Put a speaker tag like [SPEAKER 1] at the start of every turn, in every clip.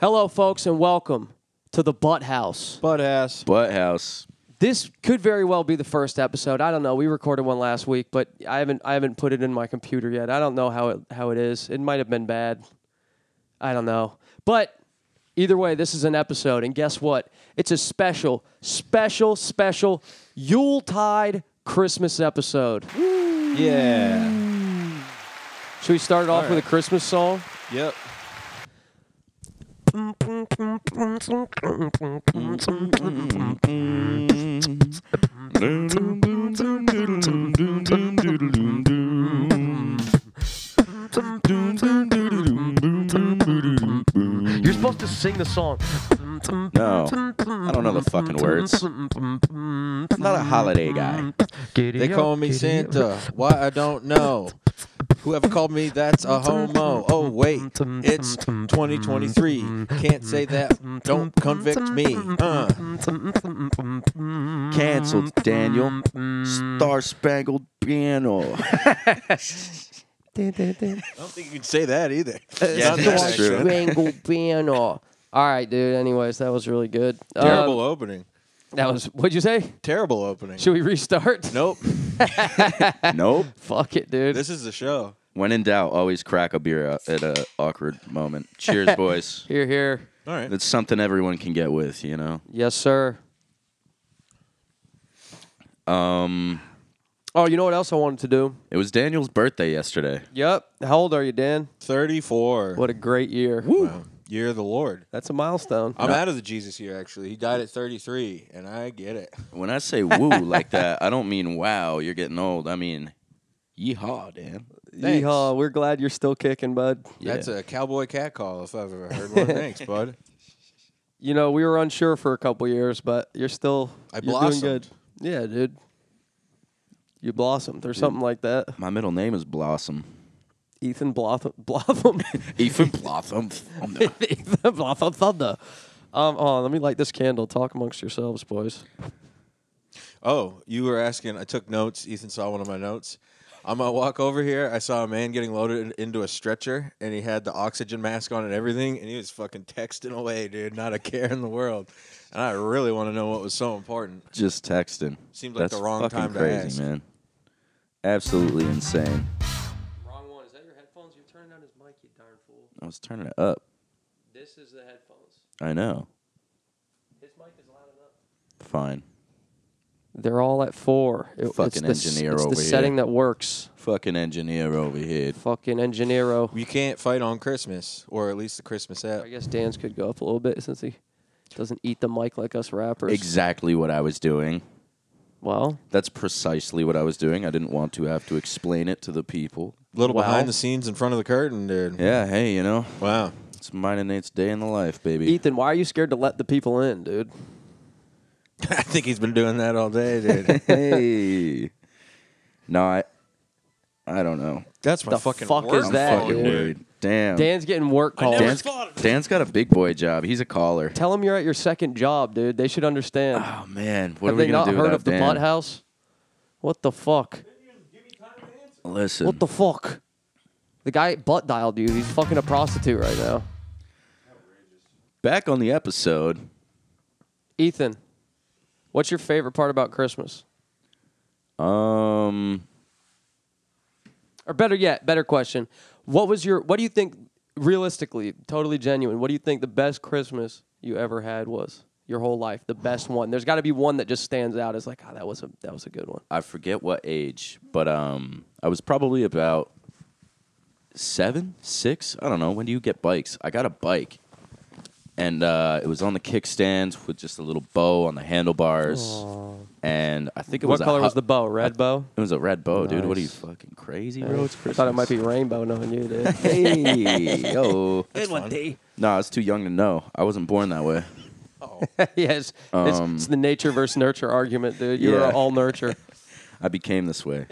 [SPEAKER 1] Hello, folks, and welcome to the Butt House.
[SPEAKER 2] Butt ass.
[SPEAKER 3] Butt house.
[SPEAKER 1] This could very well be the first episode. I don't know. We recorded one last week, but I haven't I haven't put it in my computer yet. I don't know how it how it is. It might have been bad. I don't know. But either way, this is an episode, and guess what? It's a special, special, special Yuletide Christmas episode.
[SPEAKER 2] Yeah.
[SPEAKER 1] Should we start it off
[SPEAKER 2] All
[SPEAKER 1] with
[SPEAKER 2] right.
[SPEAKER 1] a Christmas song?
[SPEAKER 2] Yep.
[SPEAKER 1] You're supposed to sing the song.
[SPEAKER 3] No, I don't know the fucking words. I'm not a holiday guy.
[SPEAKER 2] They call me Santa. Why I don't know. Whoever called me, that's a homo. Oh wait, it's 2023. Can't say that. Don't convict me. Uh.
[SPEAKER 3] Cancelled, Daniel. Star Spangled Piano. I
[SPEAKER 2] don't think you can say that either.
[SPEAKER 3] Yeah,
[SPEAKER 2] Not
[SPEAKER 3] that's
[SPEAKER 2] that
[SPEAKER 3] true.
[SPEAKER 2] accent.
[SPEAKER 1] Strangle piano. All right, dude. Anyways, that was really good. Um,
[SPEAKER 2] Terrible opening.
[SPEAKER 1] that was. What'd you say?
[SPEAKER 2] Terrible opening.
[SPEAKER 1] Should we restart?
[SPEAKER 2] Nope.
[SPEAKER 3] Nope.
[SPEAKER 1] Fuck it, dude.
[SPEAKER 2] This is the show.
[SPEAKER 3] When in doubt, always crack a beer out at a awkward moment. Cheers, boys.
[SPEAKER 1] here, here.
[SPEAKER 2] All right.
[SPEAKER 3] It's something everyone can get with, you know.
[SPEAKER 1] Yes, sir.
[SPEAKER 3] Um,
[SPEAKER 1] Oh, you know what else I wanted to do?
[SPEAKER 3] it was Daniel's birthday yesterday.
[SPEAKER 1] Yep. How old are you, Dan?
[SPEAKER 2] 34.
[SPEAKER 1] What a great year.
[SPEAKER 2] Wow. Year of the Lord.
[SPEAKER 1] That's a milestone.
[SPEAKER 2] I'm out of the Jesus year actually. He died at 33, and I get it.
[SPEAKER 3] When I say woo like that, I don't mean wow, you're getting old. I mean, yeehaw, Dan.
[SPEAKER 2] Thanks.
[SPEAKER 1] Yeehaw. We're glad you're still kicking, bud.
[SPEAKER 3] Yeah.
[SPEAKER 2] That's a cowboy cat call if I've ever heard one. Thanks, bud.
[SPEAKER 1] You know, we were unsure for a couple years, but you're still
[SPEAKER 2] I
[SPEAKER 1] you're doing
[SPEAKER 2] blossomed.
[SPEAKER 1] good. Yeah, dude. You blossomed or something like that.
[SPEAKER 3] My middle name is Blossom.
[SPEAKER 1] Ethan Blotham. Blotham.
[SPEAKER 3] Ethan Blossom.
[SPEAKER 1] Ethan Blotham Thunder. Um, oh, let me light this candle. Talk amongst yourselves, boys.
[SPEAKER 2] Oh, you were asking. I took notes. Ethan saw one of my notes. On my walk over here, I saw a man getting loaded into a stretcher, and he had the oxygen mask on and everything, and he was fucking texting away, dude, not a care in the world. And I really want to know what was so important.
[SPEAKER 3] Just texting.
[SPEAKER 2] Seems like
[SPEAKER 3] That's
[SPEAKER 2] the wrong
[SPEAKER 3] fucking
[SPEAKER 2] time to
[SPEAKER 3] crazy,
[SPEAKER 2] ask.
[SPEAKER 3] man. Absolutely insane.
[SPEAKER 1] Wrong one. Is that your headphones? You're turning down his mic, you darn fool.
[SPEAKER 3] I was turning it up.
[SPEAKER 1] This is the headphones.
[SPEAKER 3] I know.
[SPEAKER 1] His mic is loud enough.
[SPEAKER 3] Fine.
[SPEAKER 1] They're all at four. It- it's
[SPEAKER 3] Fucking
[SPEAKER 1] the, s-
[SPEAKER 3] engineer
[SPEAKER 1] it's
[SPEAKER 3] over
[SPEAKER 1] the
[SPEAKER 3] here.
[SPEAKER 1] setting that works.
[SPEAKER 3] Fucking engineer over here.
[SPEAKER 1] Fucking engineero.
[SPEAKER 2] You can't fight on Christmas, or at least the Christmas app.
[SPEAKER 1] I guess Dan's could go up a little bit since he doesn't eat the mic like us rappers.
[SPEAKER 3] Exactly what I was doing.
[SPEAKER 1] well,
[SPEAKER 3] That's precisely what I was doing. I didn't want to have to explain it to the people.
[SPEAKER 2] little
[SPEAKER 1] Wow.
[SPEAKER 2] behind the scenes in front of the curtain, dude.
[SPEAKER 3] Yeah, hey, you know,
[SPEAKER 2] Wow.
[SPEAKER 3] it's mine and Nate's day in the life, baby.
[SPEAKER 1] Ethan, why are you scared to let the people in, dude?
[SPEAKER 2] I think he's been doing that all day, dude.
[SPEAKER 3] hey. No, I, I don't know.
[SPEAKER 2] That's my
[SPEAKER 1] The
[SPEAKER 2] fucking
[SPEAKER 1] fuck is
[SPEAKER 2] work
[SPEAKER 3] I'm
[SPEAKER 1] that,
[SPEAKER 2] phone,
[SPEAKER 3] fucking
[SPEAKER 1] dude?
[SPEAKER 3] worried. Damn.
[SPEAKER 1] Dan's getting work calls.
[SPEAKER 3] Dan's, Dan's got a big boy job. He's a caller.
[SPEAKER 1] Tell him you're at your second job, dude. They should understand.
[SPEAKER 3] Oh man, what
[SPEAKER 1] Have
[SPEAKER 3] are we
[SPEAKER 1] they
[SPEAKER 3] gonna
[SPEAKER 1] not
[SPEAKER 3] do
[SPEAKER 1] heard
[SPEAKER 3] without
[SPEAKER 1] of the
[SPEAKER 3] Dan?
[SPEAKER 1] butt house? What the fuck?
[SPEAKER 3] Listen,
[SPEAKER 1] What the fuck? The guy butt dialed you. He's fucking a prostitute right now.
[SPEAKER 3] back on the episode.
[SPEAKER 1] Ethan, what's your favorite part about Christmas?
[SPEAKER 3] Um,
[SPEAKER 1] Or better yet, better question. What was your what do you think realistically, totally genuine, what do you think the best Christmas you ever had was? Your whole life, the best one. There's got to be one that just stands out as like, oh, that was a that was a good one.
[SPEAKER 3] I forget what age, but um, I was probably about seven, six. I don't know. When do you get bikes? I got a bike, and uh, it was on the kickstand with just a little bow on the handlebars, and I think it
[SPEAKER 1] What
[SPEAKER 3] was
[SPEAKER 1] color
[SPEAKER 3] a, hu-
[SPEAKER 1] was the bow? Red bow?
[SPEAKER 3] It was a red bow, dude. What are you
[SPEAKER 1] Nice.
[SPEAKER 3] fucking crazy, bro? It's
[SPEAKER 1] I
[SPEAKER 3] Christmas.
[SPEAKER 1] thought it might be rainbow knowing you, dude.
[SPEAKER 3] Hey, yo.
[SPEAKER 1] Good one, D.
[SPEAKER 3] No, I was too young to know. I wasn't born that way.
[SPEAKER 1] yes, it's, it's the nature versus nurture argument, dude. You
[SPEAKER 3] Um, yeah.
[SPEAKER 1] are all nurture.
[SPEAKER 3] I became this way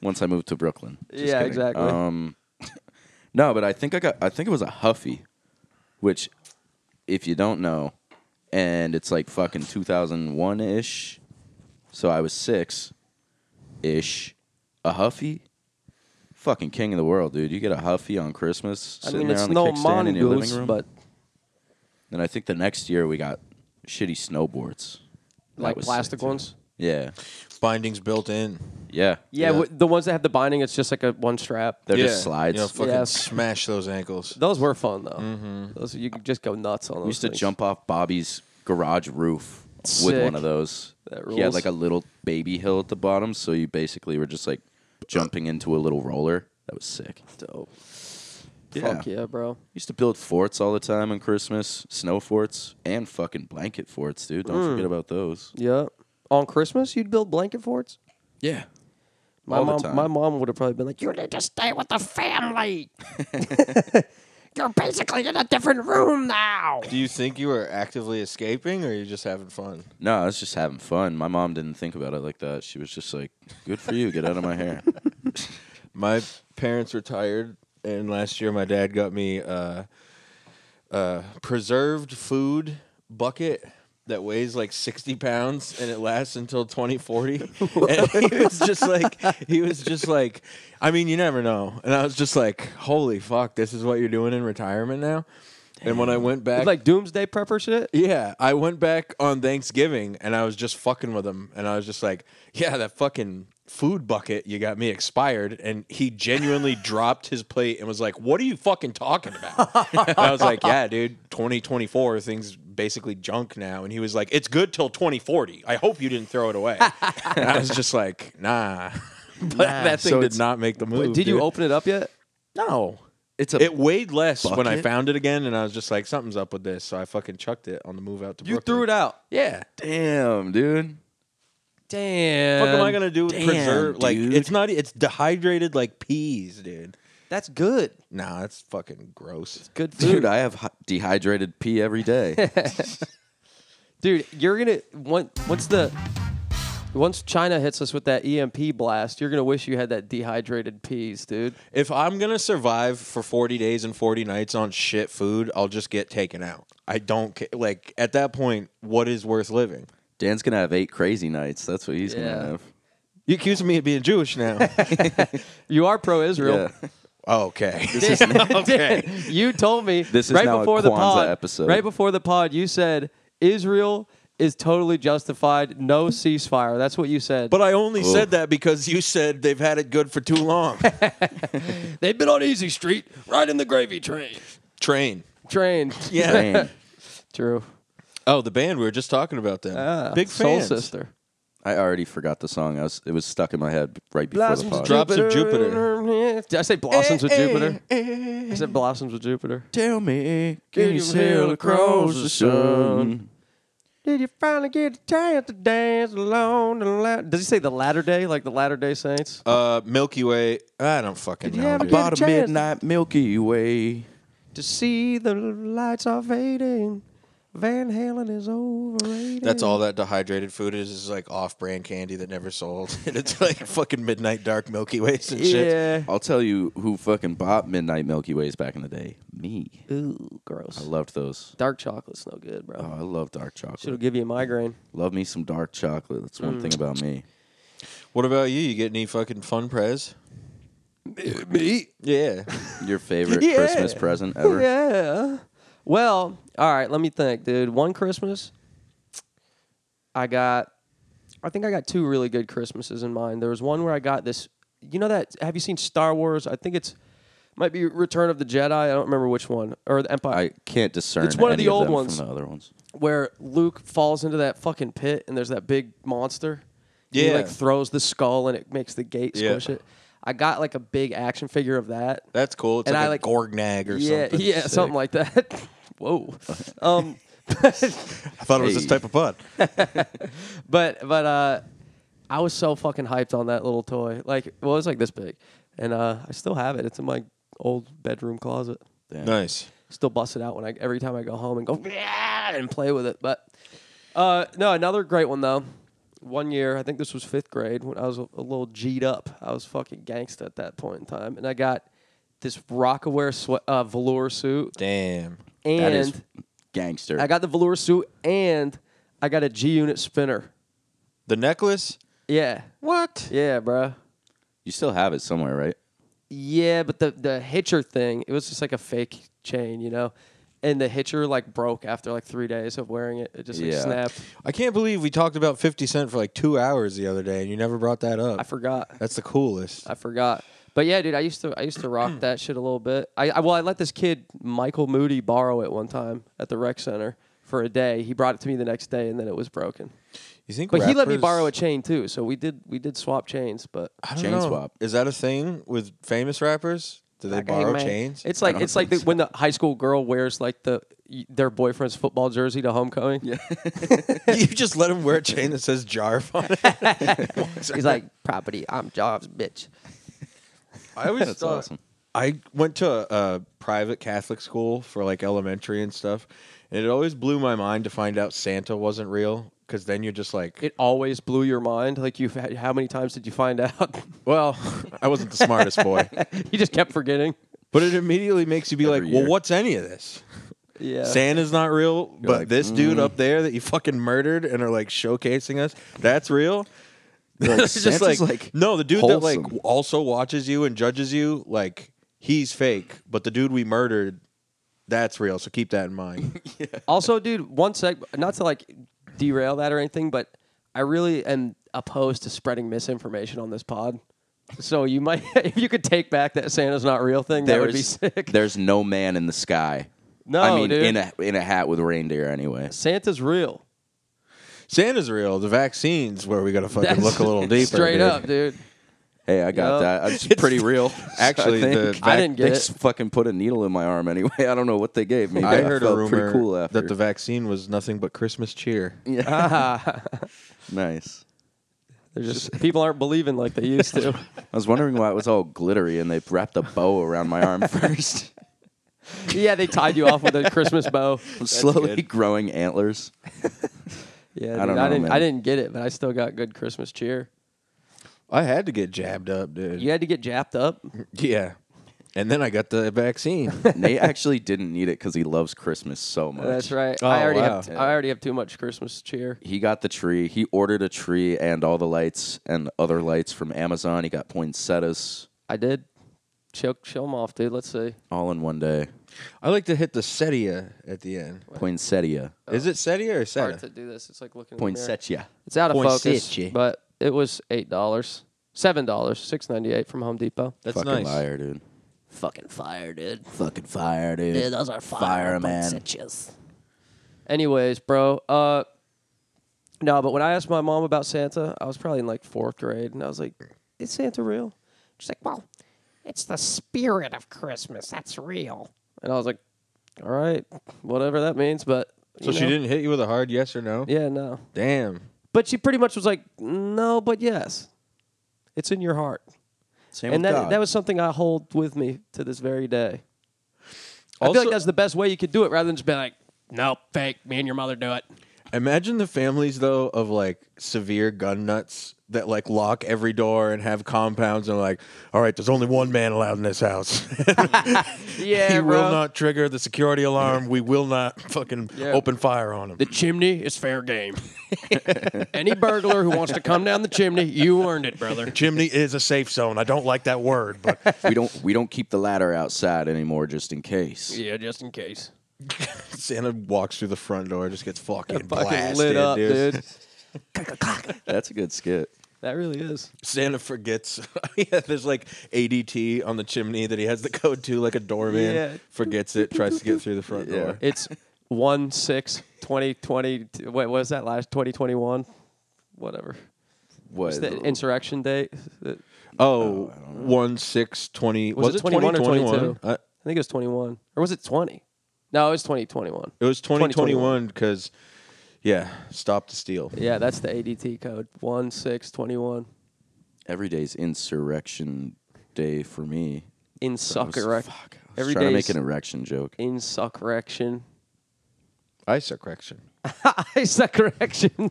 [SPEAKER 3] once I moved to Brooklyn. Just
[SPEAKER 1] Yeah,
[SPEAKER 3] kidding.
[SPEAKER 1] exactly.
[SPEAKER 3] Um, no, but I think I got. I think it was a Huffy, which, if you don't know, and it's like fucking 2001 ish. So I was six, ish. A Huffy, fucking king of the world, dude. You get a Huffy on Christmas,
[SPEAKER 1] I
[SPEAKER 3] sitting
[SPEAKER 1] mean,
[SPEAKER 3] there
[SPEAKER 1] it's
[SPEAKER 3] on the
[SPEAKER 1] no
[SPEAKER 3] kickstand in your
[SPEAKER 1] mongoose,
[SPEAKER 3] living room.
[SPEAKER 1] but
[SPEAKER 3] Then I think the next year we got shitty snowboards. That
[SPEAKER 1] like
[SPEAKER 3] was sick,
[SPEAKER 1] plastic
[SPEAKER 3] too.
[SPEAKER 1] ones.
[SPEAKER 3] Yeah.
[SPEAKER 2] Bindings built in.
[SPEAKER 3] Yeah.
[SPEAKER 1] Yeah,
[SPEAKER 2] Yeah.
[SPEAKER 1] w- the ones that have the binding, it's just like a one strap.
[SPEAKER 3] They're
[SPEAKER 2] yeah.
[SPEAKER 3] just slides.
[SPEAKER 2] You know, fucking
[SPEAKER 1] Yes.
[SPEAKER 2] smash those ankles.
[SPEAKER 1] Those were fun though. Those you could just go nuts on those.
[SPEAKER 3] we Mm-hmm. used to
[SPEAKER 1] things.
[SPEAKER 3] jump off Bobby's garage roof with
[SPEAKER 1] Sick.
[SPEAKER 3] one of those.
[SPEAKER 1] That
[SPEAKER 3] He had
[SPEAKER 1] rules.
[SPEAKER 3] like a little baby hill at the bottom, so you basically were just like jumping into a little roller. That was sick.
[SPEAKER 1] Dope.
[SPEAKER 3] Yeah.
[SPEAKER 1] Fuck yeah, bro.
[SPEAKER 3] Used to build forts all the time on Christmas, snow forts and fucking blanket forts, dude. Don't
[SPEAKER 1] Mm.
[SPEAKER 3] forget about those.
[SPEAKER 1] Yeah. On Christmas, you'd build blanket forts.
[SPEAKER 3] Yeah.
[SPEAKER 1] My
[SPEAKER 3] All the
[SPEAKER 1] mom,
[SPEAKER 3] time.
[SPEAKER 1] my mom would have probably been like, "You need to stay with the family. You're basically in a different room now."
[SPEAKER 2] Do you think you were actively escaping, or you just having fun?
[SPEAKER 3] No, I was just having fun. My mom didn't think about it like that. She was just like, "Good for you, get out of my hair."
[SPEAKER 2] My parents retired, and last year my dad got me a, a preserved food bucket that weighs like 60 pounds and it lasts until 2040 and he was just like he was just like i mean you never know and i was just like holy fuck this is what you're doing in retirement now and when i went back
[SPEAKER 1] Like doomsday prepper shit.
[SPEAKER 2] Yeah, I went back on Thanksgiving and I was just fucking with him, and I was just like, "Yeah, that fucking food bucket you got me expired." And he genuinely dropped his plate and was like, "What are you fucking talking about?" and I was like, "Yeah, dude, 2024 things basically junk now." And he was like, "It's good till 2040. I hope you didn't throw it away." and I was just like, "Nah." But that thing
[SPEAKER 3] So
[SPEAKER 2] did
[SPEAKER 3] it's-
[SPEAKER 2] not make the move.
[SPEAKER 1] Did you
[SPEAKER 2] dude.
[SPEAKER 1] open it up yet?
[SPEAKER 2] No.
[SPEAKER 3] It's a
[SPEAKER 2] It weighed less when I
[SPEAKER 3] Bucket?
[SPEAKER 2] found it again, and I was just like, "Something's up with this." So I fucking chucked it on the move out to.
[SPEAKER 1] You threw it out.
[SPEAKER 2] Yeah.
[SPEAKER 3] damn, dude.
[SPEAKER 1] Damn.
[SPEAKER 2] What am I gonna do with
[SPEAKER 3] Damn,
[SPEAKER 2] preserve? Like
[SPEAKER 3] dude.
[SPEAKER 2] it's not. e, It's dehydrated like peas, dude.
[SPEAKER 1] That's good.
[SPEAKER 2] Nah, that's fucking gross.
[SPEAKER 1] Good food.
[SPEAKER 3] Dude, I have hi- dehydrated pee every day.
[SPEAKER 1] Dude, you're gonna once once the once China hits us with that EMP blast, you're gonna wish you had that dehydrated peas, dude.
[SPEAKER 2] If I'm gonna survive for 40 days and 40 nights on shit food, I'll just get taken out. I don't care. Like at that point, what is worth living?
[SPEAKER 3] Dan's gonna have eight crazy nights. That's what he's
[SPEAKER 1] Yeah.
[SPEAKER 3] gonna have.
[SPEAKER 2] You accusing me of being Jewish now?
[SPEAKER 1] You are pro Israel.
[SPEAKER 3] Yeah.
[SPEAKER 2] okay.
[SPEAKER 1] okay. You told me
[SPEAKER 3] This is
[SPEAKER 1] right
[SPEAKER 3] now a
[SPEAKER 1] before the
[SPEAKER 3] Kwanzaa
[SPEAKER 1] pod.
[SPEAKER 3] episode.
[SPEAKER 1] Right before the pod, you said Israel is totally justified, no ceasefire. That's what you said.
[SPEAKER 2] But I only said that because you said they've had it good for too long.
[SPEAKER 1] they've been on Easy Street, right in the gravy train.
[SPEAKER 2] Train.
[SPEAKER 1] Train.
[SPEAKER 2] Yeah.
[SPEAKER 3] Damn.
[SPEAKER 1] True.
[SPEAKER 2] Oh, the band. We were just talking about them.
[SPEAKER 1] Ah,
[SPEAKER 2] Big
[SPEAKER 1] Soul
[SPEAKER 2] fans.
[SPEAKER 1] Sister.
[SPEAKER 3] I already forgot the song. I was it was stuck in my head right before the pod.
[SPEAKER 2] Jupiter. Drops of
[SPEAKER 1] Did I say Blossoms with
[SPEAKER 2] Eh,
[SPEAKER 1] Jupiter?
[SPEAKER 2] eh,
[SPEAKER 1] I
[SPEAKER 2] eh.
[SPEAKER 1] said Blossoms with Jupiter.
[SPEAKER 3] Tell me,
[SPEAKER 1] Can you sail across the sun? Did you finally get a chance to dance alone? The la- Does he say the latter day, like the latter day saints?
[SPEAKER 2] Uh, Milky Way. I don't fucking
[SPEAKER 1] Did you
[SPEAKER 2] know.
[SPEAKER 1] ever
[SPEAKER 2] dude.
[SPEAKER 1] get-
[SPEAKER 3] About a
[SPEAKER 1] chance.
[SPEAKER 3] midnight Milky Way.
[SPEAKER 1] To see the lights are fading. Van Halen is overrated.
[SPEAKER 2] That's all that dehydrated food is. Is like off-brand candy that never sold, and it's like fucking midnight dark Milky Ways and shit.
[SPEAKER 1] Yeah.
[SPEAKER 3] I'll tell you who fucking bought midnight Milky Ways back in the day. Me.
[SPEAKER 1] Ooh,
[SPEAKER 3] I
[SPEAKER 1] gross.
[SPEAKER 3] loved those.
[SPEAKER 1] Dark chocolate's no good,
[SPEAKER 3] Oh,
[SPEAKER 1] bro.
[SPEAKER 3] I love dark chocolate.
[SPEAKER 1] Should will give you a migraine.
[SPEAKER 3] Love me some dark chocolate. That's one
[SPEAKER 1] Mm.
[SPEAKER 3] thing about me.
[SPEAKER 2] What about you? You get any fucking fun prez?
[SPEAKER 1] Me?
[SPEAKER 2] Yeah.
[SPEAKER 3] Your favorite
[SPEAKER 1] Yeah.
[SPEAKER 3] Christmas present ever?
[SPEAKER 1] Yeah. Well, all right, let me think, dude. One Christmas, I got, I think I got two really good Christmases in mind. There was one where I got this, you know, that, have you seen Star Wars? I think it's, might be Return of the Jedi. I don't remember which one, or the Empire.
[SPEAKER 3] I can't discern.
[SPEAKER 1] It's one of
[SPEAKER 3] any
[SPEAKER 1] the old
[SPEAKER 3] them
[SPEAKER 1] ones.
[SPEAKER 3] from the other ones.
[SPEAKER 1] where Luke falls into that fucking pit and there's that big monster. And He
[SPEAKER 2] Yeah.
[SPEAKER 1] like throws the skull and it makes the gate
[SPEAKER 2] Yeah.
[SPEAKER 1] squish it. I got like a big action figure of that.
[SPEAKER 2] That's cool. It's
[SPEAKER 1] And
[SPEAKER 2] like
[SPEAKER 1] I
[SPEAKER 2] a
[SPEAKER 1] like-
[SPEAKER 2] Gorgnag or
[SPEAKER 1] yeah,
[SPEAKER 2] something.
[SPEAKER 1] yeah,
[SPEAKER 2] Sick.
[SPEAKER 1] something like that. Whoa. Um
[SPEAKER 2] I thought it was this
[SPEAKER 3] Hey.
[SPEAKER 2] type of fun.
[SPEAKER 1] but but uh I was so fucking hyped on that little toy. Like well, it was like this big. And uh I still have it. It's in my old bedroom closet.
[SPEAKER 3] Damn.
[SPEAKER 2] nice.
[SPEAKER 1] still bust it out when I every time I go home and go "Yeah," and play with it. But uh, no, another great one though. One year, I think this was fifth grade when I was a, a little G'd up. I was fucking gangsta at that point in time, and I got this Rockaware swe- uh, velour suit,
[SPEAKER 2] Damn.
[SPEAKER 1] and
[SPEAKER 3] That is gangster.
[SPEAKER 1] I got the velour suit, and I got a G Unit spinner.
[SPEAKER 2] The necklace.
[SPEAKER 1] Yeah,
[SPEAKER 2] What?
[SPEAKER 1] yeah, bruh.
[SPEAKER 3] you still have it somewhere, right?
[SPEAKER 1] Yeah, but the the hitcher thing, it was just like a fake chain, you know. and the hitcher like broke after like three days of wearing it. It just like
[SPEAKER 3] Yeah.
[SPEAKER 1] snapped.
[SPEAKER 2] I can't believe we talked about 50 Cent for like two hours the other day and you never brought that up.
[SPEAKER 1] I forgot.
[SPEAKER 2] That's the coolest.
[SPEAKER 1] I forgot. But yeah, dude, I used to I used to rock that shit a little bit. I, I well, I let this kid Michael Moody borrow it one time at the rec center for a day. He brought it to me the next day, and then it was broken.
[SPEAKER 2] You think
[SPEAKER 1] But he let me
[SPEAKER 2] rappers-
[SPEAKER 1] borrow a chain too, so we did we did swap chains. But
[SPEAKER 2] I don't
[SPEAKER 3] Chain
[SPEAKER 2] know.
[SPEAKER 3] swap.
[SPEAKER 2] Is that a thing with famous rappers? Do they
[SPEAKER 1] Like, hey,
[SPEAKER 2] borrow
[SPEAKER 1] man.
[SPEAKER 2] chains?
[SPEAKER 1] It's like
[SPEAKER 3] don't
[SPEAKER 1] it's like the,
[SPEAKER 3] think
[SPEAKER 1] when the high school girl wears like the their boyfriend's football jersey to homecoming. Yeah.
[SPEAKER 2] you just let him wear a chain that says Jarf on it.
[SPEAKER 1] He's like property. I'm Jobs, bitch.
[SPEAKER 2] I always
[SPEAKER 3] That's
[SPEAKER 2] thought-
[SPEAKER 3] awesome.
[SPEAKER 2] I went to a, a private Catholic school for like elementary and stuff, and it always blew my mind to find out Santa wasn't real. Because then you're just like,
[SPEAKER 1] It always blew your mind. Like you, have how many times did you find out?
[SPEAKER 2] well, I wasn't the smartest boy,
[SPEAKER 1] you just kept forgetting.
[SPEAKER 2] but it immediately makes you be
[SPEAKER 3] Every
[SPEAKER 2] like,
[SPEAKER 3] year.
[SPEAKER 2] well, what's any of this?
[SPEAKER 1] Yeah.
[SPEAKER 2] Santa's not real, but
[SPEAKER 3] like, mm.
[SPEAKER 2] this dude up there that you fucking murdered and are like showcasing us, that's real.
[SPEAKER 3] Like,
[SPEAKER 2] it's just like,
[SPEAKER 3] Santa's, like,
[SPEAKER 2] no, the dude that like
[SPEAKER 3] wholesome.
[SPEAKER 2] also watches you and judges you, like he's fake, but the dude we murdered, that's real. So keep that in mind.
[SPEAKER 1] Also, dude, one sec, not to like derail that or anything, but I really am opposed to spreading misinformation on this pod. So you might, if you could take back that Santa's not real thing, that would be sick.
[SPEAKER 3] There's no man in the sky.
[SPEAKER 1] No,
[SPEAKER 3] I mean
[SPEAKER 1] dude.
[SPEAKER 3] in a in a hat with reindeer anyway.
[SPEAKER 1] Santa's real.
[SPEAKER 2] Santa's real. The vaccine's where we gotta fucking
[SPEAKER 1] That's
[SPEAKER 2] look a little deeper.
[SPEAKER 1] Straight
[SPEAKER 2] dude.
[SPEAKER 1] up, dude.
[SPEAKER 3] Hey, I
[SPEAKER 1] Yup.
[SPEAKER 3] got that. It's pretty real.
[SPEAKER 2] Actually,
[SPEAKER 3] I, think.
[SPEAKER 2] the
[SPEAKER 1] I didn't
[SPEAKER 3] they
[SPEAKER 1] get
[SPEAKER 3] just
[SPEAKER 1] it.
[SPEAKER 3] fucking put a needle in my arm anyway. I don't know what they gave me.
[SPEAKER 2] I
[SPEAKER 3] but
[SPEAKER 2] heard a
[SPEAKER 3] felt
[SPEAKER 2] rumor
[SPEAKER 3] pretty cool after.
[SPEAKER 2] that the vaccine was nothing but Christmas cheer.
[SPEAKER 3] nice.
[SPEAKER 1] They're just people aren't believing like they used to.
[SPEAKER 3] I was wondering why it was all glittery and they wrapped a bow around my arm first.
[SPEAKER 1] yeah, they tied you off with a Christmas bow.
[SPEAKER 3] I'm slowly
[SPEAKER 2] good.
[SPEAKER 3] growing antlers.
[SPEAKER 1] Yeah, dude,
[SPEAKER 3] I don't know,
[SPEAKER 1] didn't.
[SPEAKER 3] man.
[SPEAKER 1] I didn't get it, but I still got good Christmas cheer.
[SPEAKER 2] I had to get jabbed up, dude.
[SPEAKER 1] You had to get japped up.
[SPEAKER 2] Yeah. And then I got the vaccine.
[SPEAKER 3] Nate actually didn't need it because he loves Christmas so much.
[SPEAKER 1] That's right.
[SPEAKER 2] Oh,
[SPEAKER 1] I already
[SPEAKER 2] wow.
[SPEAKER 1] have. I already have too much Christmas cheer.
[SPEAKER 3] He got the tree. He ordered a tree and all the lights and other lights from Amazon. He got poinsettias
[SPEAKER 1] I did. Chill, chill 'em off, dude. Let's see.
[SPEAKER 3] all in one day.
[SPEAKER 2] I like to hit the setia at the end.
[SPEAKER 3] Poinsettia.
[SPEAKER 2] Is it setia or
[SPEAKER 1] Oh. Hard to
[SPEAKER 2] seta?
[SPEAKER 1] do this. It's like looking. in the mirror.
[SPEAKER 3] Poinsettia.
[SPEAKER 1] It's out of focus,
[SPEAKER 2] Poinsettia.
[SPEAKER 1] but it was eight dollars, seven dollars, six ninety eight from Home Depot.
[SPEAKER 2] That's
[SPEAKER 3] Fucking
[SPEAKER 2] nice.
[SPEAKER 3] liar, dude.
[SPEAKER 4] Fucking fire, dude.
[SPEAKER 3] Fucking fire, dude.
[SPEAKER 4] Dude, those are fire,
[SPEAKER 3] Fireman.
[SPEAKER 4] poinsettias.
[SPEAKER 1] Anyways, bro. Uh, no, but when I asked my mom about Santa, I was probably in like fourth grade, and I was like, "Is Santa real?"
[SPEAKER 4] She's like, well, it's the spirit of Christmas. That's real.
[SPEAKER 1] And I was like, "All right, whatever that means." But
[SPEAKER 2] So
[SPEAKER 1] you
[SPEAKER 2] she
[SPEAKER 1] know.
[SPEAKER 2] didn't hit you with a hard yes or no?
[SPEAKER 1] Yeah, no.
[SPEAKER 2] Damn.
[SPEAKER 1] But she pretty much was like, "No, but yes, it's in your heart,"
[SPEAKER 3] Same
[SPEAKER 1] and
[SPEAKER 3] with
[SPEAKER 1] that
[SPEAKER 3] God.
[SPEAKER 1] that was something I hold with me to this very day. I
[SPEAKER 2] Also,
[SPEAKER 1] feel like that's the best way you could do it, rather than just be like, "Nope, fake. Me and your mother do it."
[SPEAKER 2] imagine the families though of like severe gun nuts that like lock every door and have compounds and like, all right, there's only one man allowed in this house.
[SPEAKER 1] Yeah,
[SPEAKER 2] he will not trigger the security alarm. We will not fucking open fire on him.
[SPEAKER 1] The chimney is fair game. Any burglar who wants to come down the chimney, you earned it, brother.
[SPEAKER 2] Chimney is a safe zone. I don't like that word, but
[SPEAKER 3] we don't we don't keep the ladder outside anymore just in case.
[SPEAKER 1] Yeah, just in case.
[SPEAKER 2] Santa walks through the front door, just gets fucking,
[SPEAKER 1] Fucking
[SPEAKER 2] blasted,
[SPEAKER 1] lit up,
[SPEAKER 2] dude.
[SPEAKER 1] dude.
[SPEAKER 3] That's a good skit.
[SPEAKER 1] That really is.
[SPEAKER 2] Santa forgets. yeah, there's like ADT on the chimney that he has the code to, like a doorman
[SPEAKER 1] Yeah.
[SPEAKER 2] forgets it, tries to get through the front
[SPEAKER 3] Yeah.
[SPEAKER 2] door.
[SPEAKER 1] It's 1 6 2020. Wait, what was that last? 2021? Whatever.
[SPEAKER 3] What?
[SPEAKER 1] It's the insurrection date. I
[SPEAKER 2] Oh, one six twenty.
[SPEAKER 1] Was it 21 or
[SPEAKER 2] 2021?
[SPEAKER 1] 22?
[SPEAKER 2] Uh,
[SPEAKER 1] think it was 21. Or was it 20? No, it was 2021.
[SPEAKER 2] it was
[SPEAKER 1] 2021.
[SPEAKER 2] 2021 because, yeah, stop the steal.
[SPEAKER 1] Yeah, that's the ADT code. 1 6 21.
[SPEAKER 3] Every day's insurrection day for me.
[SPEAKER 1] In
[SPEAKER 3] I was-
[SPEAKER 1] suckerec.
[SPEAKER 3] fuck, I was
[SPEAKER 1] Every
[SPEAKER 3] trying to
[SPEAKER 1] day's
[SPEAKER 3] make an erection joke.
[SPEAKER 1] in sucrection.
[SPEAKER 2] Ice correction.
[SPEAKER 1] I sucrection.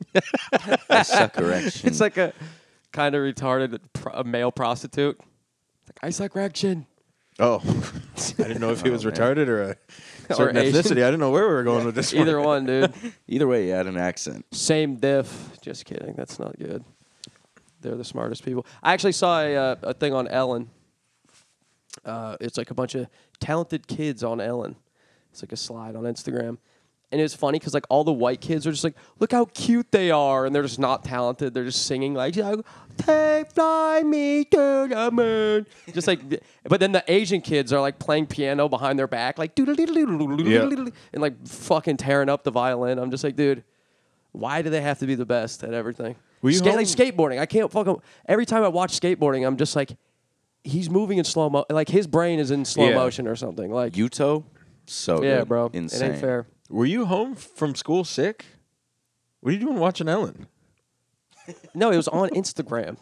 [SPEAKER 3] I suck erection.
[SPEAKER 1] It's like a kind of retarded pro- a male prostitute. It's like I suck rection.
[SPEAKER 2] Oh, I didn't know if he was
[SPEAKER 3] man.
[SPEAKER 2] retarded or a
[SPEAKER 1] Or
[SPEAKER 2] certain
[SPEAKER 1] Asian.
[SPEAKER 2] ethnicity. I didn't know where we were going with this.
[SPEAKER 1] Either one,
[SPEAKER 2] one.
[SPEAKER 1] dude.
[SPEAKER 3] either way, you had an accent.
[SPEAKER 1] Same diff. Just kidding. That's not good. They're the smartest people. I actually saw a, uh, a thing on Ellen. Uh, it's like a bunch of talented kids on Ellen, It's like a slide on Instagram. And it was funny because like all the white kids are just like, look how cute they are, and they're just not talented. They're just singing like, "Take fly me to the moon," just like. But then the Asian kids are like playing piano behind their back, like doodle and like fucking tearing up the violin. I'm just like, dude, why do they have to be the best at everything?
[SPEAKER 2] Were you
[SPEAKER 1] Ska- like
[SPEAKER 2] home-
[SPEAKER 1] skateboarding, I can't fucking. Every time I watch skateboarding, I'm just like, he's moving in slow mo. Like his brain is in slow
[SPEAKER 2] Yeah.
[SPEAKER 1] motion or something. Like
[SPEAKER 3] Yuto, so
[SPEAKER 1] yeah,
[SPEAKER 3] good.
[SPEAKER 1] bro,
[SPEAKER 3] insane.
[SPEAKER 1] it ain't fair.
[SPEAKER 2] Were you home from school sick? What are you doing watching Ellen?
[SPEAKER 1] No, it was on Instagram.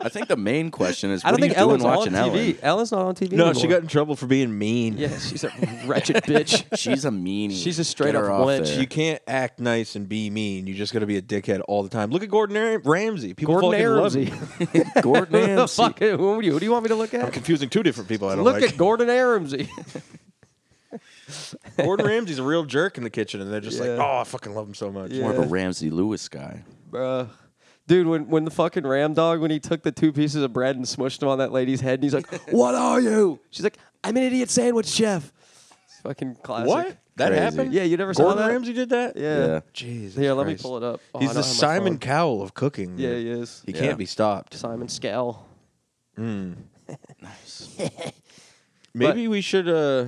[SPEAKER 3] I think the main question is,
[SPEAKER 1] I
[SPEAKER 3] what
[SPEAKER 1] don't
[SPEAKER 3] are you
[SPEAKER 1] think
[SPEAKER 3] doing
[SPEAKER 1] Ellen's on
[SPEAKER 3] watching
[SPEAKER 1] TV.
[SPEAKER 3] Ellen?
[SPEAKER 1] Ellen's not on TV.
[SPEAKER 2] No,
[SPEAKER 1] anymore.
[SPEAKER 2] she got in trouble for being mean.
[SPEAKER 1] Yeah, she's a wretched bitch.
[SPEAKER 3] She's a meanie.
[SPEAKER 1] She's a straight
[SPEAKER 3] Get her
[SPEAKER 1] up
[SPEAKER 3] off
[SPEAKER 1] wench.
[SPEAKER 3] there.
[SPEAKER 2] You can't act nice and be mean. You just got to be a dickhead all the time. Look at Gordon Ram- Ramsay. People
[SPEAKER 1] Gordon
[SPEAKER 2] fucking love
[SPEAKER 1] Ramsay.
[SPEAKER 2] him.
[SPEAKER 3] Gordon
[SPEAKER 1] Who the
[SPEAKER 3] Ramsay.
[SPEAKER 1] fuck? Who, are you? who do you want me to look
[SPEAKER 2] I'm
[SPEAKER 1] at?
[SPEAKER 2] confusing two different people. I don't
[SPEAKER 1] Look
[SPEAKER 2] like.
[SPEAKER 1] at Gordon Ramsay.
[SPEAKER 2] Gordon Ramsay's a real jerk in the kitchen, and they're just like,
[SPEAKER 1] Yeah.
[SPEAKER 2] "Oh, I fucking love him so much."
[SPEAKER 1] Yeah.
[SPEAKER 3] More of a Ramsey Lewis guy.
[SPEAKER 1] Bruh. Dude, when, when the fucking ram dog, when he took the two pieces of bread and smushed them on that lady's head, and he's like, What are you? She's like, I'm an idiot sandwich chef. It's fucking classic.
[SPEAKER 2] What? That
[SPEAKER 3] Crazy.
[SPEAKER 2] happened?
[SPEAKER 1] Yeah, you never saw
[SPEAKER 2] Gordon
[SPEAKER 1] that?
[SPEAKER 2] Ramsay did that.
[SPEAKER 1] Yeah.
[SPEAKER 3] Yeah.
[SPEAKER 2] Jesus.
[SPEAKER 1] Here, let me
[SPEAKER 2] Christ.
[SPEAKER 1] pull it up. Oh, I
[SPEAKER 2] He's the
[SPEAKER 1] don't have my
[SPEAKER 2] Simon
[SPEAKER 1] phone.
[SPEAKER 2] Cowell of cooking.
[SPEAKER 1] Yeah,
[SPEAKER 2] dude.
[SPEAKER 1] he is.
[SPEAKER 2] He
[SPEAKER 3] Yeah.
[SPEAKER 2] can't be stopped. Hmm.
[SPEAKER 1] Simon Scale.
[SPEAKER 2] Maybe we should. uh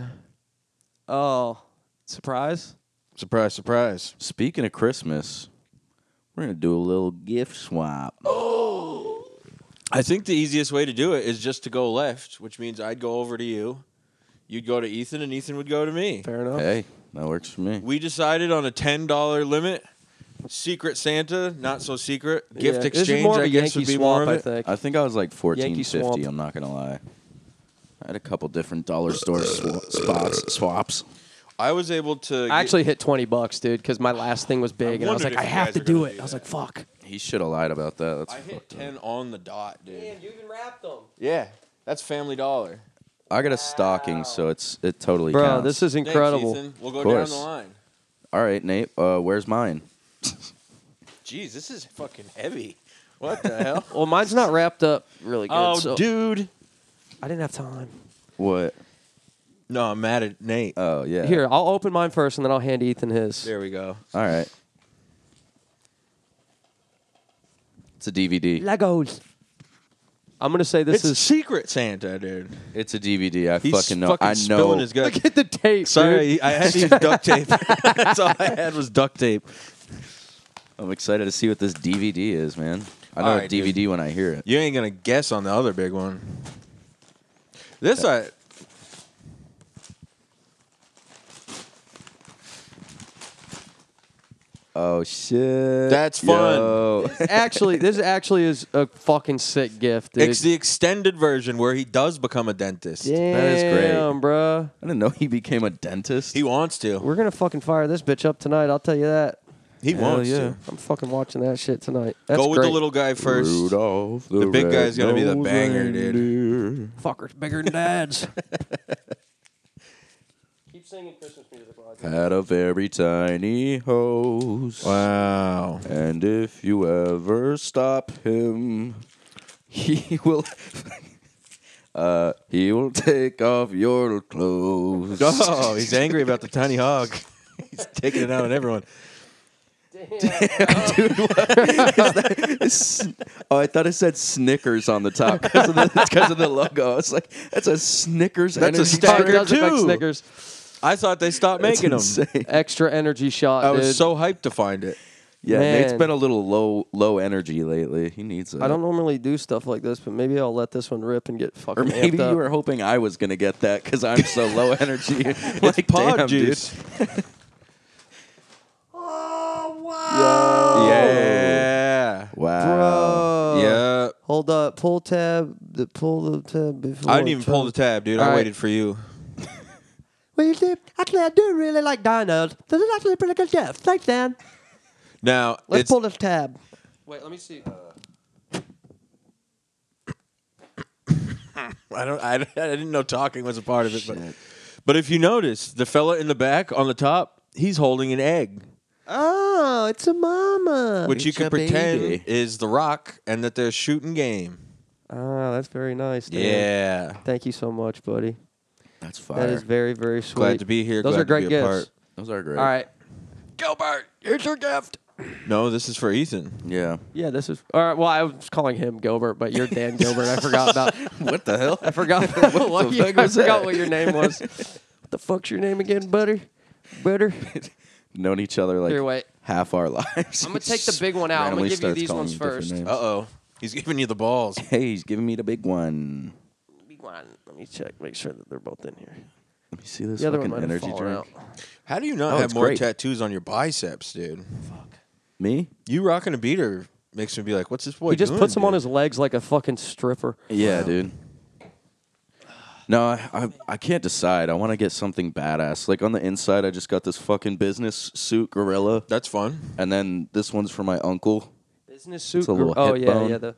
[SPEAKER 1] Oh, surprise?
[SPEAKER 2] Surprise, surprise.
[SPEAKER 3] Speaking of Christmas, we're gonna do a little gift swap.
[SPEAKER 2] I think the easiest way to do it is just to go left, which means I'd go over to you, you'd go to Ethan, and Ethan would go to me.
[SPEAKER 1] Fair enough.
[SPEAKER 3] Hey, that works for me.
[SPEAKER 2] We decided on a ten dollar limit. Secret Santa, not so secret. Gift
[SPEAKER 1] Yeah,
[SPEAKER 2] exchange,
[SPEAKER 1] This is more of a
[SPEAKER 2] I guess,
[SPEAKER 1] Yankee
[SPEAKER 2] would be
[SPEAKER 1] swamp,
[SPEAKER 2] more
[SPEAKER 1] I
[SPEAKER 2] of it.
[SPEAKER 1] think.
[SPEAKER 3] I think I was like
[SPEAKER 1] Yankee
[SPEAKER 3] fourteen
[SPEAKER 1] swamp.
[SPEAKER 3] fifty. I'm not gonna lie. I had a couple different dollar store swa- spots swaps.
[SPEAKER 2] I was able to get-
[SPEAKER 1] I actually hit 20 bucks, dude, because my last thing was big, and I was
[SPEAKER 2] wondered
[SPEAKER 1] like, I
[SPEAKER 2] if you
[SPEAKER 1] have
[SPEAKER 2] guys
[SPEAKER 1] to
[SPEAKER 2] were gonna
[SPEAKER 1] do it.
[SPEAKER 2] do
[SPEAKER 1] I was
[SPEAKER 2] that.
[SPEAKER 1] like, fuck.
[SPEAKER 3] He should have lied about that. That's
[SPEAKER 2] I hit
[SPEAKER 3] fucked up.
[SPEAKER 2] ten on the dot, dude.
[SPEAKER 1] you even wrapped them.
[SPEAKER 2] Yeah, that's Family Dollar.
[SPEAKER 3] I got a stocking, so it's it totally
[SPEAKER 1] Bro,
[SPEAKER 3] counts.
[SPEAKER 1] this is
[SPEAKER 2] Thanks,
[SPEAKER 1] incredible.
[SPEAKER 2] Ethan. We'll go
[SPEAKER 3] Of
[SPEAKER 2] down
[SPEAKER 3] course.
[SPEAKER 2] the line.
[SPEAKER 3] all right, Nate. Uh, where's mine?
[SPEAKER 2] Jeez, this is fucking heavy. What the hell?
[SPEAKER 1] well, mine's not wrapped up really good. so
[SPEAKER 2] Oh, dude.
[SPEAKER 1] I didn't have time.
[SPEAKER 3] What?
[SPEAKER 2] No, I'm mad at Nate. Uh,
[SPEAKER 3] Oh yeah.
[SPEAKER 1] Here, I'll open mine first, and then I'll hand Ethan his.
[SPEAKER 2] there we go.
[SPEAKER 3] All right. It's a DVD.
[SPEAKER 1] Legos. I'm gonna say this
[SPEAKER 2] it's
[SPEAKER 1] is.
[SPEAKER 2] Secret Santa, dude.
[SPEAKER 3] It's a DVD. I
[SPEAKER 2] He's
[SPEAKER 3] fucking know.
[SPEAKER 2] fucking
[SPEAKER 3] I know.
[SPEAKER 2] spilling his guts.
[SPEAKER 1] Look at the tape. dude.
[SPEAKER 2] Sorry, I had to use duct tape. That's all I had was duct tape.
[SPEAKER 3] I'm excited to see what this DVD is, man. I know
[SPEAKER 2] All
[SPEAKER 3] a
[SPEAKER 2] right,
[SPEAKER 3] DVD when I hear it.
[SPEAKER 2] You ain't gonna guess on the other big one. This uh, I
[SPEAKER 3] Oh shit.
[SPEAKER 2] That's fun.
[SPEAKER 3] Yo.
[SPEAKER 1] actually, this actually is a fucking sick gift, dude.
[SPEAKER 2] it's the extended version where he does become a dentist.
[SPEAKER 1] Damn,
[SPEAKER 3] That is great.
[SPEAKER 1] bruh.
[SPEAKER 3] I didn't know he became a dentist.
[SPEAKER 2] He wants to.
[SPEAKER 1] We're gonna fucking fire this bitch up tonight. I'll tell you that.
[SPEAKER 2] He
[SPEAKER 3] Hell
[SPEAKER 2] wants
[SPEAKER 3] yeah.
[SPEAKER 2] to.
[SPEAKER 1] I'm fucking watching that shit tonight. That's
[SPEAKER 2] Go with
[SPEAKER 1] great.
[SPEAKER 2] the little guy first.
[SPEAKER 3] Rudolph the,
[SPEAKER 2] The big guy's
[SPEAKER 3] red-nosed
[SPEAKER 2] gonna be the banger, dude.
[SPEAKER 3] reindeer.
[SPEAKER 1] fuckers bigger than dads. Keep singing Christmas music,
[SPEAKER 2] Uh,
[SPEAKER 1] Roger.
[SPEAKER 3] Had a very tiny hose.
[SPEAKER 2] Wow.
[SPEAKER 3] And if you ever stop him, he will. uh, he will take off your clothes.
[SPEAKER 2] Oh, he's angry about the tiny hog. he's taking it out on everyone.
[SPEAKER 3] It's- oh, I thought it said Snickers on the top because of, the- 'cause of the logo. I was like, that's a Snickers
[SPEAKER 2] That's a
[SPEAKER 3] energy
[SPEAKER 2] Snicker
[SPEAKER 3] drink.
[SPEAKER 1] does look like
[SPEAKER 2] too.
[SPEAKER 1] Snickers.
[SPEAKER 2] I thought they stopped
[SPEAKER 3] That's
[SPEAKER 2] making them.
[SPEAKER 3] insane.
[SPEAKER 1] Extra energy shot.
[SPEAKER 2] I was
[SPEAKER 1] dude.
[SPEAKER 2] so hyped to find it.
[SPEAKER 3] Yeah, Nate's
[SPEAKER 1] Man.
[SPEAKER 3] been a little low low energy lately. He needs it.
[SPEAKER 1] I don't normally do stuff like this, but maybe I'll let this one rip and get fucking
[SPEAKER 3] Or maybe
[SPEAKER 1] amped up.
[SPEAKER 3] you were hoping I was gonna get that because I'm so low energy. like
[SPEAKER 2] Pod
[SPEAKER 3] damn,
[SPEAKER 2] juice.
[SPEAKER 1] Yo.
[SPEAKER 2] Yeah.
[SPEAKER 3] dude. Wow.
[SPEAKER 1] Bro.
[SPEAKER 2] Yeah.
[SPEAKER 1] Hold up. Pull tab. The pull the tab before.
[SPEAKER 2] I didn't even pull the tab, dude. I
[SPEAKER 1] All right.
[SPEAKER 2] waited for you.
[SPEAKER 1] Well, you see, actually, I do really like dinos. This is actually a pretty good gift. Thanks, Dan.
[SPEAKER 2] Now
[SPEAKER 1] Let's
[SPEAKER 2] it's
[SPEAKER 1] pull this tab. Wait, let me see.
[SPEAKER 2] I don't. I, I didn't know talking was a part of it, but but if you notice, the fella in the back on the top, he's holding an egg,
[SPEAKER 1] Oh, it's a mama.
[SPEAKER 2] which you
[SPEAKER 3] It's
[SPEAKER 2] can
[SPEAKER 3] a
[SPEAKER 2] pretend
[SPEAKER 3] baby.
[SPEAKER 2] is the rock, and that they're shooting game.
[SPEAKER 1] Ah, that's very nice. Dan.
[SPEAKER 2] Yeah.
[SPEAKER 1] Thank you so much, buddy.
[SPEAKER 3] That's fire.
[SPEAKER 1] That is very, very sweet.
[SPEAKER 2] Glad to be here.
[SPEAKER 1] Those
[SPEAKER 2] glad
[SPEAKER 1] are great
[SPEAKER 2] to be a
[SPEAKER 1] gifts.
[SPEAKER 2] part.
[SPEAKER 3] Those are great.
[SPEAKER 1] All right.
[SPEAKER 2] Gilbert, here's your gift. No, this is for Ethan.
[SPEAKER 3] Yeah.
[SPEAKER 1] Yeah, this is. All right. Well, I was calling him Gilbert, but you're Dan Gilbert. I forgot about.
[SPEAKER 3] What the hell?
[SPEAKER 1] I forgot what,
[SPEAKER 3] the
[SPEAKER 1] you,
[SPEAKER 3] fuck
[SPEAKER 1] I
[SPEAKER 3] was
[SPEAKER 1] forgot
[SPEAKER 3] that?
[SPEAKER 1] what your name was. what the fuck's your name again, buddy? Butter.
[SPEAKER 3] Known each other like
[SPEAKER 1] Here, wait.
[SPEAKER 3] half our lives.
[SPEAKER 1] I'm gonna take the big one out. I'm gonna
[SPEAKER 3] Randomly
[SPEAKER 1] give you
[SPEAKER 3] starts
[SPEAKER 1] these
[SPEAKER 3] calling
[SPEAKER 1] ones
[SPEAKER 3] you different
[SPEAKER 1] first.
[SPEAKER 3] names.
[SPEAKER 2] Uh oh. He's giving you the balls.
[SPEAKER 3] Hey, he's giving me the big one.
[SPEAKER 1] Let me check. Make sure that they're both in here.
[SPEAKER 3] Let me see this
[SPEAKER 1] The other one
[SPEAKER 3] fucking
[SPEAKER 1] might have
[SPEAKER 3] energy
[SPEAKER 1] fallen
[SPEAKER 3] drink.
[SPEAKER 1] out.
[SPEAKER 2] How do you not
[SPEAKER 3] Oh,
[SPEAKER 2] have
[SPEAKER 3] it's
[SPEAKER 2] more
[SPEAKER 3] great.
[SPEAKER 2] tattoos on your biceps, dude?
[SPEAKER 3] Me?
[SPEAKER 2] You rocking a beater makes me be like, what's this boy
[SPEAKER 1] He just
[SPEAKER 2] doing,
[SPEAKER 1] puts them on
[SPEAKER 2] dude?
[SPEAKER 1] his legs like a fucking stripper.
[SPEAKER 3] Yeah, dude. No, I, I I can't decide. I want to get something badass. Like on the inside, I just got this fucking business suit gorilla,
[SPEAKER 2] That's fun.
[SPEAKER 3] and then this one's for my uncle.
[SPEAKER 1] Business suit.
[SPEAKER 3] a little
[SPEAKER 1] gr- oh
[SPEAKER 3] hip
[SPEAKER 1] yeah,
[SPEAKER 3] bone.
[SPEAKER 1] yeah. The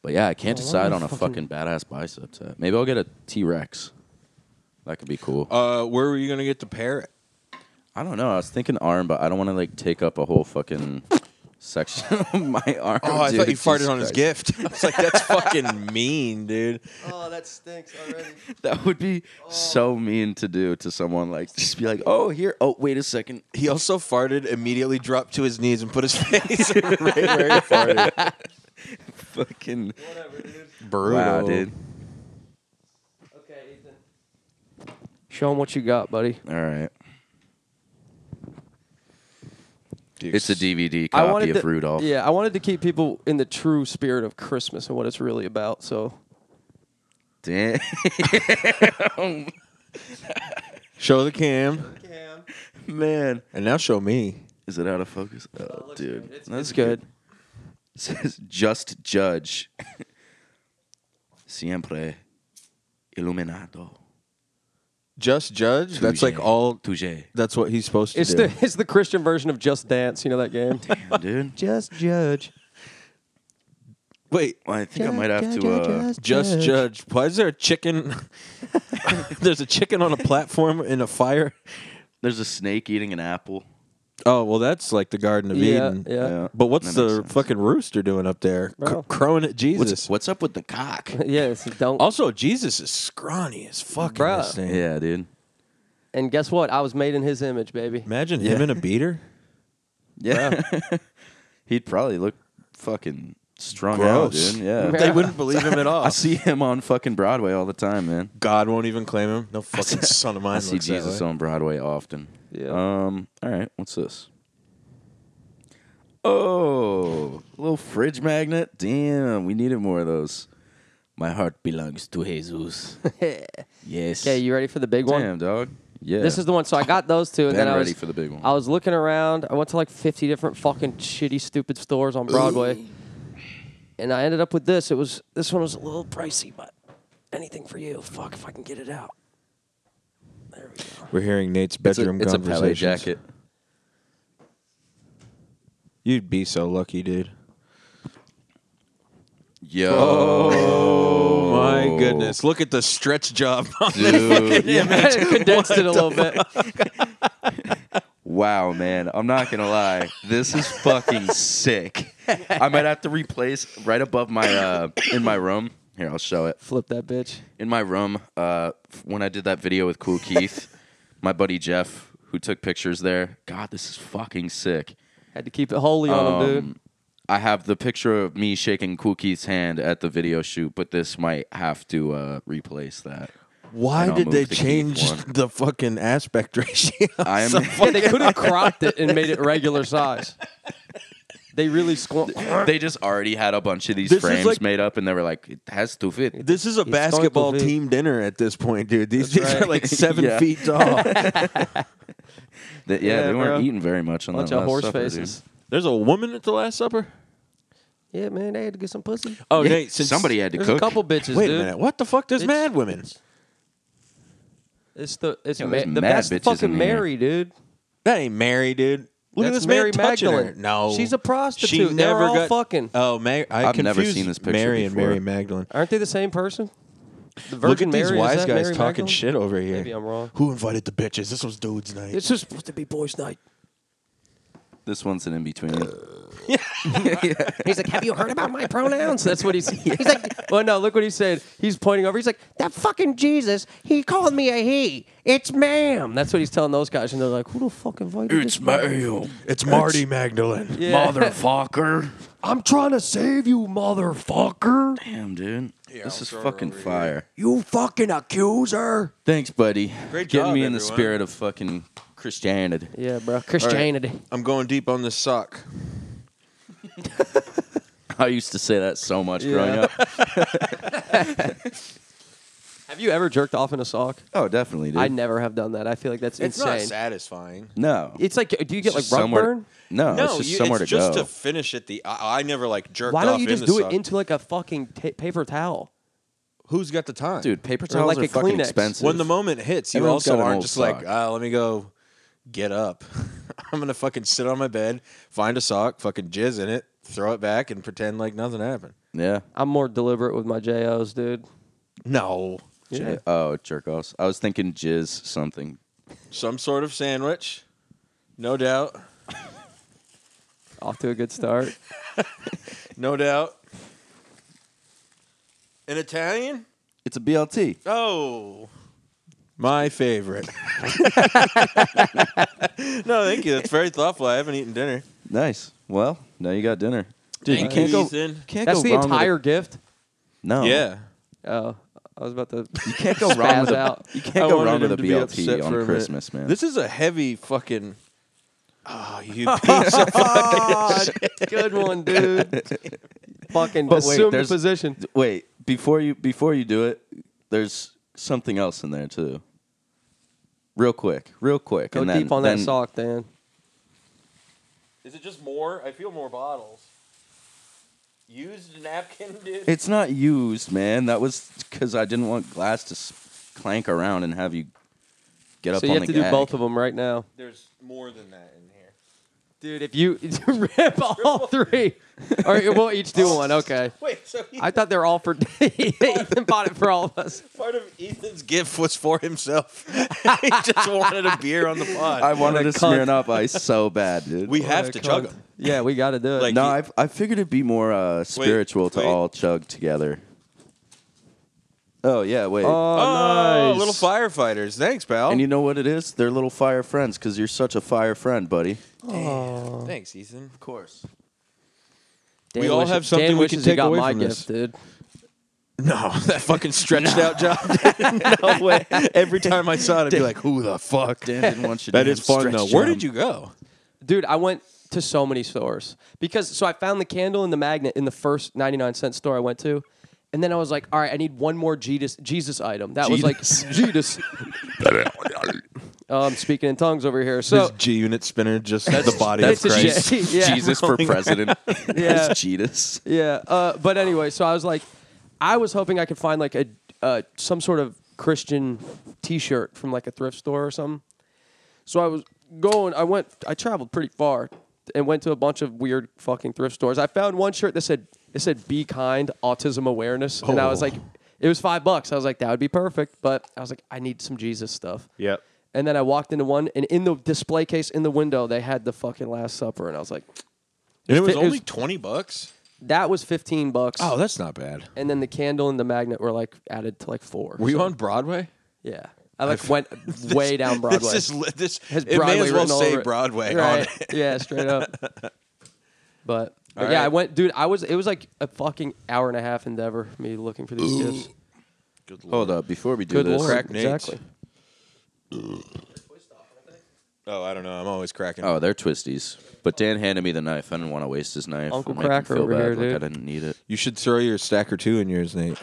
[SPEAKER 3] But yeah, I can't
[SPEAKER 1] Oh, why
[SPEAKER 3] decide
[SPEAKER 1] don't
[SPEAKER 3] on
[SPEAKER 1] we
[SPEAKER 3] a fucking badass bicep set. Maybe I'll get a T Rex. That could be cool.
[SPEAKER 2] Uh, where were you gonna get the parrot?
[SPEAKER 3] I don't know. I was thinking arm, but I don't want to like take up a whole fucking section of my arm.
[SPEAKER 2] Oh, I thought
[SPEAKER 3] dude.
[SPEAKER 2] you farted
[SPEAKER 3] Jesus
[SPEAKER 2] on his
[SPEAKER 3] Christ.
[SPEAKER 2] gift. I was like, that's fucking mean, dude.
[SPEAKER 1] oh, that stinks already.
[SPEAKER 3] That would be so mean to do to someone. Like, just be like, oh, here. Oh, wait a second.
[SPEAKER 2] He also farted, immediately dropped to his knees, and put his face right where he farted.
[SPEAKER 3] Fucking.
[SPEAKER 1] Whatever, dude.
[SPEAKER 2] Brutal,
[SPEAKER 3] Wow, dude.
[SPEAKER 1] Okay, Ethan. Show him what you got, buddy.
[SPEAKER 3] All right.
[SPEAKER 2] Dude,
[SPEAKER 3] It's a DVD
[SPEAKER 1] I
[SPEAKER 3] copy
[SPEAKER 1] wanted
[SPEAKER 3] of
[SPEAKER 1] to-
[SPEAKER 3] Rudolph.
[SPEAKER 1] Yeah, I wanted to keep people in the true spirit of Christmas and what it's really about. So
[SPEAKER 3] Damn.
[SPEAKER 2] Show the cam,
[SPEAKER 3] Oh,
[SPEAKER 1] Oh,
[SPEAKER 3] Man.
[SPEAKER 2] and now show me.
[SPEAKER 3] Is it out of focus? Oh,
[SPEAKER 1] looks
[SPEAKER 3] dude.
[SPEAKER 1] good. It's-
[SPEAKER 3] That's
[SPEAKER 1] it's good.
[SPEAKER 3] It says, just judge. Siempre iluminado.
[SPEAKER 2] Just judge. That's like
[SPEAKER 3] Touche.
[SPEAKER 2] all.
[SPEAKER 3] Touche.
[SPEAKER 2] That's what he's supposed to
[SPEAKER 1] It's
[SPEAKER 2] do.
[SPEAKER 1] the it's the Christian version of Just Dance. You know that game.
[SPEAKER 3] Damn, dude.
[SPEAKER 1] Just judge.
[SPEAKER 2] Wait,
[SPEAKER 3] Well, I think I might have to. Uh,
[SPEAKER 2] just judge. Why is there a chicken? There's a chicken on a platform in a fire.
[SPEAKER 3] there's a snake eating an apple.
[SPEAKER 2] Oh well, that's like the Garden of
[SPEAKER 1] Yeah,
[SPEAKER 2] Eden.
[SPEAKER 1] yeah.
[SPEAKER 2] But what's
[SPEAKER 3] That makes
[SPEAKER 2] the
[SPEAKER 3] sense.
[SPEAKER 2] fucking rooster doing up there, C-
[SPEAKER 1] Bro.
[SPEAKER 2] crowing at Jesus?
[SPEAKER 3] What's, what's up with the cock?
[SPEAKER 1] Yes,
[SPEAKER 3] Oh.
[SPEAKER 1] don't.
[SPEAKER 2] Also, Jesus is scrawny as fuck. in
[SPEAKER 1] Bruh.
[SPEAKER 2] this thing.
[SPEAKER 3] yeah, dude.
[SPEAKER 1] And guess what? I was made in His image, baby.
[SPEAKER 2] Imagine him
[SPEAKER 3] Yeah.
[SPEAKER 2] in a beater.
[SPEAKER 3] Yeah. He'd probably look fucking strung
[SPEAKER 2] Gross.
[SPEAKER 3] out, dude. Yeah.
[SPEAKER 2] They wouldn't believe him at all.
[SPEAKER 3] I see him on fucking Broadway all the time, man.
[SPEAKER 2] God won't even claim him. No fucking son of mine.
[SPEAKER 3] I see
[SPEAKER 2] looks that
[SPEAKER 3] Jesus
[SPEAKER 2] way.
[SPEAKER 3] on Broadway often.
[SPEAKER 1] Yeah.
[SPEAKER 3] Um. All right. What's this? Oh, little fridge magnet. Damn, we needed more of those. My heart belongs to Jesus. yes.
[SPEAKER 1] Okay, you ready for the big one?
[SPEAKER 3] Damn, dog. Yeah.
[SPEAKER 1] This is the one. So I got those two, and
[SPEAKER 3] Then
[SPEAKER 1] then I was
[SPEAKER 3] ready for the big one.
[SPEAKER 1] I was looking around. I went to like 50 different fucking shitty, stupid stores on Broadway, and I ended up with this. It was this one was a little pricey, but anything for you. Fuck if I can get it out. There we go.
[SPEAKER 2] We're hearing Nate's
[SPEAKER 3] It's a,
[SPEAKER 2] bedroom
[SPEAKER 3] it's a Pele
[SPEAKER 2] conversations.
[SPEAKER 3] jacket.
[SPEAKER 2] You'd be so lucky, dude.
[SPEAKER 3] Yo.
[SPEAKER 2] Oh my goodness! Look at the stretch job.
[SPEAKER 3] Dude.
[SPEAKER 1] Yeah, man, condensed it a little bit.
[SPEAKER 3] Wow, man. I'm not going to lie. This is fucking sick. I might have to replace right above my, uh, in my room. Here, I'll show it.
[SPEAKER 1] Flip that bitch.
[SPEAKER 3] in my room uh, f- when I did that video with Cool Keith, my buddy Jeff, who took pictures there. God, this is fucking sick.
[SPEAKER 1] Had to keep it holy on him, dude.
[SPEAKER 3] Um, I have the picture of me shaking Cool Keith's hand at the video shoot, but this might have to uh, replace that.
[SPEAKER 2] Why
[SPEAKER 3] And I'll
[SPEAKER 2] did they
[SPEAKER 3] move the key
[SPEAKER 2] change
[SPEAKER 3] one.
[SPEAKER 2] the fucking aspect ratio?
[SPEAKER 3] I am.
[SPEAKER 1] Yeah, they could have cropped it and made it regular size. They really squint.
[SPEAKER 3] they just already had a bunch of these
[SPEAKER 2] This is
[SPEAKER 3] frames
[SPEAKER 2] like-
[SPEAKER 3] made up, and they were like, "It has to fit."
[SPEAKER 2] This is a
[SPEAKER 1] going
[SPEAKER 2] basketball
[SPEAKER 1] to be.
[SPEAKER 2] team dinner at this point, dude. These
[SPEAKER 1] That's
[SPEAKER 2] dudes
[SPEAKER 1] right.
[SPEAKER 2] are like seven
[SPEAKER 3] Yeah.
[SPEAKER 2] feet tall.
[SPEAKER 3] Th- yeah,
[SPEAKER 1] Yeah,
[SPEAKER 3] they weren't
[SPEAKER 1] bro.
[SPEAKER 3] eating very much on
[SPEAKER 1] Bunch
[SPEAKER 3] that
[SPEAKER 1] of
[SPEAKER 3] Last
[SPEAKER 1] horse
[SPEAKER 3] Supper, dude.
[SPEAKER 1] faces.
[SPEAKER 2] There's a woman at the Last Supper.
[SPEAKER 1] Yeah, man, they had to get some pussy.
[SPEAKER 2] Oh,
[SPEAKER 3] Yeah,
[SPEAKER 2] Nate, since
[SPEAKER 3] somebody had to
[SPEAKER 1] There's
[SPEAKER 3] cook.
[SPEAKER 1] a couple bitches,
[SPEAKER 2] Wait
[SPEAKER 1] dude.
[SPEAKER 2] a minute. What the fuck? There's
[SPEAKER 1] Bitch.
[SPEAKER 2] mad women.
[SPEAKER 1] It's the it's
[SPEAKER 3] Yeah,
[SPEAKER 1] ma-
[SPEAKER 3] there's
[SPEAKER 1] the
[SPEAKER 3] mad
[SPEAKER 1] best
[SPEAKER 3] bitches
[SPEAKER 1] fucking
[SPEAKER 3] in here.
[SPEAKER 1] Mary, dude.
[SPEAKER 2] That ain't Mary, dude. Look at
[SPEAKER 1] That's
[SPEAKER 2] this
[SPEAKER 1] Mary
[SPEAKER 2] man touching her.
[SPEAKER 1] Magdalene.
[SPEAKER 2] No,
[SPEAKER 1] She's a prostitute.
[SPEAKER 2] She
[SPEAKER 1] They're
[SPEAKER 2] never
[SPEAKER 1] all
[SPEAKER 2] got-
[SPEAKER 1] fucking-
[SPEAKER 2] Oh, Mary. I
[SPEAKER 3] I've never
[SPEAKER 2] confused
[SPEAKER 3] seen this picture
[SPEAKER 2] Mary and
[SPEAKER 3] before.
[SPEAKER 2] Mary Magdalene.
[SPEAKER 1] Aren't they the same person? The Virgin
[SPEAKER 2] Look at
[SPEAKER 1] Mary
[SPEAKER 2] these
[SPEAKER 1] is
[SPEAKER 2] wise
[SPEAKER 1] that
[SPEAKER 2] guys
[SPEAKER 1] Mary
[SPEAKER 2] talking
[SPEAKER 1] Magdalene?
[SPEAKER 2] shit over here.
[SPEAKER 1] Maybe I'm wrong.
[SPEAKER 2] Who invited the bitches? This was dudes' night.
[SPEAKER 1] It's just supposed to be boys' night.
[SPEAKER 3] This one's an in between.
[SPEAKER 4] He's like, have you heard about my pronouns?
[SPEAKER 1] That's what he's. He's like, well, no, look what he said. He's pointing over. He's like, that fucking Jesus. He called me a he. It's ma'am. That's what he's telling those guys, and they're like, who the fuck invited this
[SPEAKER 5] It's Mayo.
[SPEAKER 2] It's Marty Magdalene.
[SPEAKER 1] Yeah.
[SPEAKER 5] Motherfucker.
[SPEAKER 1] I'm trying to save you, motherfucker.
[SPEAKER 3] Damn, dude. this
[SPEAKER 2] I'll
[SPEAKER 3] is
[SPEAKER 2] throw it
[SPEAKER 3] fucking
[SPEAKER 2] over here.
[SPEAKER 3] fire.
[SPEAKER 1] You fucking accuser.
[SPEAKER 3] Thanks, buddy.
[SPEAKER 2] Great
[SPEAKER 3] Getting
[SPEAKER 2] job,
[SPEAKER 3] me in the
[SPEAKER 2] everyone.
[SPEAKER 3] spirit of fucking Christianity.
[SPEAKER 1] Yeah, bro. Christianity.
[SPEAKER 2] I'm going deep on this sock.
[SPEAKER 3] I used to say that so much growing up.
[SPEAKER 1] Have you ever jerked off in a sock?
[SPEAKER 3] Oh, definitely, dude.
[SPEAKER 1] I never have done that. I feel like that's
[SPEAKER 2] It's
[SPEAKER 1] insane.
[SPEAKER 2] not satisfying.
[SPEAKER 3] no.
[SPEAKER 1] It's like, do you get
[SPEAKER 3] It's just
[SPEAKER 1] like rug
[SPEAKER 3] somewhere-
[SPEAKER 1] burn?
[SPEAKER 3] No,
[SPEAKER 2] no,
[SPEAKER 3] it's just
[SPEAKER 2] you-
[SPEAKER 3] somewhere
[SPEAKER 2] it's
[SPEAKER 3] to
[SPEAKER 2] just
[SPEAKER 3] go.
[SPEAKER 2] to finish it. The I, I never like jerked
[SPEAKER 1] Why don't
[SPEAKER 2] off
[SPEAKER 1] you
[SPEAKER 2] in
[SPEAKER 1] just
[SPEAKER 2] the
[SPEAKER 1] do it
[SPEAKER 2] sock.
[SPEAKER 1] into like a fucking ta paper towel?
[SPEAKER 2] Who's got the time,
[SPEAKER 3] dude, paper
[SPEAKER 1] Or
[SPEAKER 3] towels
[SPEAKER 1] like
[SPEAKER 3] are
[SPEAKER 1] a
[SPEAKER 3] fucking
[SPEAKER 1] Kleenex.
[SPEAKER 3] expensive.
[SPEAKER 2] When the moment hits, you
[SPEAKER 3] Everyone's
[SPEAKER 2] also
[SPEAKER 3] got an
[SPEAKER 2] aren't
[SPEAKER 3] old
[SPEAKER 2] just like,
[SPEAKER 3] sock.
[SPEAKER 2] ah, let me go get up. I'm gonna fucking sit on my bed, find a sock, fucking jizz in it, throw it back, and pretend like nothing happened.
[SPEAKER 3] yeah.
[SPEAKER 1] I'm more deliberate with my JOs, dude.
[SPEAKER 2] No,
[SPEAKER 1] Yeah.
[SPEAKER 3] Oh, jerk offs. I was thinking jizz something.
[SPEAKER 2] some sort of sandwich, no doubt,
[SPEAKER 1] Off to a good start.
[SPEAKER 2] no doubt. An Italian?
[SPEAKER 3] It's a BLT.
[SPEAKER 2] Oh, my favorite. no, thank you. That's very thoughtful. I haven't eaten dinner.
[SPEAKER 3] Nice. Well, now you got dinner. Dude,
[SPEAKER 2] Thank
[SPEAKER 3] you can't go.
[SPEAKER 2] Ethan.
[SPEAKER 3] Can't
[SPEAKER 1] That's
[SPEAKER 3] go
[SPEAKER 1] the
[SPEAKER 3] wrong with a-
[SPEAKER 1] entire gift.
[SPEAKER 3] no.
[SPEAKER 2] Yeah.
[SPEAKER 1] Oh, I was about to.
[SPEAKER 3] You can't go wrong with
[SPEAKER 1] Spaz
[SPEAKER 3] a.
[SPEAKER 1] out.
[SPEAKER 3] You can't
[SPEAKER 2] I
[SPEAKER 3] go
[SPEAKER 2] wanted
[SPEAKER 3] wrong with
[SPEAKER 2] him
[SPEAKER 3] a
[SPEAKER 2] to be upset
[SPEAKER 3] BLT
[SPEAKER 2] for a
[SPEAKER 3] on
[SPEAKER 2] minute.
[SPEAKER 3] Christmas, man.
[SPEAKER 2] This is a heavy fucking. Oh, you piece of
[SPEAKER 1] good one, dude. Fucking
[SPEAKER 3] But wait,
[SPEAKER 1] assume the
[SPEAKER 3] there's-
[SPEAKER 1] position.
[SPEAKER 3] Wait, before you before you do it, there's something else in there too. Real quick, real quick,
[SPEAKER 1] Go
[SPEAKER 3] and then,
[SPEAKER 1] deep on
[SPEAKER 3] then,
[SPEAKER 1] that sock, Dan.
[SPEAKER 2] Is it just more? I feel more bottles. Used napkin, dude.
[SPEAKER 3] It's not used, man. That was because I didn't want glass to s- clank around and have you get up
[SPEAKER 1] So
[SPEAKER 3] on
[SPEAKER 1] you have
[SPEAKER 3] the
[SPEAKER 1] to do
[SPEAKER 3] gag.
[SPEAKER 1] both of them right now,
[SPEAKER 2] There's more than that in here.
[SPEAKER 1] dude. If you rip all three, or we'll each do one. Okay.
[SPEAKER 2] Wait, so he,
[SPEAKER 1] I thought they were all for Ethan bought it for all of us.
[SPEAKER 2] part of Ethan's gift was for himself. he just wanted a beer on the pod.
[SPEAKER 3] I wanted
[SPEAKER 1] What a
[SPEAKER 3] to
[SPEAKER 1] cunt.
[SPEAKER 3] smear up ice so bad, dude.
[SPEAKER 2] we have to chug
[SPEAKER 1] cunt.
[SPEAKER 2] them.
[SPEAKER 1] Yeah, we got to do it.
[SPEAKER 2] Like-
[SPEAKER 3] no, I I figured it'd be more uh, spiritual to
[SPEAKER 2] wait.
[SPEAKER 3] all chug together. Oh yeah, wait.
[SPEAKER 1] oh,
[SPEAKER 2] Oh,
[SPEAKER 1] nice.
[SPEAKER 2] little firefighters. Thanks, pal.
[SPEAKER 3] and you know what it is? They're little fire friends because you're such a fire friend, buddy.
[SPEAKER 2] Thanks, Ethan.
[SPEAKER 3] Of course.
[SPEAKER 1] Dan
[SPEAKER 2] we all
[SPEAKER 1] wishes-
[SPEAKER 2] have something
[SPEAKER 1] Dan
[SPEAKER 2] we can
[SPEAKER 1] wishes he
[SPEAKER 2] take
[SPEAKER 1] got
[SPEAKER 2] away
[SPEAKER 1] my
[SPEAKER 2] from
[SPEAKER 1] gift, dude.
[SPEAKER 2] No, that fucking stretched out job. no way. Every time I saw it, I'd be like, who the fuck?
[SPEAKER 3] Dan didn't want you.
[SPEAKER 2] That
[SPEAKER 3] to
[SPEAKER 2] is fun,
[SPEAKER 3] stretch
[SPEAKER 2] though. Where
[SPEAKER 3] jam.
[SPEAKER 2] did you go?
[SPEAKER 1] Dude, I went to so many stores because so I found the candle and the magnet in the first 99 cent store I went to. And then I was like, all right, I need one more Jesus, Jesus item. That was like Jesus. Oh, I'm speaking in tongues over here. So
[SPEAKER 2] this G unit spinner just the body of
[SPEAKER 1] that's a
[SPEAKER 2] Christ.
[SPEAKER 1] J. Yeah.
[SPEAKER 3] Jesus for president.
[SPEAKER 1] Yeah.
[SPEAKER 3] It's Jesus.
[SPEAKER 1] Yeah. Uh, but anyway, so I was like, I was hoping I could find like a uh, some sort of Christian T-shirt from like a thrift store or something. So I was going. I went. I traveled pretty far and went to a bunch of weird fucking thrift stores. I found one shirt that said it said "Be kind, autism awareness," and I was
[SPEAKER 2] Oh.
[SPEAKER 1] like, it was five bucks. I was like, that would be perfect. But I was like, I need some Jesus stuff.
[SPEAKER 2] Yep.
[SPEAKER 1] And then I walked into one, and in the display case in the window, they had the fucking Last Supper, and I was like,
[SPEAKER 2] And it was
[SPEAKER 1] It was-
[SPEAKER 2] only 20 bucks?
[SPEAKER 1] that was fifteen bucks.
[SPEAKER 2] that's not bad.
[SPEAKER 1] and then the candle and the magnet were like added to like four.
[SPEAKER 2] Were you
[SPEAKER 1] So,
[SPEAKER 2] on Broadway?
[SPEAKER 1] Yeah, I like went way down Broadway.
[SPEAKER 2] This is li- this
[SPEAKER 1] Has
[SPEAKER 2] it
[SPEAKER 1] Broadway
[SPEAKER 2] may as well
[SPEAKER 1] written all
[SPEAKER 2] say
[SPEAKER 1] over it.
[SPEAKER 2] Broadway on
[SPEAKER 1] right?
[SPEAKER 2] it.
[SPEAKER 1] yeah, straight up. But, but
[SPEAKER 2] All
[SPEAKER 1] yeah,
[SPEAKER 2] right.
[SPEAKER 1] I went, dude. I was it was like a fucking hour and a half endeavor me looking for these gifts.
[SPEAKER 2] Good
[SPEAKER 3] Hold up, before we do
[SPEAKER 1] Good
[SPEAKER 3] this.
[SPEAKER 1] lord,
[SPEAKER 2] Crack Nate's.
[SPEAKER 1] exactly.
[SPEAKER 2] Oh, I don't know. I'm always cracking.
[SPEAKER 3] Oh, they're twisties. But Dan handed me the knife. I didn't want to waste his knife.
[SPEAKER 1] Uncle
[SPEAKER 3] It made him
[SPEAKER 1] Cracker
[SPEAKER 3] feel
[SPEAKER 1] over
[SPEAKER 3] bad,
[SPEAKER 1] here,
[SPEAKER 3] like I
[SPEAKER 1] dude.
[SPEAKER 3] didn't need it.
[SPEAKER 2] You should throw your stack or two in yours, Nate.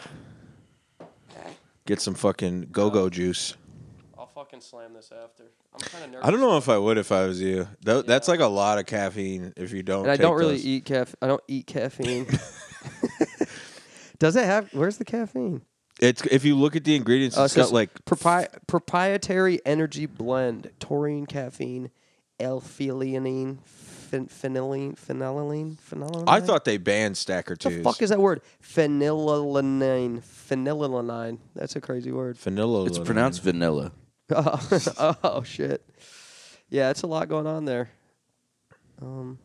[SPEAKER 2] Get some fucking go-go juice.
[SPEAKER 1] I'll fucking slam this after. I'm kind of nervous.
[SPEAKER 2] I don't know if I would if I was you. Tho- That's like a lot of caffeine if you don't.
[SPEAKER 1] And I
[SPEAKER 2] take
[SPEAKER 1] don't really
[SPEAKER 2] those.
[SPEAKER 1] eat caff. I don't eat caffeine. Does it have? Where's the caffeine?
[SPEAKER 2] It's if you look at the ingredients,
[SPEAKER 1] Uh,
[SPEAKER 2] it's
[SPEAKER 1] so
[SPEAKER 2] got like
[SPEAKER 1] propri- proprietary energy blend: taurine, caffeine, L-phenylenine, phen- phenylenine, phenylenine, phenylenine.
[SPEAKER 2] I thought they banned stacker
[SPEAKER 1] What
[SPEAKER 2] twos.
[SPEAKER 1] the fuck is that word? Phenylenine. Phenylenine. That's a crazy word.
[SPEAKER 2] vanilla?
[SPEAKER 3] It's pronounced vanilla.
[SPEAKER 1] oh shit. Yeah, it's a lot going on there. Um,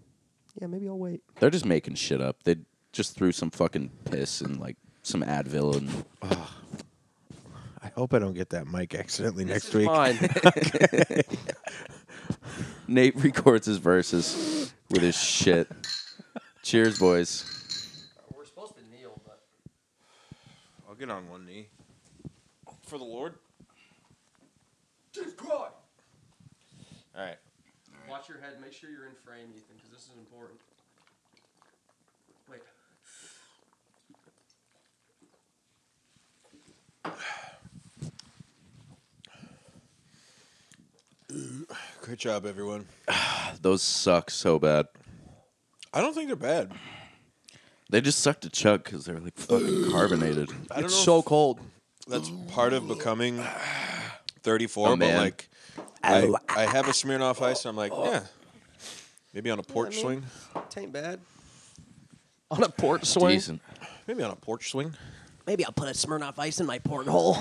[SPEAKER 1] yeah, maybe I'll wait.
[SPEAKER 3] They're just making shit up. They just threw some fucking piss and like some Advil and
[SPEAKER 2] I hope I don't get that mic accidentally
[SPEAKER 1] It's
[SPEAKER 2] next week.
[SPEAKER 1] fine.
[SPEAKER 3] Nate records his verses with his shit. Cheers, boys.
[SPEAKER 1] We're supposed to kneel, but
[SPEAKER 2] I'll get on one knee. For the Lord. All right.
[SPEAKER 1] watch your head. Make sure you're in frame, Ethan, because this is important. Wait.
[SPEAKER 2] Great job, everyone.
[SPEAKER 3] Those suck so bad.
[SPEAKER 2] I don't think they're bad.
[SPEAKER 3] They just suck to chug because they're like fucking carbonated.
[SPEAKER 2] I don't
[SPEAKER 1] It's
[SPEAKER 2] know
[SPEAKER 1] so cold.
[SPEAKER 2] if that's part of becoming 34,
[SPEAKER 3] Oh,
[SPEAKER 2] but
[SPEAKER 3] man.
[SPEAKER 2] like, I, I have a Smirnoff Ice, and I'm like, yeah, maybe on a porch swing.
[SPEAKER 1] Tain't bad. On a port swing.
[SPEAKER 3] Decent.
[SPEAKER 2] Maybe on a porch swing.
[SPEAKER 1] Maybe I'll put a Smirnoff Ice in my porthole.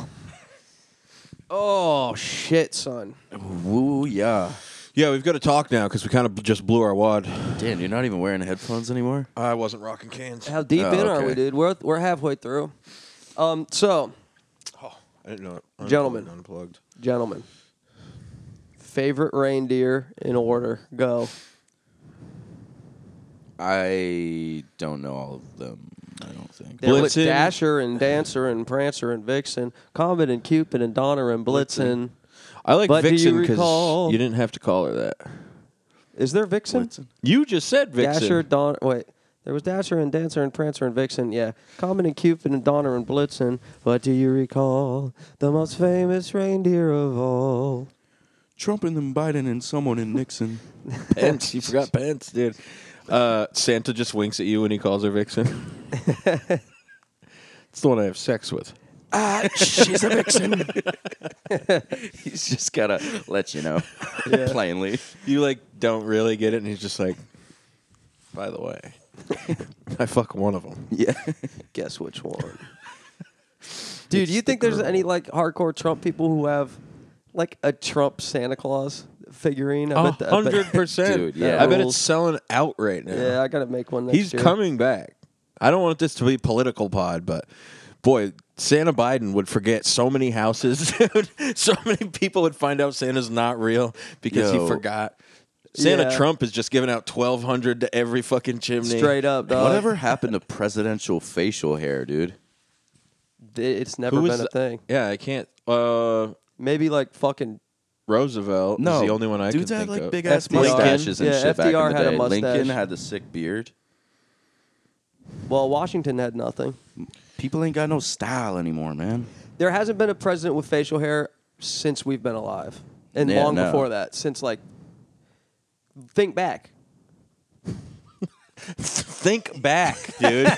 [SPEAKER 1] Oh shit, son!
[SPEAKER 3] Woo yeah.
[SPEAKER 2] Yeah, we've got to talk now because we kind of just blew our wad.
[SPEAKER 3] Dan, you're not even wearing headphones anymore.
[SPEAKER 2] I wasn't rocking cans.
[SPEAKER 1] How deep
[SPEAKER 3] Oh,
[SPEAKER 1] in are
[SPEAKER 3] okay.
[SPEAKER 1] we, dude? We're we're halfway through. Um, so
[SPEAKER 2] Oh, I didn't know. it. Unplugged,
[SPEAKER 1] Gentlemen.
[SPEAKER 2] unplugged.
[SPEAKER 1] gentlemen, favorite reindeer in order. Go.
[SPEAKER 3] I don't know all of them. I don't think.
[SPEAKER 1] There was
[SPEAKER 2] Blitzen.
[SPEAKER 1] Dasher and Dancer and Prancer and Vixen, Comet and Cupid and Donner and Blitzen.
[SPEAKER 2] I like
[SPEAKER 1] But do you
[SPEAKER 2] Vixen
[SPEAKER 1] recall-
[SPEAKER 2] because you didn't have to call her that.
[SPEAKER 1] Is there Vixen?
[SPEAKER 2] You just said Vixen.
[SPEAKER 1] Dasher, Don. Wait, there was Dasher and Dancer and Prancer and Vixen. Yeah, Comet and Cupid and Donner and Blitzen. But do you recall the most famous reindeer of all?
[SPEAKER 3] Trump and then Biden and someone in Nixon.
[SPEAKER 2] Pence. You forgot Pence, dude. Uh, Santa just winks at you when he calls her Vixen. it's the one I have sex with.
[SPEAKER 3] She's a vixen. He's just gotta let you know plainly.
[SPEAKER 2] You like don't really get it, and he's just like, by the way, I fuck one of them.
[SPEAKER 3] Yeah.
[SPEAKER 1] Guess which one. Dude, you think there's any like hardcore Trump people who have like a Trump Santa Claus figurine? I bet th- I bet-
[SPEAKER 2] hundred percent,
[SPEAKER 3] Dude, yeah.
[SPEAKER 2] I bet
[SPEAKER 1] Rules.
[SPEAKER 2] it's selling out right now.
[SPEAKER 1] Yeah, I gotta make one. Next
[SPEAKER 2] he's
[SPEAKER 1] year.
[SPEAKER 2] coming back. I don't want this to be political pod, but boy, Santa Biden would forget so many houses, dude. so many people would find out Santa's not real because
[SPEAKER 3] Yo.
[SPEAKER 2] he forgot. Santa
[SPEAKER 1] Yeah.
[SPEAKER 2] Trump is just giving out twelve hundred to every fucking chimney.
[SPEAKER 1] straight up, dog.
[SPEAKER 3] Whatever happened to presidential facial hair, dude?
[SPEAKER 1] It's never
[SPEAKER 2] Who
[SPEAKER 1] been
[SPEAKER 2] was
[SPEAKER 1] a
[SPEAKER 2] the-
[SPEAKER 1] thing.
[SPEAKER 2] Yeah, I can't. Uh,
[SPEAKER 1] Maybe like fucking
[SPEAKER 2] Roosevelt
[SPEAKER 3] No,
[SPEAKER 2] is the only one I
[SPEAKER 3] dudes
[SPEAKER 2] can
[SPEAKER 3] had
[SPEAKER 2] think
[SPEAKER 3] like
[SPEAKER 2] of.
[SPEAKER 3] big ass
[SPEAKER 1] FDR.
[SPEAKER 3] mustaches and
[SPEAKER 1] Yeah,
[SPEAKER 3] shit back in
[SPEAKER 1] FDR
[SPEAKER 3] the
[SPEAKER 1] had a
[SPEAKER 3] day. Lincoln
[SPEAKER 1] mustache.
[SPEAKER 3] had the sick beard.
[SPEAKER 1] well, Washington had nothing.
[SPEAKER 3] People ain't got no style anymore, man.
[SPEAKER 1] There hasn't been a president with facial hair since we've been alive, and
[SPEAKER 3] Yeah,
[SPEAKER 1] long
[SPEAKER 3] no.
[SPEAKER 1] before that. Since like, think back.
[SPEAKER 2] Think back, dude.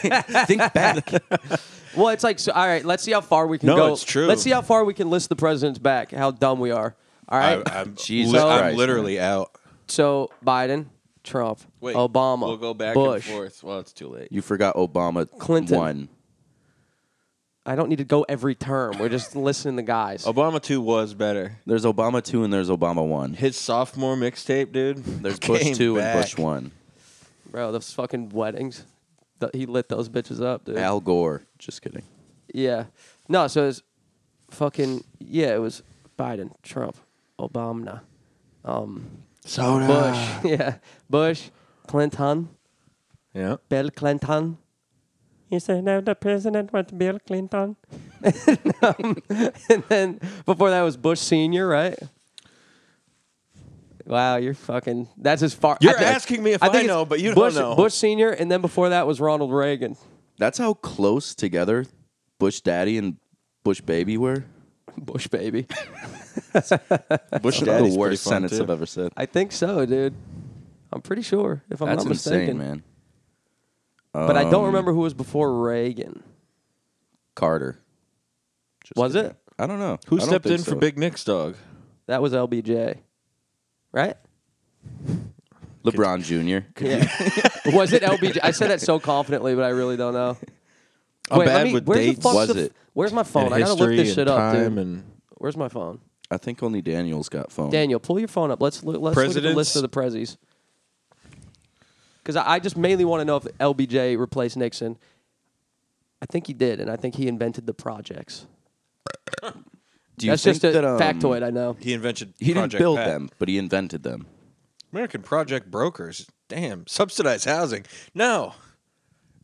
[SPEAKER 3] Think back.
[SPEAKER 1] Well, it's like so. All right, let's see how far we can
[SPEAKER 2] No,
[SPEAKER 1] go.
[SPEAKER 2] it's true.
[SPEAKER 1] Let's see how far we can list the presidents back. How dumb we are. All
[SPEAKER 2] I,
[SPEAKER 1] right.
[SPEAKER 2] I'm,
[SPEAKER 3] Jesus
[SPEAKER 2] li-
[SPEAKER 3] Christ,
[SPEAKER 2] I'm literally out.
[SPEAKER 1] so Biden, Trump,
[SPEAKER 2] Wait,
[SPEAKER 1] Obama,
[SPEAKER 2] We'll go back
[SPEAKER 1] Bush.
[SPEAKER 2] and forth. Well, it's too late.
[SPEAKER 3] you forgot Obama
[SPEAKER 1] Clinton.
[SPEAKER 3] won.
[SPEAKER 1] I don't need to go every term. We're just listening to guys.
[SPEAKER 2] Obama two was better.
[SPEAKER 3] There's Obama two and there's Obama one.
[SPEAKER 2] His sophomore mixtape, dude.
[SPEAKER 3] There's Bush
[SPEAKER 2] came
[SPEAKER 3] two and Bush
[SPEAKER 2] back.
[SPEAKER 3] one.
[SPEAKER 1] Bro, those fucking weddings. Th- he lit those bitches up, dude.
[SPEAKER 3] Al Gore. Just kidding.
[SPEAKER 1] Yeah. No, so it's fucking yeah, it was Biden, Trump, Obama, um
[SPEAKER 2] Soda.
[SPEAKER 1] Bush, yeah. Bush, Clinton,
[SPEAKER 2] Yeah.
[SPEAKER 1] Bill Clinton.
[SPEAKER 4] You say now the president was Bill Clinton?
[SPEAKER 1] And then before that was Bush Senior, right? Wow, you're fucking that's as far
[SPEAKER 2] You're
[SPEAKER 1] think-
[SPEAKER 2] asking me if I
[SPEAKER 1] think it's
[SPEAKER 2] know, but you don't
[SPEAKER 1] Bush,
[SPEAKER 2] know.
[SPEAKER 1] Bush Senior and then before that was Ronald Reagan.
[SPEAKER 3] That's how close together Bush Daddy and Bush Baby were.
[SPEAKER 1] Bush baby.
[SPEAKER 2] Bush
[SPEAKER 3] the worst sentence I've ever said.
[SPEAKER 1] I think so, dude. I'm pretty sure if I'm
[SPEAKER 3] That's
[SPEAKER 1] not
[SPEAKER 3] insane,
[SPEAKER 1] mistaken.
[SPEAKER 3] man.
[SPEAKER 1] But I don't
[SPEAKER 3] Um,
[SPEAKER 1] remember who was before Reagan.
[SPEAKER 3] Carter. Just
[SPEAKER 1] Was
[SPEAKER 3] kidding.
[SPEAKER 1] it?
[SPEAKER 3] I don't know.
[SPEAKER 2] Who
[SPEAKER 3] I don't
[SPEAKER 2] stepped
[SPEAKER 3] think
[SPEAKER 2] in for
[SPEAKER 3] so.
[SPEAKER 2] Big Nick's dog?
[SPEAKER 1] That was LBJ, right?
[SPEAKER 3] LeBron Jr.
[SPEAKER 1] Yeah. was it LBJ? I said that so confidently, but I really don't know.
[SPEAKER 2] I'm
[SPEAKER 1] Wait, let
[SPEAKER 2] bad
[SPEAKER 1] me-
[SPEAKER 2] with
[SPEAKER 1] where's the
[SPEAKER 2] dates.
[SPEAKER 1] fuck's
[SPEAKER 3] Was
[SPEAKER 1] the f-
[SPEAKER 3] it?
[SPEAKER 1] Where's my phone?
[SPEAKER 2] and
[SPEAKER 1] I gotta look
[SPEAKER 2] history
[SPEAKER 1] this shit
[SPEAKER 2] and
[SPEAKER 1] up,
[SPEAKER 2] time
[SPEAKER 1] dude.
[SPEAKER 2] And
[SPEAKER 1] Where's my phone?
[SPEAKER 3] I think only Daniel's got phone.
[SPEAKER 1] Daniel, pull your phone up. Let's look, let's look at the
[SPEAKER 2] Presidents?
[SPEAKER 1] list of the prezzies. because I, I just mainly want to know if LBJ replaced Nixon. I think he did, and I think he invented the projects.
[SPEAKER 3] Do you
[SPEAKER 1] That's
[SPEAKER 3] think
[SPEAKER 1] just a
[SPEAKER 3] that, um,
[SPEAKER 1] factoid I know.
[SPEAKER 2] He invented.
[SPEAKER 3] He didn't
[SPEAKER 2] Project
[SPEAKER 3] build
[SPEAKER 2] Pat.
[SPEAKER 3] them, but he invented them.
[SPEAKER 2] American Project Brokers. Damn, subsidized housing. No,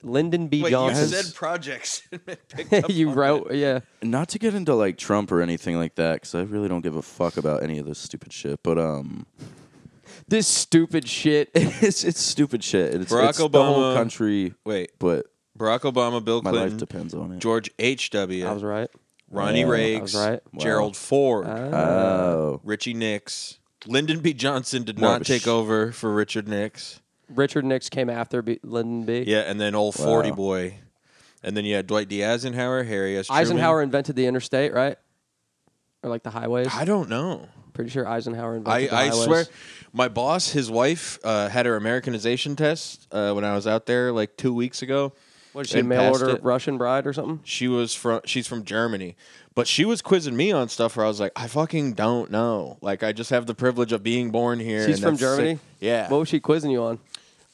[SPEAKER 1] Lyndon B.
[SPEAKER 2] wait, you
[SPEAKER 1] Johnson.
[SPEAKER 2] said projects.
[SPEAKER 1] you wrote, yeah.
[SPEAKER 3] Not to get into like Trump or anything like that, because I really don't give a fuck about any of this stupid shit. But um,
[SPEAKER 1] This stupid shit.
[SPEAKER 3] it's it's stupid shit. It's,
[SPEAKER 2] Barack
[SPEAKER 3] it's the whole
[SPEAKER 2] Obama-
[SPEAKER 3] country.
[SPEAKER 2] wait,
[SPEAKER 3] But
[SPEAKER 2] Barack Obama, Bill
[SPEAKER 3] my
[SPEAKER 2] Clinton,
[SPEAKER 3] life depends on it.
[SPEAKER 2] George H. W.
[SPEAKER 1] I was right.
[SPEAKER 2] Ronnie Riggs,
[SPEAKER 1] I was right. Uh.
[SPEAKER 3] Wow.
[SPEAKER 2] Gerald Ford,
[SPEAKER 3] Oh,
[SPEAKER 2] Richie Nix. Lyndon B. Johnson did
[SPEAKER 3] More of
[SPEAKER 2] not
[SPEAKER 3] a
[SPEAKER 2] take
[SPEAKER 3] sh-
[SPEAKER 2] over for Richard Nix.
[SPEAKER 1] Richard Nix came after B- Lyndon B.
[SPEAKER 2] Yeah, and then old 40
[SPEAKER 3] Wow.
[SPEAKER 2] boy. And then you had Dwight D. Eisenhower, Harry S. Truman.
[SPEAKER 1] Eisenhower invented the interstate, right? Or like the highways.
[SPEAKER 2] I don't know.
[SPEAKER 1] Pretty sure Eisenhower
[SPEAKER 2] I,
[SPEAKER 1] invented the
[SPEAKER 2] I
[SPEAKER 1] highways.
[SPEAKER 2] swear, my boss, his wife, uh, had her Americanization test uh, when I was out there like two weeks ago.
[SPEAKER 1] What is she, a
[SPEAKER 2] and
[SPEAKER 1] mail
[SPEAKER 2] passed
[SPEAKER 1] order
[SPEAKER 2] it.
[SPEAKER 1] Russian bride or something?
[SPEAKER 2] She was from she's from Germany, but she was quizzing me on stuff where I was like, I fucking don't know. Like I just have the privilege of being born here.
[SPEAKER 1] She's
[SPEAKER 2] and
[SPEAKER 1] from
[SPEAKER 2] that's it.
[SPEAKER 1] Germany?
[SPEAKER 2] Yeah,
[SPEAKER 1] What was she quizzing you on?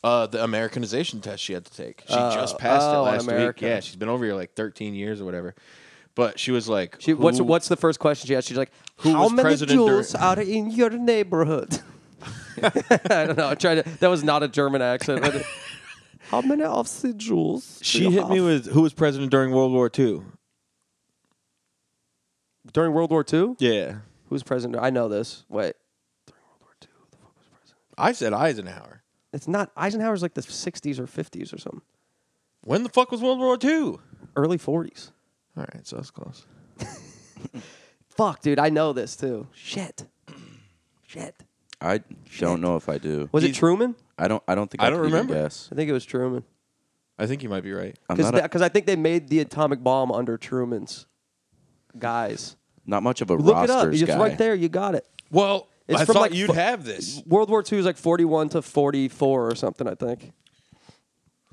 [SPEAKER 2] uh, the Americanization test she had to take. She
[SPEAKER 1] Oh,
[SPEAKER 2] just passed it
[SPEAKER 1] oh, in
[SPEAKER 2] last week.
[SPEAKER 1] America.
[SPEAKER 2] Yeah, she's been over here like 13 years or whatever. But she was like,
[SPEAKER 1] She, what's
[SPEAKER 2] who-
[SPEAKER 1] what's the first question she asked? She's like,
[SPEAKER 2] Who
[SPEAKER 1] "How
[SPEAKER 2] was
[SPEAKER 1] many
[SPEAKER 2] president during-
[SPEAKER 1] Jews are in your neighborhood?" I don't know. I tried to. That was not a German accent. but- How many of the Jews?
[SPEAKER 2] She hit me with who was president during World War II.
[SPEAKER 1] during World War II.
[SPEAKER 2] Yeah,
[SPEAKER 1] Who's president? I know this. Wait, during World War II, who the fuck was president?
[SPEAKER 2] I said Eisenhower.
[SPEAKER 1] It's not Eisenhower's like the '60s or '50s or something.
[SPEAKER 2] When the fuck was World War II?
[SPEAKER 1] Early '40s.
[SPEAKER 2] All right, so that's close.
[SPEAKER 1] Fuck, dude, I know this too. Shit, shit.
[SPEAKER 2] uh,
[SPEAKER 3] I don't know if I do.
[SPEAKER 1] Was it
[SPEAKER 2] He's-
[SPEAKER 1] Truman?
[SPEAKER 3] I don't. I don't think
[SPEAKER 2] I
[SPEAKER 3] I,
[SPEAKER 2] don't
[SPEAKER 3] can even
[SPEAKER 2] remember.
[SPEAKER 3] Guess.
[SPEAKER 1] I think it was Truman.
[SPEAKER 2] I think you might be right.
[SPEAKER 3] I'm
[SPEAKER 1] Because
[SPEAKER 3] not, a-
[SPEAKER 1] I think they made the atomic bomb under Truman's guys.
[SPEAKER 3] not much of a
[SPEAKER 1] Look it up.
[SPEAKER 3] rosters
[SPEAKER 1] It's
[SPEAKER 3] guy.
[SPEAKER 1] right there. You got it.
[SPEAKER 2] Well,
[SPEAKER 1] It's
[SPEAKER 2] I
[SPEAKER 1] from,
[SPEAKER 2] thought
[SPEAKER 1] like,
[SPEAKER 2] you'd
[SPEAKER 1] fu-
[SPEAKER 2] have this.
[SPEAKER 1] World War II is like 41 to 44 or something, I think.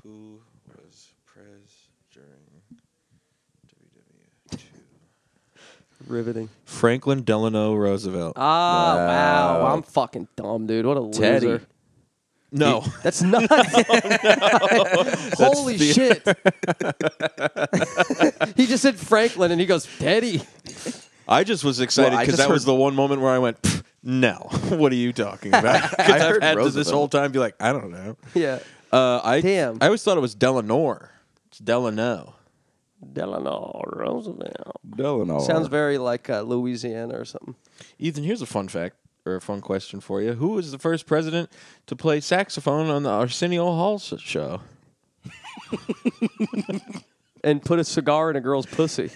[SPEAKER 2] Who was pres during
[SPEAKER 1] Riveting.
[SPEAKER 2] Franklin Delano Roosevelt?
[SPEAKER 1] Ah, wow.
[SPEAKER 3] Wow.
[SPEAKER 1] I'm fucking dumb, dude. What a
[SPEAKER 3] Teddy.
[SPEAKER 1] loser.
[SPEAKER 2] no,
[SPEAKER 1] That's not. Holy shit. he just said Franklin and he goes, Teddy.
[SPEAKER 2] I just was excited
[SPEAKER 3] Well, I
[SPEAKER 2] because
[SPEAKER 3] just
[SPEAKER 2] that was
[SPEAKER 3] heard-
[SPEAKER 2] the one moment where I went, "Pfft, "No, what are you talking about?" Because I've
[SPEAKER 3] heard
[SPEAKER 2] had to this
[SPEAKER 3] Roosevelt.
[SPEAKER 2] whole time be like, "I don't know."
[SPEAKER 1] Yeah.
[SPEAKER 2] Uh, I
[SPEAKER 1] Damn.
[SPEAKER 2] I always thought it was Delano. It's Delano.
[SPEAKER 1] Delano Roosevelt.
[SPEAKER 3] Delano.
[SPEAKER 1] Sounds very like uh, Louisiana or something.
[SPEAKER 2] Ethan, here's a fun fact or a fun question for you. Who was the first president to play saxophone on the Arsenio Hall s- show?
[SPEAKER 1] And put a cigar in a girl's pussy.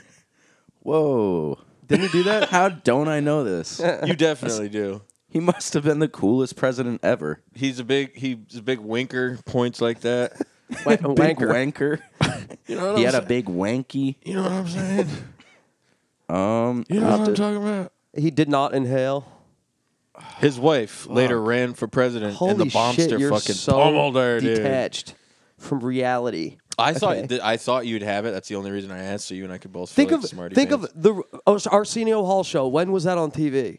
[SPEAKER 3] Whoa.
[SPEAKER 1] Didn't he do that?
[SPEAKER 3] How don't I know this?
[SPEAKER 2] You definitely do.
[SPEAKER 3] he must have been the coolest president ever.
[SPEAKER 2] He's a big he's a big winker, points like that.
[SPEAKER 1] Wa-
[SPEAKER 3] Big
[SPEAKER 1] wanker.
[SPEAKER 3] wanker.
[SPEAKER 2] You know what
[SPEAKER 3] he
[SPEAKER 2] I'm
[SPEAKER 3] had a
[SPEAKER 2] saying?
[SPEAKER 3] big wanky.
[SPEAKER 2] You know what I'm saying?
[SPEAKER 3] Um,
[SPEAKER 2] You know what I'm talking about?
[SPEAKER 1] He did not inhale.
[SPEAKER 2] His wife later ran for president
[SPEAKER 1] Holy
[SPEAKER 2] and the bombster
[SPEAKER 1] shit, you're
[SPEAKER 2] fucking
[SPEAKER 1] so
[SPEAKER 2] pummeled her, dude.
[SPEAKER 1] detached from reality.
[SPEAKER 2] I thought
[SPEAKER 1] Okay.
[SPEAKER 2] th- I thought you'd have it. That's the only reason I asked, so you and I could both feel
[SPEAKER 1] Think
[SPEAKER 2] like
[SPEAKER 1] of
[SPEAKER 2] smarty
[SPEAKER 1] think
[SPEAKER 2] pants.
[SPEAKER 1] of the oh, so Arsenio Hall show. When was that on TV?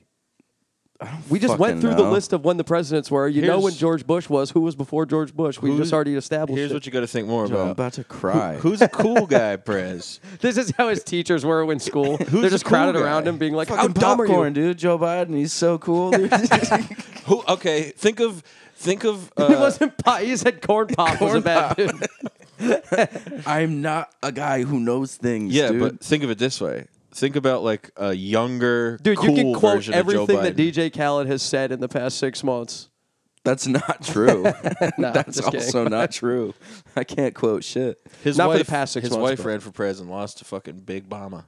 [SPEAKER 1] We just went
[SPEAKER 3] fucking
[SPEAKER 1] through the
[SPEAKER 3] know.
[SPEAKER 1] list of when the presidents were. You know
[SPEAKER 2] Here's-
[SPEAKER 1] when George Bush was. Who was before George Bush? We
[SPEAKER 2] Who's-
[SPEAKER 1] just already established.
[SPEAKER 2] Here's
[SPEAKER 1] it.
[SPEAKER 2] what you got to think more
[SPEAKER 3] I'm
[SPEAKER 2] about.
[SPEAKER 3] about to cry.
[SPEAKER 2] Who's a cool guy, Prez?
[SPEAKER 1] this is how his teachers were in school. They're
[SPEAKER 2] the
[SPEAKER 1] just
[SPEAKER 2] cool
[SPEAKER 1] crowded
[SPEAKER 2] guy?
[SPEAKER 1] around him, being like, "How
[SPEAKER 3] Fucking
[SPEAKER 1] dumb are
[SPEAKER 3] popcorn,
[SPEAKER 1] you?"
[SPEAKER 3] dude? Joe Biden, he's so cool. Dude.
[SPEAKER 2] Who? Okay, think of think of. Uh,
[SPEAKER 1] it wasn't pie. He said corn pop was a bad dude.
[SPEAKER 3] I'm not a guy who knows things.
[SPEAKER 2] Yeah,
[SPEAKER 3] dude.
[SPEAKER 2] but think of it this way. Think about like a younger,
[SPEAKER 1] Dude,
[SPEAKER 2] cool
[SPEAKER 1] you can quote
[SPEAKER 2] version of Joe
[SPEAKER 1] everything that
[SPEAKER 2] Biden.
[SPEAKER 1] DJ Khaled has said in the past six months.
[SPEAKER 3] that's not true.
[SPEAKER 1] No,
[SPEAKER 3] that's
[SPEAKER 1] just kidding.
[SPEAKER 3] also not true. I can't quote shit.
[SPEAKER 2] his
[SPEAKER 1] not for
[SPEAKER 2] wife,
[SPEAKER 1] the past six
[SPEAKER 2] his
[SPEAKER 1] months,
[SPEAKER 2] wife
[SPEAKER 1] but-
[SPEAKER 2] ran for president, and lost to fucking Big Mama,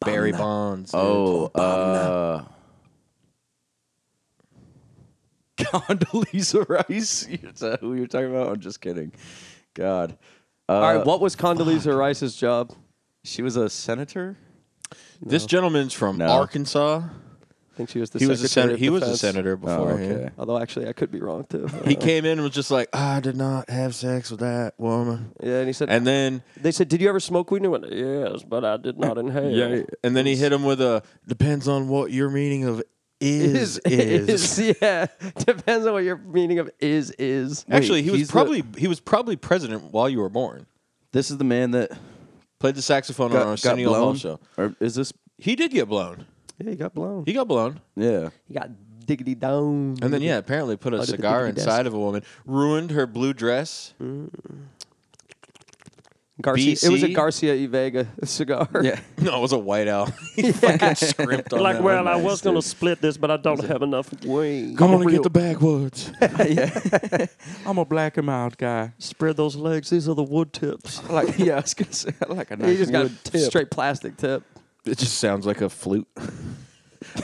[SPEAKER 2] Barry Bonds. dude.
[SPEAKER 3] Oh, uh, Condoleezza Rice. Is that who you're talking about? I'm just kidding. God, uh,
[SPEAKER 1] All right, what was Condoleezza Rice's job?
[SPEAKER 3] she was a senator.
[SPEAKER 2] this gentleman's from
[SPEAKER 3] No.
[SPEAKER 2] Arkansas.
[SPEAKER 1] I think she was the
[SPEAKER 2] He was a
[SPEAKER 1] Secretary
[SPEAKER 2] senator.
[SPEAKER 1] of
[SPEAKER 2] He was a
[SPEAKER 1] Defense.
[SPEAKER 2] senator before.
[SPEAKER 3] Oh, okay.
[SPEAKER 1] Although actually, I could be wrong too.
[SPEAKER 2] He came in and was just like, I did not have sex with that woman.
[SPEAKER 1] yeah, and he said,
[SPEAKER 2] And then
[SPEAKER 1] they said, "Did you ever smoke weed?" And he went, "Yes, but I did not inhale."
[SPEAKER 2] and then he hit him with a depends on what your meaning of is is.
[SPEAKER 1] yeah. Depends on what your meaning of is is.
[SPEAKER 2] Actually,
[SPEAKER 3] Wait,
[SPEAKER 2] he was
[SPEAKER 3] he's the-
[SPEAKER 2] probably he was probably president while you were born.
[SPEAKER 3] This is the man that
[SPEAKER 2] Played the saxophone on our
[SPEAKER 3] got, got
[SPEAKER 2] Arsenio Hall
[SPEAKER 3] blown.
[SPEAKER 2] show.
[SPEAKER 3] Or is this?
[SPEAKER 2] He did get blown.
[SPEAKER 1] Yeah, he got blown.
[SPEAKER 2] He got blown.
[SPEAKER 3] Yeah.
[SPEAKER 1] He got diggity down.
[SPEAKER 2] And then yeah, apparently put a
[SPEAKER 1] Under the
[SPEAKER 2] cigar
[SPEAKER 1] diggity
[SPEAKER 2] inside of a woman, ruined her blue dress.
[SPEAKER 1] Garcia. It was a
[SPEAKER 2] BC?
[SPEAKER 1] Garcia y Vega cigar. Yeah.
[SPEAKER 2] No, it was a white owl. he fucking scrimped on
[SPEAKER 5] Like,
[SPEAKER 2] that
[SPEAKER 5] well,
[SPEAKER 2] one.
[SPEAKER 5] I was going to split this, but I don't have enough wings.
[SPEAKER 2] Come on and get the backwoods.
[SPEAKER 3] I'm a black and mild guy.
[SPEAKER 5] Spread those legs. These are the wood tips.
[SPEAKER 3] Like yeah, I was gonna say I like a nice
[SPEAKER 1] He just got a
[SPEAKER 3] wood tip.
[SPEAKER 1] straight plastic tip.
[SPEAKER 2] it just sounds like a flute.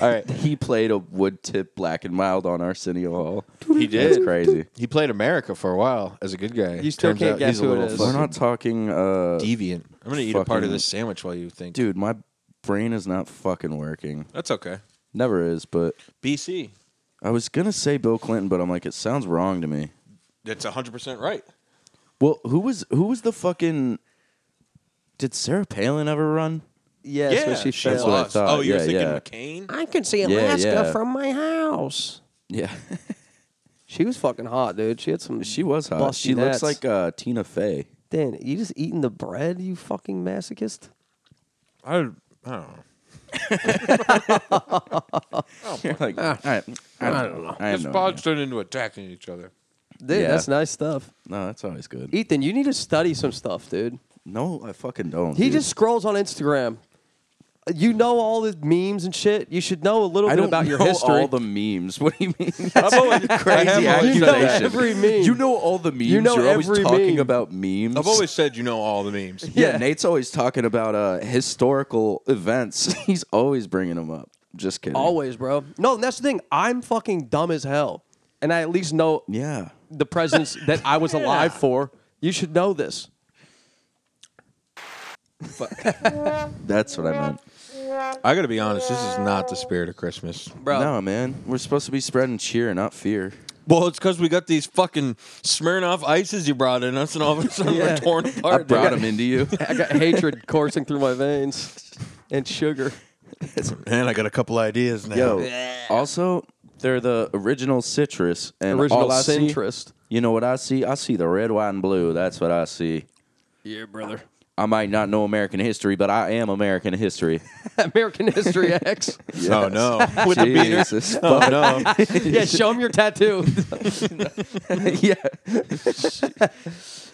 [SPEAKER 2] All right,
[SPEAKER 3] He played a wood tip black and mild on Arsenio Hall.
[SPEAKER 2] he
[SPEAKER 3] That's
[SPEAKER 2] did.
[SPEAKER 3] crazy.
[SPEAKER 2] He played America for a while as a good guy.
[SPEAKER 1] You still
[SPEAKER 2] Turns
[SPEAKER 1] can't
[SPEAKER 2] out
[SPEAKER 1] guess
[SPEAKER 2] he's a
[SPEAKER 1] who it
[SPEAKER 2] little
[SPEAKER 1] is.
[SPEAKER 3] We're
[SPEAKER 2] fucking
[SPEAKER 3] not talking, uh,
[SPEAKER 2] deviant. I'm gonna eat a part of
[SPEAKER 3] Fucking-
[SPEAKER 2] this sandwich while you think.
[SPEAKER 3] dude. My brain is not fucking working.
[SPEAKER 2] That's okay.
[SPEAKER 3] Never is, but
[SPEAKER 2] BC.
[SPEAKER 3] I was gonna say Bill Clinton, but I'm like, it sounds wrong to me.
[SPEAKER 2] That's 100 percent right.
[SPEAKER 3] Well, who was who was the fucking? Did Sarah Palin ever run?
[SPEAKER 1] Yeah,
[SPEAKER 2] yeah,
[SPEAKER 1] so she
[SPEAKER 2] she
[SPEAKER 1] failed.
[SPEAKER 3] what I
[SPEAKER 2] lost.
[SPEAKER 3] thought.
[SPEAKER 2] Oh, you're
[SPEAKER 3] Yeah,
[SPEAKER 2] thinking
[SPEAKER 3] yeah.
[SPEAKER 2] McCain?
[SPEAKER 4] I can see
[SPEAKER 3] Yeah,
[SPEAKER 4] Alaska
[SPEAKER 3] yeah.
[SPEAKER 4] from my house.
[SPEAKER 3] Yeah,
[SPEAKER 1] She was fucking hot, dude. She had some.
[SPEAKER 3] she was hot.
[SPEAKER 1] busty
[SPEAKER 3] she
[SPEAKER 1] nuts.
[SPEAKER 3] looks like uh, Tina Fey.
[SPEAKER 1] Dan, you just eating the bread, you fucking masochist.
[SPEAKER 2] I, I don't know.
[SPEAKER 3] like, I, I, don't know. I have
[SPEAKER 2] This
[SPEAKER 3] no
[SPEAKER 2] pod's
[SPEAKER 3] idea.
[SPEAKER 2] turned into attacking each other.
[SPEAKER 1] Dude,
[SPEAKER 3] Yeah.
[SPEAKER 1] that's nice stuff.
[SPEAKER 3] No, that's always good.
[SPEAKER 1] Ethan, you need to study some stuff, dude.
[SPEAKER 3] No, I fucking don't.
[SPEAKER 1] He
[SPEAKER 3] dude.
[SPEAKER 1] just scrolls on Instagram. You know all the memes and shit. You should know a little
[SPEAKER 3] I
[SPEAKER 1] bit
[SPEAKER 3] don't
[SPEAKER 1] about your
[SPEAKER 3] know
[SPEAKER 1] history.
[SPEAKER 3] all the memes. What do you mean?
[SPEAKER 2] I'm always crazy.
[SPEAKER 1] always
[SPEAKER 3] You
[SPEAKER 1] done
[SPEAKER 3] know
[SPEAKER 1] that. every meme.
[SPEAKER 3] You know all the memes.
[SPEAKER 1] You know
[SPEAKER 3] are always
[SPEAKER 1] every
[SPEAKER 3] talking
[SPEAKER 1] meme.
[SPEAKER 3] about memes.
[SPEAKER 2] I've always said you know all the memes.
[SPEAKER 3] yeah,
[SPEAKER 1] Yeah.
[SPEAKER 3] Nate's always talking about uh, historical events. He's always bringing them up. Just kidding.
[SPEAKER 1] Always, bro. No, and that's the thing. I'm fucking dumb as hell, and I at least know
[SPEAKER 3] Yeah.
[SPEAKER 1] the presidents that I was alive for. You should know this.
[SPEAKER 3] That's what I meant.
[SPEAKER 2] I gotta be honest. This is not the spirit of Christmas,
[SPEAKER 1] Bro.
[SPEAKER 3] No, man. We're supposed to be spreading cheer, not fear.
[SPEAKER 2] Well, it's because we got these fucking Smirnoff ices you brought in us, and all of a sudden we're torn
[SPEAKER 3] I
[SPEAKER 2] apart.
[SPEAKER 3] brought him into you.
[SPEAKER 1] I got hatred coursing through my veins and sugar.
[SPEAKER 2] Man, I got a couple ideas now. Oh,
[SPEAKER 3] Yo. Also, they're the original citrus and
[SPEAKER 1] Original
[SPEAKER 3] all I see-
[SPEAKER 1] centrist.
[SPEAKER 3] you know what I see? I see the red, white, and blue. That's what I see.
[SPEAKER 1] Yeah, brother.
[SPEAKER 3] I might not know American history, but I am American history.
[SPEAKER 1] American History X.
[SPEAKER 2] Oh no! With the beater.
[SPEAKER 3] Jesus.
[SPEAKER 2] Oh no!
[SPEAKER 1] yeah, show him your tattoo.
[SPEAKER 3] yeah.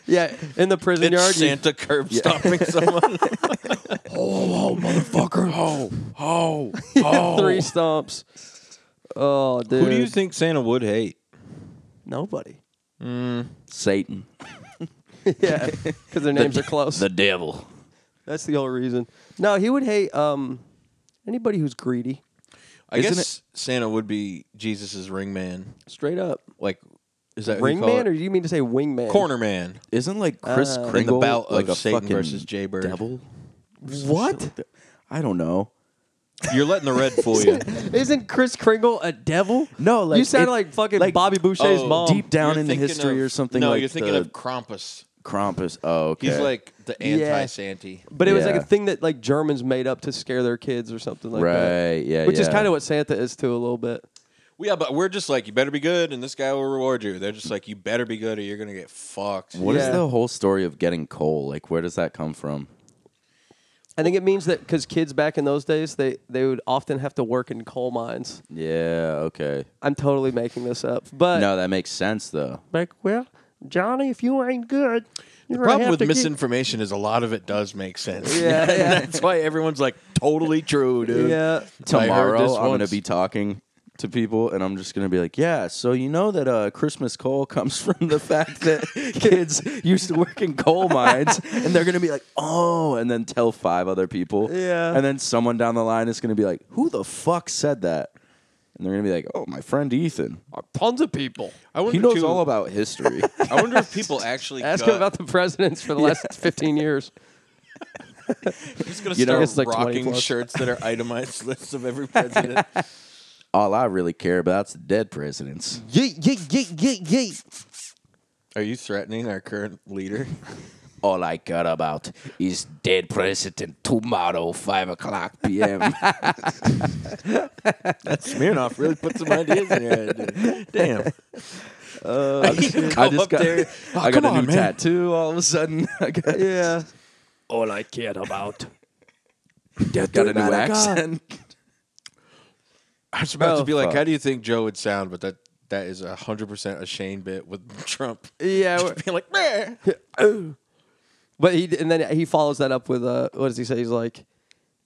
[SPEAKER 1] yeah, in the prison yard.
[SPEAKER 2] It's
[SPEAKER 1] you-
[SPEAKER 2] Santa curb stomping someone.
[SPEAKER 3] Motherfucker. Oh. Oh.
[SPEAKER 1] Three stumps. Oh, dude.
[SPEAKER 2] Who do you think Santa would hate?
[SPEAKER 1] Nobody.
[SPEAKER 3] Satan.
[SPEAKER 1] Yeah, because their names are close.
[SPEAKER 3] The devil.
[SPEAKER 1] That's the only reason. No, he would hate um anybody who's greedy.
[SPEAKER 2] I
[SPEAKER 3] Isn't
[SPEAKER 2] guess Santa would be Jesus's ring man.
[SPEAKER 1] Straight up.
[SPEAKER 2] Like, is that
[SPEAKER 1] Ring
[SPEAKER 2] who you call
[SPEAKER 1] man,
[SPEAKER 2] it?
[SPEAKER 1] or do you mean to say wingman?
[SPEAKER 2] corner man?
[SPEAKER 3] Isn't like Chris
[SPEAKER 1] Uh, In the
[SPEAKER 3] Kringle
[SPEAKER 2] bout
[SPEAKER 3] like
[SPEAKER 2] of
[SPEAKER 3] a
[SPEAKER 2] Satan
[SPEAKER 3] fucking
[SPEAKER 2] versus Jaybird.
[SPEAKER 3] devil?
[SPEAKER 1] What?
[SPEAKER 3] I don't know.
[SPEAKER 2] You're letting the red fool you.
[SPEAKER 1] Isn't Chris Kringle a devil?
[SPEAKER 3] No, like,
[SPEAKER 1] you sound
[SPEAKER 3] it-
[SPEAKER 1] like fucking
[SPEAKER 3] like-
[SPEAKER 1] Bobby Boucher's
[SPEAKER 2] Oh,
[SPEAKER 1] mom.
[SPEAKER 3] deep down
[SPEAKER 2] You're
[SPEAKER 3] in the
[SPEAKER 2] thinking
[SPEAKER 3] history
[SPEAKER 2] of-
[SPEAKER 3] or something
[SPEAKER 2] No,
[SPEAKER 3] like
[SPEAKER 2] you're thinking
[SPEAKER 3] the
[SPEAKER 2] of Krampus.
[SPEAKER 3] Krampus. Oh, okay.
[SPEAKER 2] He's like the
[SPEAKER 1] Yeah.
[SPEAKER 2] anti-Santy.
[SPEAKER 1] But it was like
[SPEAKER 3] Yeah.
[SPEAKER 1] a thing that like Germans made up to scare their kids or something like that.
[SPEAKER 3] Right, yeah,
[SPEAKER 1] Which is
[SPEAKER 3] yeah.
[SPEAKER 1] kind of what Santa is too a little bit.
[SPEAKER 2] Well, yeah, but we're just like, you better be good, and this guy will reward you. They're just like, you better be good, or you're gonna get fucked.
[SPEAKER 3] What is
[SPEAKER 1] Yeah.
[SPEAKER 3] the whole story of getting coal? Like, where does that come from?
[SPEAKER 1] I think it means that because kids back in those days they they would often have to work in coal mines.
[SPEAKER 3] Yeah, okay.
[SPEAKER 1] I'm totally making this up, but
[SPEAKER 3] No, that makes sense though.
[SPEAKER 5] Like, well, Johnny, if you ain't good,
[SPEAKER 2] The
[SPEAKER 5] you're going to
[SPEAKER 2] problem
[SPEAKER 5] have
[SPEAKER 2] with
[SPEAKER 5] to get-
[SPEAKER 2] misinformation is a lot of it does make sense.
[SPEAKER 1] Yeah, yeah.
[SPEAKER 2] that's why everyone's like totally true, dude.
[SPEAKER 1] yeah,
[SPEAKER 3] Tomorrow,
[SPEAKER 2] this
[SPEAKER 3] I'm going to
[SPEAKER 2] once.
[SPEAKER 3] be talking to people, and I'm just going to be like, "Yeah, so you know that uh, Christmas coal comes from the fact that kids used to work in coal mines, and they're going to be like, oh, and then tell five other people,
[SPEAKER 1] Yeah.
[SPEAKER 3] and then someone down the line is going to be like, who the fuck said that? And they're going to be like, oh, my friend Ethan,
[SPEAKER 1] tons of people.
[SPEAKER 2] I wonder
[SPEAKER 3] he knows
[SPEAKER 2] too-
[SPEAKER 3] all about history.
[SPEAKER 2] I wonder if people actually
[SPEAKER 1] Ask
[SPEAKER 2] gut-
[SPEAKER 1] him about the presidents for the last 15 years.
[SPEAKER 2] I'm just gonna
[SPEAKER 1] you know,
[SPEAKER 2] start
[SPEAKER 1] it's like 20
[SPEAKER 2] rocking
[SPEAKER 1] plus.
[SPEAKER 2] shirts that are itemized lists of every president.
[SPEAKER 3] all I really care about is the dead presidents.
[SPEAKER 1] Yeah, yeah, yeah, yeah, yeah.
[SPEAKER 2] Are you threatening our current leader?
[SPEAKER 3] All I care about is dead president tomorrow, 5 o'clock p.m.
[SPEAKER 2] Smirnoff really put some ideas in your head. dude. Damn.
[SPEAKER 3] I just
[SPEAKER 2] up
[SPEAKER 3] got,
[SPEAKER 2] there.
[SPEAKER 3] I got
[SPEAKER 2] come
[SPEAKER 3] a new
[SPEAKER 2] on, man.
[SPEAKER 3] tattoo all of a sudden. I got,
[SPEAKER 1] Yeah.
[SPEAKER 5] All I care about.
[SPEAKER 3] got a new
[SPEAKER 2] Matter of
[SPEAKER 3] accent.
[SPEAKER 2] I was about
[SPEAKER 1] Oh,
[SPEAKER 2] to be like,
[SPEAKER 3] fuck.
[SPEAKER 2] how do you think Joe would sound? But that that is hundred percent a Shane bit with Trump.
[SPEAKER 1] Yeah. we're-
[SPEAKER 2] Just being like, man.
[SPEAKER 1] But he and then he follows that up with uh, what does he say? He's like,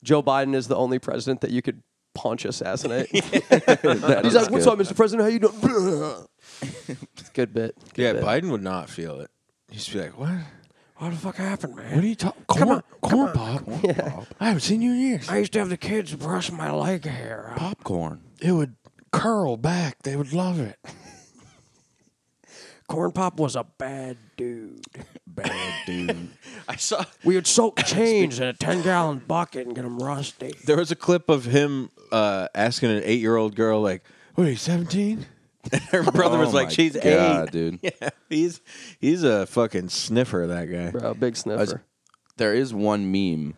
[SPEAKER 1] Joe Biden is the only president that you could punch assassinate.
[SPEAKER 3] That
[SPEAKER 1] He's
[SPEAKER 3] is
[SPEAKER 1] like, "What's
[SPEAKER 3] good.
[SPEAKER 1] up, Mr. President? How you doing?" It's a good bit. Good
[SPEAKER 2] Yeah,
[SPEAKER 1] bit.
[SPEAKER 2] Biden would not feel it. He'd just be like, what?
[SPEAKER 5] What the fuck happened, man?
[SPEAKER 2] What are you talking? Corn, corn pop. I haven't seen you in years.
[SPEAKER 5] I used to have the kids brush my leg hair.
[SPEAKER 3] Popcorn.
[SPEAKER 2] it would curl back. They would love it.
[SPEAKER 5] Corn Pop was a bad dude.
[SPEAKER 3] Bad dude.
[SPEAKER 2] I saw
[SPEAKER 5] We would soak chains in a 10 gallon bucket and get them rusty.
[SPEAKER 2] there was a clip of him uh, asking an eight-year-old girl, like, "What are you, 17? And her brother was
[SPEAKER 3] Oh
[SPEAKER 2] like,
[SPEAKER 3] my
[SPEAKER 2] "She's
[SPEAKER 3] God,
[SPEAKER 2] eight,
[SPEAKER 3] dude.
[SPEAKER 2] Yeah, he's he's a fucking sniffer. That guy.
[SPEAKER 1] Bro, big sniffer.
[SPEAKER 3] was- there is one meme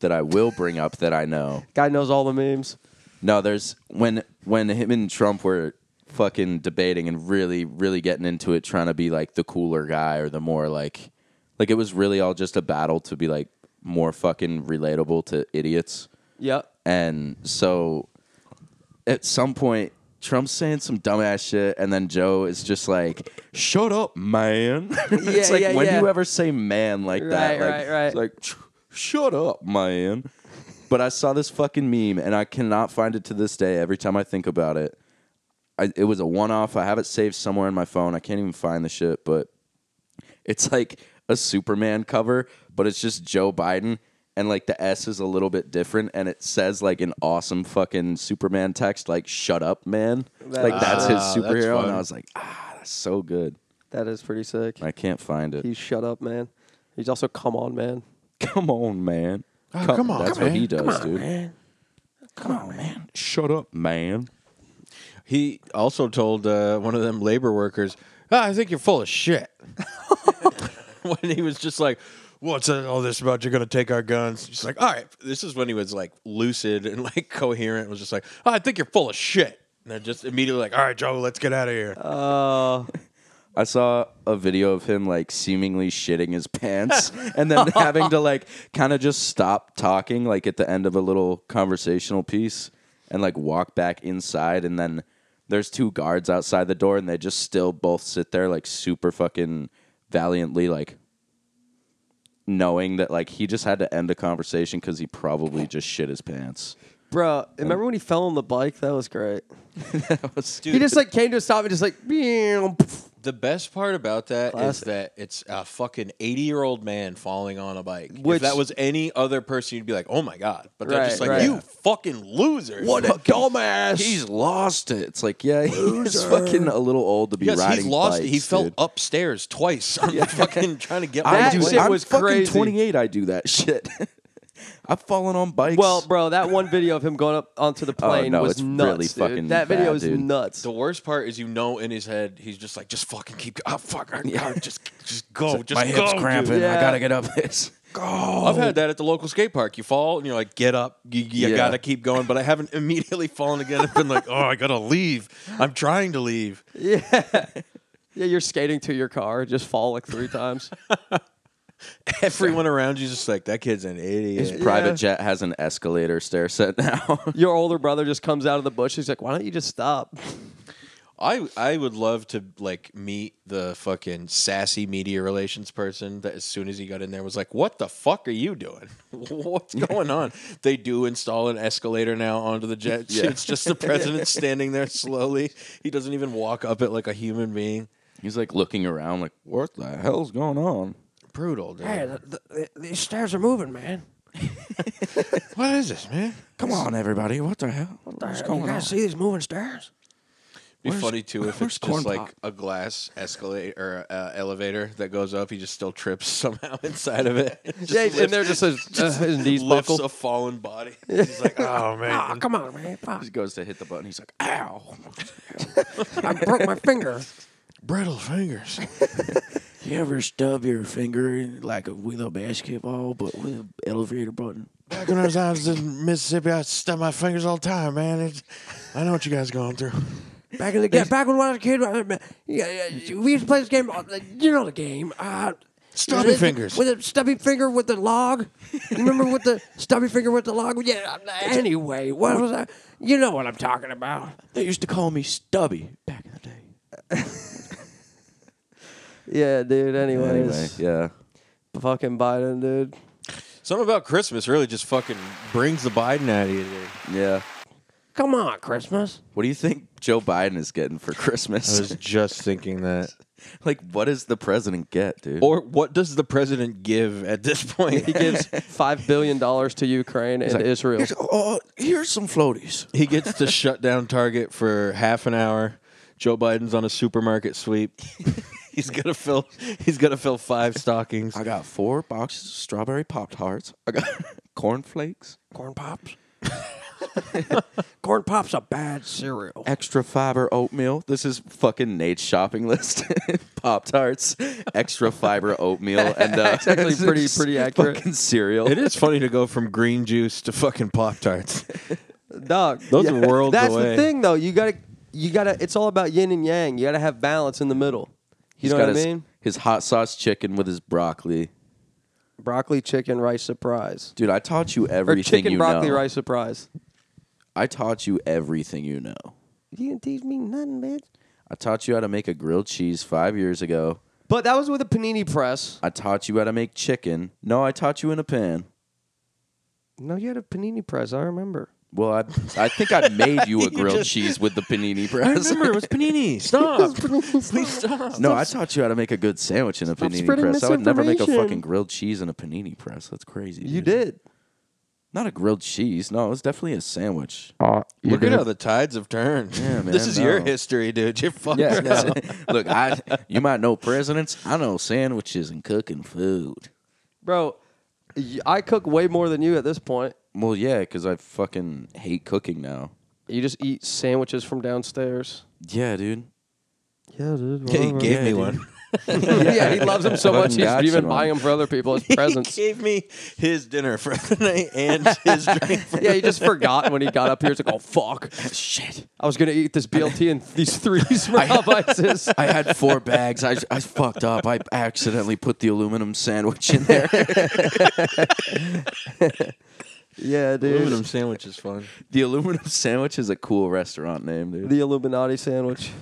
[SPEAKER 3] that I will bring up that I know.
[SPEAKER 1] Guy knows all the memes.
[SPEAKER 3] No, there's when when him and Trump were fucking debating and really really getting into it trying to be like the cooler guy or the more like like it was really all just a battle to be like more fucking relatable to idiots.
[SPEAKER 1] Yep.
[SPEAKER 3] And so at some point, Trump's saying some dumbass shit, and then Joe is just like, shut up, man. it's
[SPEAKER 1] Yeah,
[SPEAKER 3] like
[SPEAKER 1] yeah,
[SPEAKER 3] when
[SPEAKER 1] yeah.
[SPEAKER 3] you ever say man like that,
[SPEAKER 1] Right,
[SPEAKER 3] like,
[SPEAKER 1] right, right.
[SPEAKER 3] it's like, "Sh- shut up, man. But I saw this fucking meme, and I cannot find it to this day. Every time I think about it, I, it was a one off. I have it saved somewhere in my phone. I can't even find the shit, but it's like a Superman cover, but it's just Joe Biden. And like the S is a little bit different, and it says like an awesome fucking Superman text, like "Shut up, man." like that's his
[SPEAKER 2] Ah, that's
[SPEAKER 3] superhero, and
[SPEAKER 2] fun.
[SPEAKER 3] I was like, "Ah, that's so good."
[SPEAKER 1] That is pretty sick.
[SPEAKER 3] And I can't find it.
[SPEAKER 1] He's shut up, man. He's also come on, man.
[SPEAKER 3] come on, man.
[SPEAKER 2] Oh, come on,
[SPEAKER 3] That's
[SPEAKER 2] man.
[SPEAKER 3] what he does,
[SPEAKER 5] on,
[SPEAKER 3] dude.
[SPEAKER 5] man. Come on, man.
[SPEAKER 3] Shut up, man.
[SPEAKER 2] He also told uh, one of them labor workers, "Ah, "I think you're full of shit." when he was just like, "What's all this about? You're gonna take our guns?" He's like, "All right." This is when he was like lucid and like coherent. Was just like, "Ah, "I think you're full of shit." And then just immediately like, "All right, Joe, let's get out of here."
[SPEAKER 1] Uh,
[SPEAKER 3] I saw a video of him like seemingly shitting his pants and then having to like kind of just stop talking like at the end of a little conversational piece and like walk back inside and then there's two guards outside the door and they just still both sit there like super fucking valiantly like knowing that like he just had to end a conversation cuz he probably just shit his pants.
[SPEAKER 1] bro, remember when he fell on the bike? That was great.
[SPEAKER 2] Dude,
[SPEAKER 1] He just like came to a stop and just like, "Meow," pff.
[SPEAKER 2] the best part about that is
[SPEAKER 1] Classic.
[SPEAKER 2] that it's a fucking eighty-year-old man falling on a bike. if
[SPEAKER 1] Which-
[SPEAKER 2] that was any other person, you'd be like, "Oh my god!" But they're
[SPEAKER 1] Right,
[SPEAKER 2] just like,
[SPEAKER 1] right.
[SPEAKER 2] "You fucking loser!
[SPEAKER 3] What a
[SPEAKER 2] dumbass!
[SPEAKER 3] He's lost it. It's like, yeah, he's fucking a little old to be
[SPEAKER 2] Yes,
[SPEAKER 3] riding
[SPEAKER 2] he's lost it.
[SPEAKER 3] bikes,
[SPEAKER 2] He fell
[SPEAKER 3] dude.
[SPEAKER 2] upstairs twice. I'm fucking trying to get
[SPEAKER 1] I
[SPEAKER 2] my
[SPEAKER 1] do
[SPEAKER 2] plane.
[SPEAKER 1] shit was
[SPEAKER 3] fucking
[SPEAKER 1] crazy.
[SPEAKER 3] 28. I do that shit. I've fallen on bikes.
[SPEAKER 1] Well, bro, that one video of him going up onto the plane
[SPEAKER 3] Oh, no,
[SPEAKER 1] was
[SPEAKER 3] it's
[SPEAKER 1] nuts.
[SPEAKER 3] really
[SPEAKER 1] dude.
[SPEAKER 3] fucking
[SPEAKER 1] that video
[SPEAKER 3] bad,
[SPEAKER 1] is
[SPEAKER 3] dude.
[SPEAKER 1] nuts.
[SPEAKER 2] The worst part is you know in his head he's just like just fucking keep go- oh, fuck I, I- just just go just
[SPEAKER 3] my
[SPEAKER 2] go,
[SPEAKER 3] hips
[SPEAKER 2] dude.
[SPEAKER 3] cramping.
[SPEAKER 1] Yeah.
[SPEAKER 3] I gotta get up this.
[SPEAKER 2] I've had that at the local skate park. You fall and you're like get up. You, you
[SPEAKER 3] Oh. Yeah.
[SPEAKER 2] gotta keep going. But I haven't immediately fallen again. I've been like oh I gotta leave. I'm trying to leave.
[SPEAKER 1] Yeah, you're skating to your car, just fall like three times.
[SPEAKER 2] Everyone around you's just like that kid's an idiot.
[SPEAKER 3] His private jet has an escalator stair set now.
[SPEAKER 1] your older brother just comes out of the bush. He's like, "Why don't you just stop?"
[SPEAKER 2] I I would love to like meet the fucking sassy media relations person that as soon as he got in there was like, "What the fuck are you doing? What's going on?" They do install an escalator now onto the jet. It's just the president standing there slowly. He doesn't even walk up it like a human being.
[SPEAKER 3] he's like looking around, like, what the hell's going on?
[SPEAKER 2] Brutal, dude.
[SPEAKER 5] Hey, the, the, the, these stairs are moving, man.
[SPEAKER 2] What is this, man?
[SPEAKER 3] Come on, everybody! What the hell? What's
[SPEAKER 5] Uh, you
[SPEAKER 3] going
[SPEAKER 5] guys
[SPEAKER 3] on?
[SPEAKER 5] see these moving stairs?
[SPEAKER 2] Be funny too if
[SPEAKER 3] where's
[SPEAKER 2] it's
[SPEAKER 3] Corn
[SPEAKER 2] just like
[SPEAKER 3] Pop?
[SPEAKER 2] a glass escalator or uh, elevator that goes up. He just still trips somehow inside of it. Just
[SPEAKER 1] yeah,
[SPEAKER 2] lifts-
[SPEAKER 1] and they're just, his- uh, his knees
[SPEAKER 2] lifts
[SPEAKER 1] buckle.
[SPEAKER 2] a fallen body. He's like, oh
[SPEAKER 5] Ah,
[SPEAKER 2] man.
[SPEAKER 5] come on, man. Fuck.
[SPEAKER 3] He goes to hit the button. He's like, ow!
[SPEAKER 5] I broke my finger.
[SPEAKER 2] brittle fingers.
[SPEAKER 6] You ever stub your finger in, like a with a basketball, but with an elevator button?
[SPEAKER 2] Back when I was out in Mississippi, I stubbed my fingers all the time, man. It's, I know what you guys going through.
[SPEAKER 5] Back in the game, back when I was a kid, uh, man, yeah, yeah, we used to play this game. uh, You know the game. Uh,
[SPEAKER 2] Stubby
[SPEAKER 5] with a-
[SPEAKER 2] fingers.
[SPEAKER 5] With a stubby finger with the log. Remember with the stubby finger with the log? Yeah. uh, Anyway, what was that? You know what I'm talking about.
[SPEAKER 6] They used to call me Stubby back in the day.
[SPEAKER 1] Yeah, dude.
[SPEAKER 3] Anyway,
[SPEAKER 1] Anyways,
[SPEAKER 3] yeah.
[SPEAKER 1] fucking Biden, dude.
[SPEAKER 2] Something about Christmas really just fucking brings the Biden out of you, dude.
[SPEAKER 3] Yeah.
[SPEAKER 5] Come on, Christmas.
[SPEAKER 3] What do you think Joe Biden is getting for
[SPEAKER 2] I
[SPEAKER 3] Christmas?
[SPEAKER 2] was just thinking that.
[SPEAKER 3] like, what does the president get, dude?
[SPEAKER 2] Or what does the president give at this point? He gives.
[SPEAKER 1] Five billion dollars to Ukraine and Israel.
[SPEAKER 6] Here's, oh, here's some floaties.
[SPEAKER 2] He gets to shut down Target for half an hour. Joe Biden's on a supermarket sweep. he's gonna fill. He's gonna fill five stockings.
[SPEAKER 6] I got four boxes of strawberry pop tarts. I got cornflakes,
[SPEAKER 5] Corn pops. Corn pops a bad cereal.
[SPEAKER 6] extra fiber oatmeal.
[SPEAKER 3] this is fucking Nate's shopping list: Pop Tarts, extra fiber oatmeal, and uh,
[SPEAKER 1] That's actually pretty- pretty accurate.
[SPEAKER 3] Fucking cereal.
[SPEAKER 2] It is funny to go from green juice to fucking Pop Tarts.
[SPEAKER 1] Dog.
[SPEAKER 2] Those are worlds
[SPEAKER 1] That's
[SPEAKER 2] away.
[SPEAKER 1] the thing, though. You gotta, you gotta. It's all about yin and yang. You gotta have balance in the middle. You
[SPEAKER 3] He's
[SPEAKER 1] know
[SPEAKER 3] got
[SPEAKER 1] what I
[SPEAKER 3] his,
[SPEAKER 1] mean?
[SPEAKER 3] his hot sauce chicken with his broccoli.
[SPEAKER 1] Broccoli chicken rice surprise,
[SPEAKER 3] Dude, I taught you
[SPEAKER 1] or
[SPEAKER 3] everything
[SPEAKER 1] chicken
[SPEAKER 3] you
[SPEAKER 1] broccoli
[SPEAKER 3] know.
[SPEAKER 1] rice surprise.
[SPEAKER 3] I taught you everything you know.
[SPEAKER 1] You didn't teach me nothing, bitch.
[SPEAKER 3] I taught you how to make a grilled cheese five years ago.
[SPEAKER 1] But that was with a panini press.
[SPEAKER 3] I taught you how to make chicken. No, I taught you in a pan.
[SPEAKER 1] No, you had a panini press. I remember.
[SPEAKER 3] Well, I I think I made you a grilled cheese with the panini press.
[SPEAKER 2] was panini. Stop. Please stop.
[SPEAKER 3] no, I taught you how to make a good sandwich in a
[SPEAKER 1] Stop
[SPEAKER 3] panini
[SPEAKER 1] spreading
[SPEAKER 3] press. I would never make a
[SPEAKER 1] misinformation.
[SPEAKER 3] fucking grilled cheese in a panini press. That's crazy.
[SPEAKER 1] You
[SPEAKER 3] dude.
[SPEAKER 1] did.
[SPEAKER 3] Not a grilled cheese. No, it was definitely a sandwich.
[SPEAKER 2] Look at how the tides have turned.
[SPEAKER 3] Yeah, man,
[SPEAKER 2] this is your
[SPEAKER 3] no.
[SPEAKER 2] history, dude. You're fucking.
[SPEAKER 3] Yeah, no. Look, I you might know presidents. I know sandwiches and cooking food.
[SPEAKER 1] Bro, y- I cook way more than you at this point.
[SPEAKER 3] Well, yeah, because I fucking hate cooking now.
[SPEAKER 1] You just eat sandwiches from downstairs.
[SPEAKER 3] Yeah, dude.
[SPEAKER 1] Yeah, dude.
[SPEAKER 2] Oh, Yeah, he gave me one.
[SPEAKER 1] yeah, he loves them so much. He's
[SPEAKER 3] Fucking
[SPEAKER 1] even
[SPEAKER 3] gotcha,
[SPEAKER 1] buying
[SPEAKER 3] man.
[SPEAKER 1] them for other people as
[SPEAKER 2] He
[SPEAKER 1] presents.
[SPEAKER 2] gave me his dinner for the night and his drink. For
[SPEAKER 1] yeah, he just forgot when he got up here. He's like, oh, fuck.
[SPEAKER 3] Shit.
[SPEAKER 1] I was going to eat this BLT and these three small bites.
[SPEAKER 3] I had four bags. I, I fucked up. I accidentally put the aluminum sandwich in there.
[SPEAKER 1] Yeah,
[SPEAKER 2] Aluminum sandwich is fun.
[SPEAKER 3] the aluminum sandwich is a cool restaurant name, dude.
[SPEAKER 1] The Illuminati sandwich.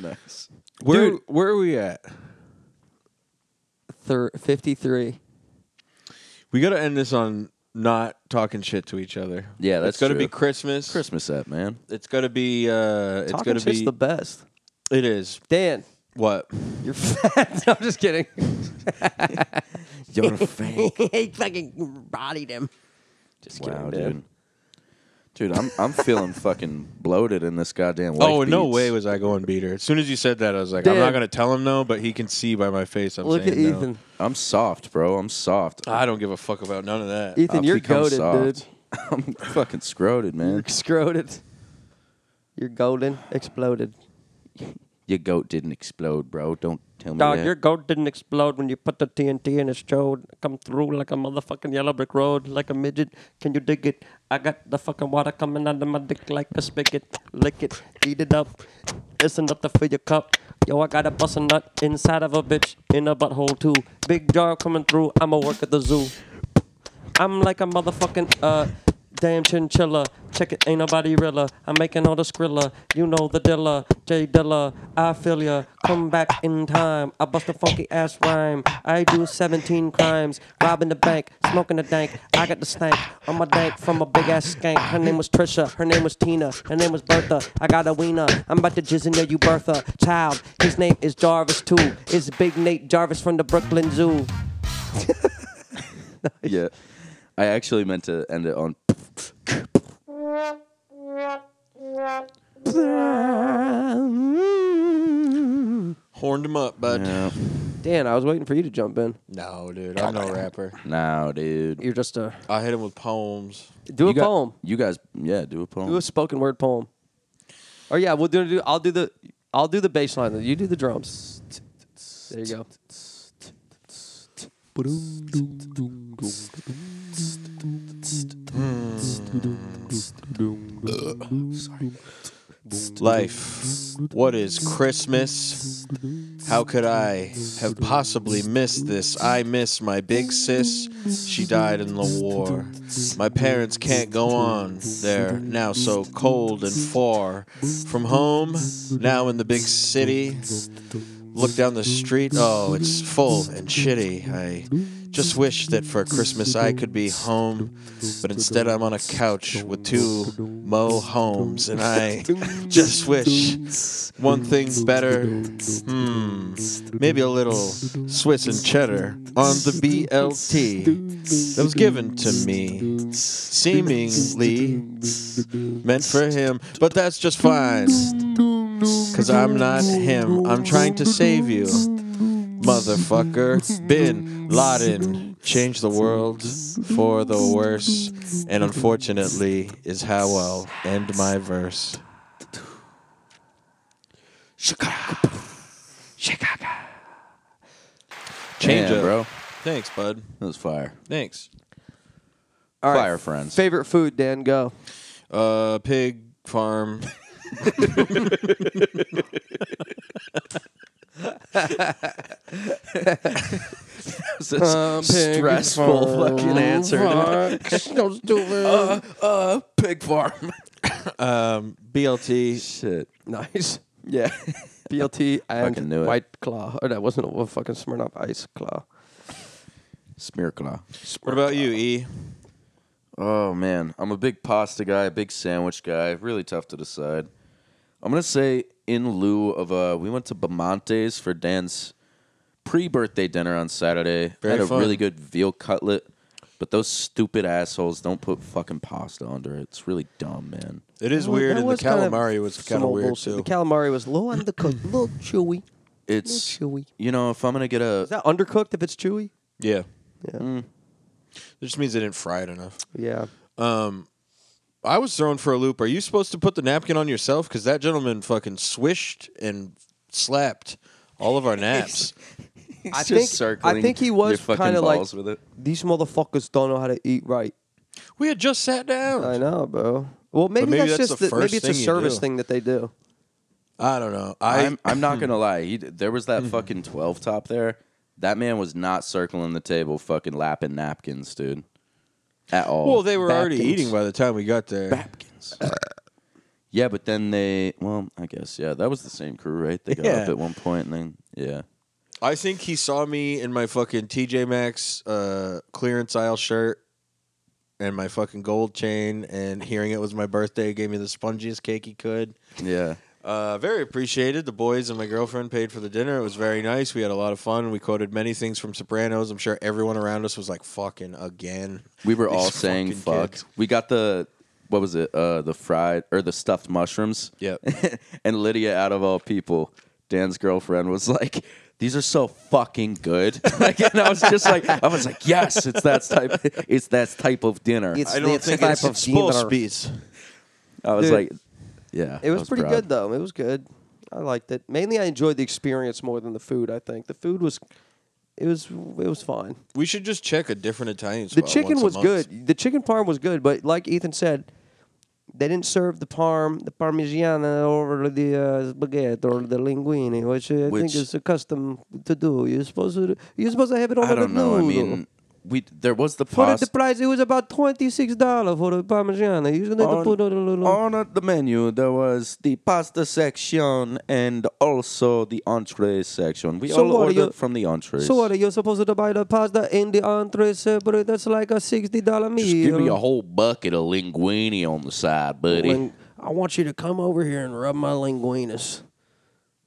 [SPEAKER 3] nice.
[SPEAKER 2] Where where are we at?
[SPEAKER 1] Thir- 53.
[SPEAKER 2] We got to end this on not talking shit to each other.
[SPEAKER 3] Yeah, that's
[SPEAKER 2] it's to be
[SPEAKER 3] true.
[SPEAKER 2] Christmas.
[SPEAKER 3] Christmas app, man.
[SPEAKER 2] It's got to be. Uh, it's
[SPEAKER 1] Talking
[SPEAKER 2] got to
[SPEAKER 1] shit's
[SPEAKER 2] be.
[SPEAKER 1] the best.
[SPEAKER 2] it is
[SPEAKER 1] Dan,
[SPEAKER 2] what
[SPEAKER 1] you're fat. No, I'm just kidding.
[SPEAKER 3] You're a fan.
[SPEAKER 5] he fucking bodied him.
[SPEAKER 1] Just
[SPEAKER 3] wow,
[SPEAKER 1] kidding,
[SPEAKER 3] dude.
[SPEAKER 1] dude.
[SPEAKER 3] Dude, I'm I'm feeling fucking bloated in this goddamn. Wife
[SPEAKER 2] oh, in no
[SPEAKER 3] beats.
[SPEAKER 2] way was I going beater. As soon as you said that, I was like, I'm
[SPEAKER 1] Dan.
[SPEAKER 2] not going to tell him no, but he can see by my face. I'm
[SPEAKER 1] Look at
[SPEAKER 2] saying no.
[SPEAKER 1] Ethan.
[SPEAKER 3] I'm soft, bro. I'm soft.
[SPEAKER 2] I don't give a fuck about none of that.
[SPEAKER 1] Uh, Ethan,
[SPEAKER 3] I've
[SPEAKER 1] you're
[SPEAKER 3] become
[SPEAKER 1] goaded, dude.
[SPEAKER 3] I'm fucking scroted,
[SPEAKER 1] You're
[SPEAKER 3] man.
[SPEAKER 1] scroted. You're golden. Exploded.
[SPEAKER 3] Your goat didn't explode, bro. Don't tell me
[SPEAKER 5] Dog,
[SPEAKER 3] that.
[SPEAKER 5] your goat didn't explode when you put the TNT in its throat. Come through like a motherfucking yellow brick road, like a midget. Can you dig it? I got the fucking water coming out of my dick like a spigot. Lick it, eat it up. It's nothing for your cup. Yo, I got a bust a nut inside of a bitch in a butthole too. Big jar coming through. I'ma work at the zoo. I'm like a motherfucking uh damn chinchilla. Check it, ain't nobody realer. I'm making all the skrilla. You know the dilla, J Dilla. I feel ya. Come back in time. I bust a funky ass rhyme. I do 17 crimes. Robbing the bank, smoking the dank. I got the stank on my dank from a big ass skank. Her name was Trisha. Her name was Tina. Her name was Bertha. I got a wiener. I'm about to jizz in there, you Bertha. Child, his name is Jarvis too. It's Big Nate Jarvis from the Brooklyn Zoo.
[SPEAKER 3] yeah. I actually meant to end it on.
[SPEAKER 2] Horned him up, bud.
[SPEAKER 3] Yeah.
[SPEAKER 1] Dan, I was waiting for you to jump in.
[SPEAKER 2] No, dude, I'm no rapper.
[SPEAKER 3] Now, dude.
[SPEAKER 1] You're just a
[SPEAKER 2] I hit him with poems.
[SPEAKER 1] do a
[SPEAKER 3] You got-
[SPEAKER 1] poem.
[SPEAKER 3] You guys, yeah, do a poem.
[SPEAKER 1] Do a spoken word poem. Or yeah, we'll do. do I'll do the. I'll do the bass line. You do the drums. There you go.
[SPEAKER 2] Life. What is Christmas? How could I have possibly missed this? I miss my big sis. She died in the war. My parents can't go on. They're now so cold and far from home, now in the big city. Look down the street. Oh, it's full and shitty. I just wish that for Christmas I could be home, but instead I'm on a couch with two Mo Homes, and I just wish one thing better. Hmm, maybe a little Swiss and cheddar on the BLT that was given to me, seemingly meant for him, but that's just fine. Cause I'm not him. I'm trying to save you. Motherfucker. Bin Laden changed the world for the worse. And unfortunately, is how I'll end my verse. Change
[SPEAKER 3] Damn,
[SPEAKER 2] up.
[SPEAKER 3] bro.
[SPEAKER 2] Thanks, bud.
[SPEAKER 3] That was fire.
[SPEAKER 2] Thanks.
[SPEAKER 1] All right.
[SPEAKER 3] Fire friends.
[SPEAKER 1] Favorite food, Dan? Go.
[SPEAKER 2] Uh, pig farm.
[SPEAKER 3] Such stressful fucking answer.
[SPEAKER 6] Don't do it.
[SPEAKER 3] Uh, pig farm.
[SPEAKER 2] Um, BLT.
[SPEAKER 3] Shit.
[SPEAKER 1] Nice. Yeah. BLT and
[SPEAKER 3] Fucking knew it.
[SPEAKER 1] White Claw. Or that wasn't a fucking Smirnoff Ice Claw.
[SPEAKER 3] Smirkla.
[SPEAKER 2] What about you, E?
[SPEAKER 3] Oh man, I'm a big pasta guy, big sandwich guy. Really tough to decide. I'm gonna say in lieu of uh, we went to Bamante's for Dan's pre-birthday dinner on Saturday.
[SPEAKER 2] Very
[SPEAKER 3] Had a
[SPEAKER 2] fun.
[SPEAKER 3] really good veal cutlet, but those stupid assholes don't put fucking pasta under it. It's really dumb, man.
[SPEAKER 2] It is
[SPEAKER 1] Well,
[SPEAKER 2] weird,
[SPEAKER 1] that
[SPEAKER 2] and the
[SPEAKER 1] was kind of
[SPEAKER 2] calamari was
[SPEAKER 1] Some
[SPEAKER 2] kind of
[SPEAKER 1] old
[SPEAKER 2] weird
[SPEAKER 1] bullshit.
[SPEAKER 2] too.
[SPEAKER 1] The calamari was little undercooked, little chewy.
[SPEAKER 3] It's
[SPEAKER 1] chewy.
[SPEAKER 3] you know if I'm gonna get a
[SPEAKER 1] Is that undercooked if it's chewy?
[SPEAKER 2] yeah,
[SPEAKER 1] Yeah.
[SPEAKER 3] Hmm.
[SPEAKER 2] it just means they didn't fry it enough.
[SPEAKER 1] Yeah.
[SPEAKER 2] I was thrown for a loop. Are you supposed to put the napkin on yourself? Because that gentleman fucking swished and slapped all of our naps.
[SPEAKER 1] I think I think he was kind of like these motherfuckers don't know how to eat right.
[SPEAKER 2] we had just sat down.
[SPEAKER 1] I
[SPEAKER 2] I,
[SPEAKER 1] know, bro. Well, maybe,
[SPEAKER 2] maybe
[SPEAKER 1] that's,
[SPEAKER 2] that's
[SPEAKER 1] just
[SPEAKER 2] the
[SPEAKER 1] that- maybe
[SPEAKER 2] first
[SPEAKER 1] it's a
[SPEAKER 2] thing you
[SPEAKER 1] service
[SPEAKER 2] do.
[SPEAKER 1] thing that they do.
[SPEAKER 2] don't know.
[SPEAKER 3] I,
[SPEAKER 2] I
[SPEAKER 3] am I'm not gonna lie. He, d- there was that fucking twelve top there. That man was not circling the table, fucking lapping napkins, dude. At all.
[SPEAKER 2] well, they were already
[SPEAKER 3] Napkins.
[SPEAKER 2] eating by the time we got there.
[SPEAKER 3] napkins. yeah, but then they. Well, I guess yeah. That was the same crew, right? They got up
[SPEAKER 2] Yeah.
[SPEAKER 3] at one point, and then yeah.
[SPEAKER 2] I think he saw me in my fucking TJ Maxx uh, clearance aisle shirt and my fucking gold chain, and hearing it was my birthday, gave me the spongiest cake he could.
[SPEAKER 3] Yeah.
[SPEAKER 2] Uh, very appreciated. The boys and my girlfriend paid for the dinner. It was very nice. We had a lot of fun. We quoted many things from Sopranos. I'm sure everyone around us was like, "Fucking again."
[SPEAKER 3] We were all
[SPEAKER 2] These
[SPEAKER 3] saying
[SPEAKER 2] fucking
[SPEAKER 3] fuck.
[SPEAKER 2] kids.
[SPEAKER 3] We got the what was it? Uh, the fried or the stuffed mushrooms.
[SPEAKER 2] Yep.
[SPEAKER 3] and Lydia, out of all people, Dan's girlfriend was like, "These are so fucking good." Like, and I was just like, I was like, "Yes, it's that type. It's that type of dinner."
[SPEAKER 2] I don't think it's supposed to be.
[SPEAKER 3] I was
[SPEAKER 1] Dude.
[SPEAKER 3] like, "Yeah."
[SPEAKER 1] It
[SPEAKER 3] I
[SPEAKER 1] was, pretty
[SPEAKER 3] proud.
[SPEAKER 1] good though. It was good. I liked it. Mainly, I enjoyed the experience more than the food. I think the food was, it was, it was fine.
[SPEAKER 2] We should just check a different Italian
[SPEAKER 1] The
[SPEAKER 2] spot.
[SPEAKER 1] chicken
[SPEAKER 2] once a
[SPEAKER 1] was
[SPEAKER 2] month.
[SPEAKER 1] good. The chicken parm was good, but like Ethan said, they didn't serve the parm, the parmigiana, over the uh, spaghetti or the linguine, which I
[SPEAKER 3] Which-
[SPEAKER 1] think is a custom to do. You're supposed to, you're supposed to have it over
[SPEAKER 3] I don't
[SPEAKER 1] the
[SPEAKER 3] know. I
[SPEAKER 1] noodle.
[SPEAKER 3] mean, we there was the
[SPEAKER 1] Put it the
[SPEAKER 3] pasta
[SPEAKER 1] price. It was about twenty six dollar for the parmigiana. You need to
[SPEAKER 3] on,
[SPEAKER 1] put a little.
[SPEAKER 3] on uh, the menu. There was the pasta section and also the entree section. We
[SPEAKER 1] So
[SPEAKER 3] all
[SPEAKER 1] what are
[SPEAKER 3] ordered
[SPEAKER 1] you-
[SPEAKER 3] from the entrees.
[SPEAKER 1] So what? You're supposed to buy the pasta and the entree separate. That's like a sixty dollar meal.
[SPEAKER 3] Just give me a whole bucket of linguine on the side, buddy.
[SPEAKER 1] Ling- I want you to come over here and rub my linguinas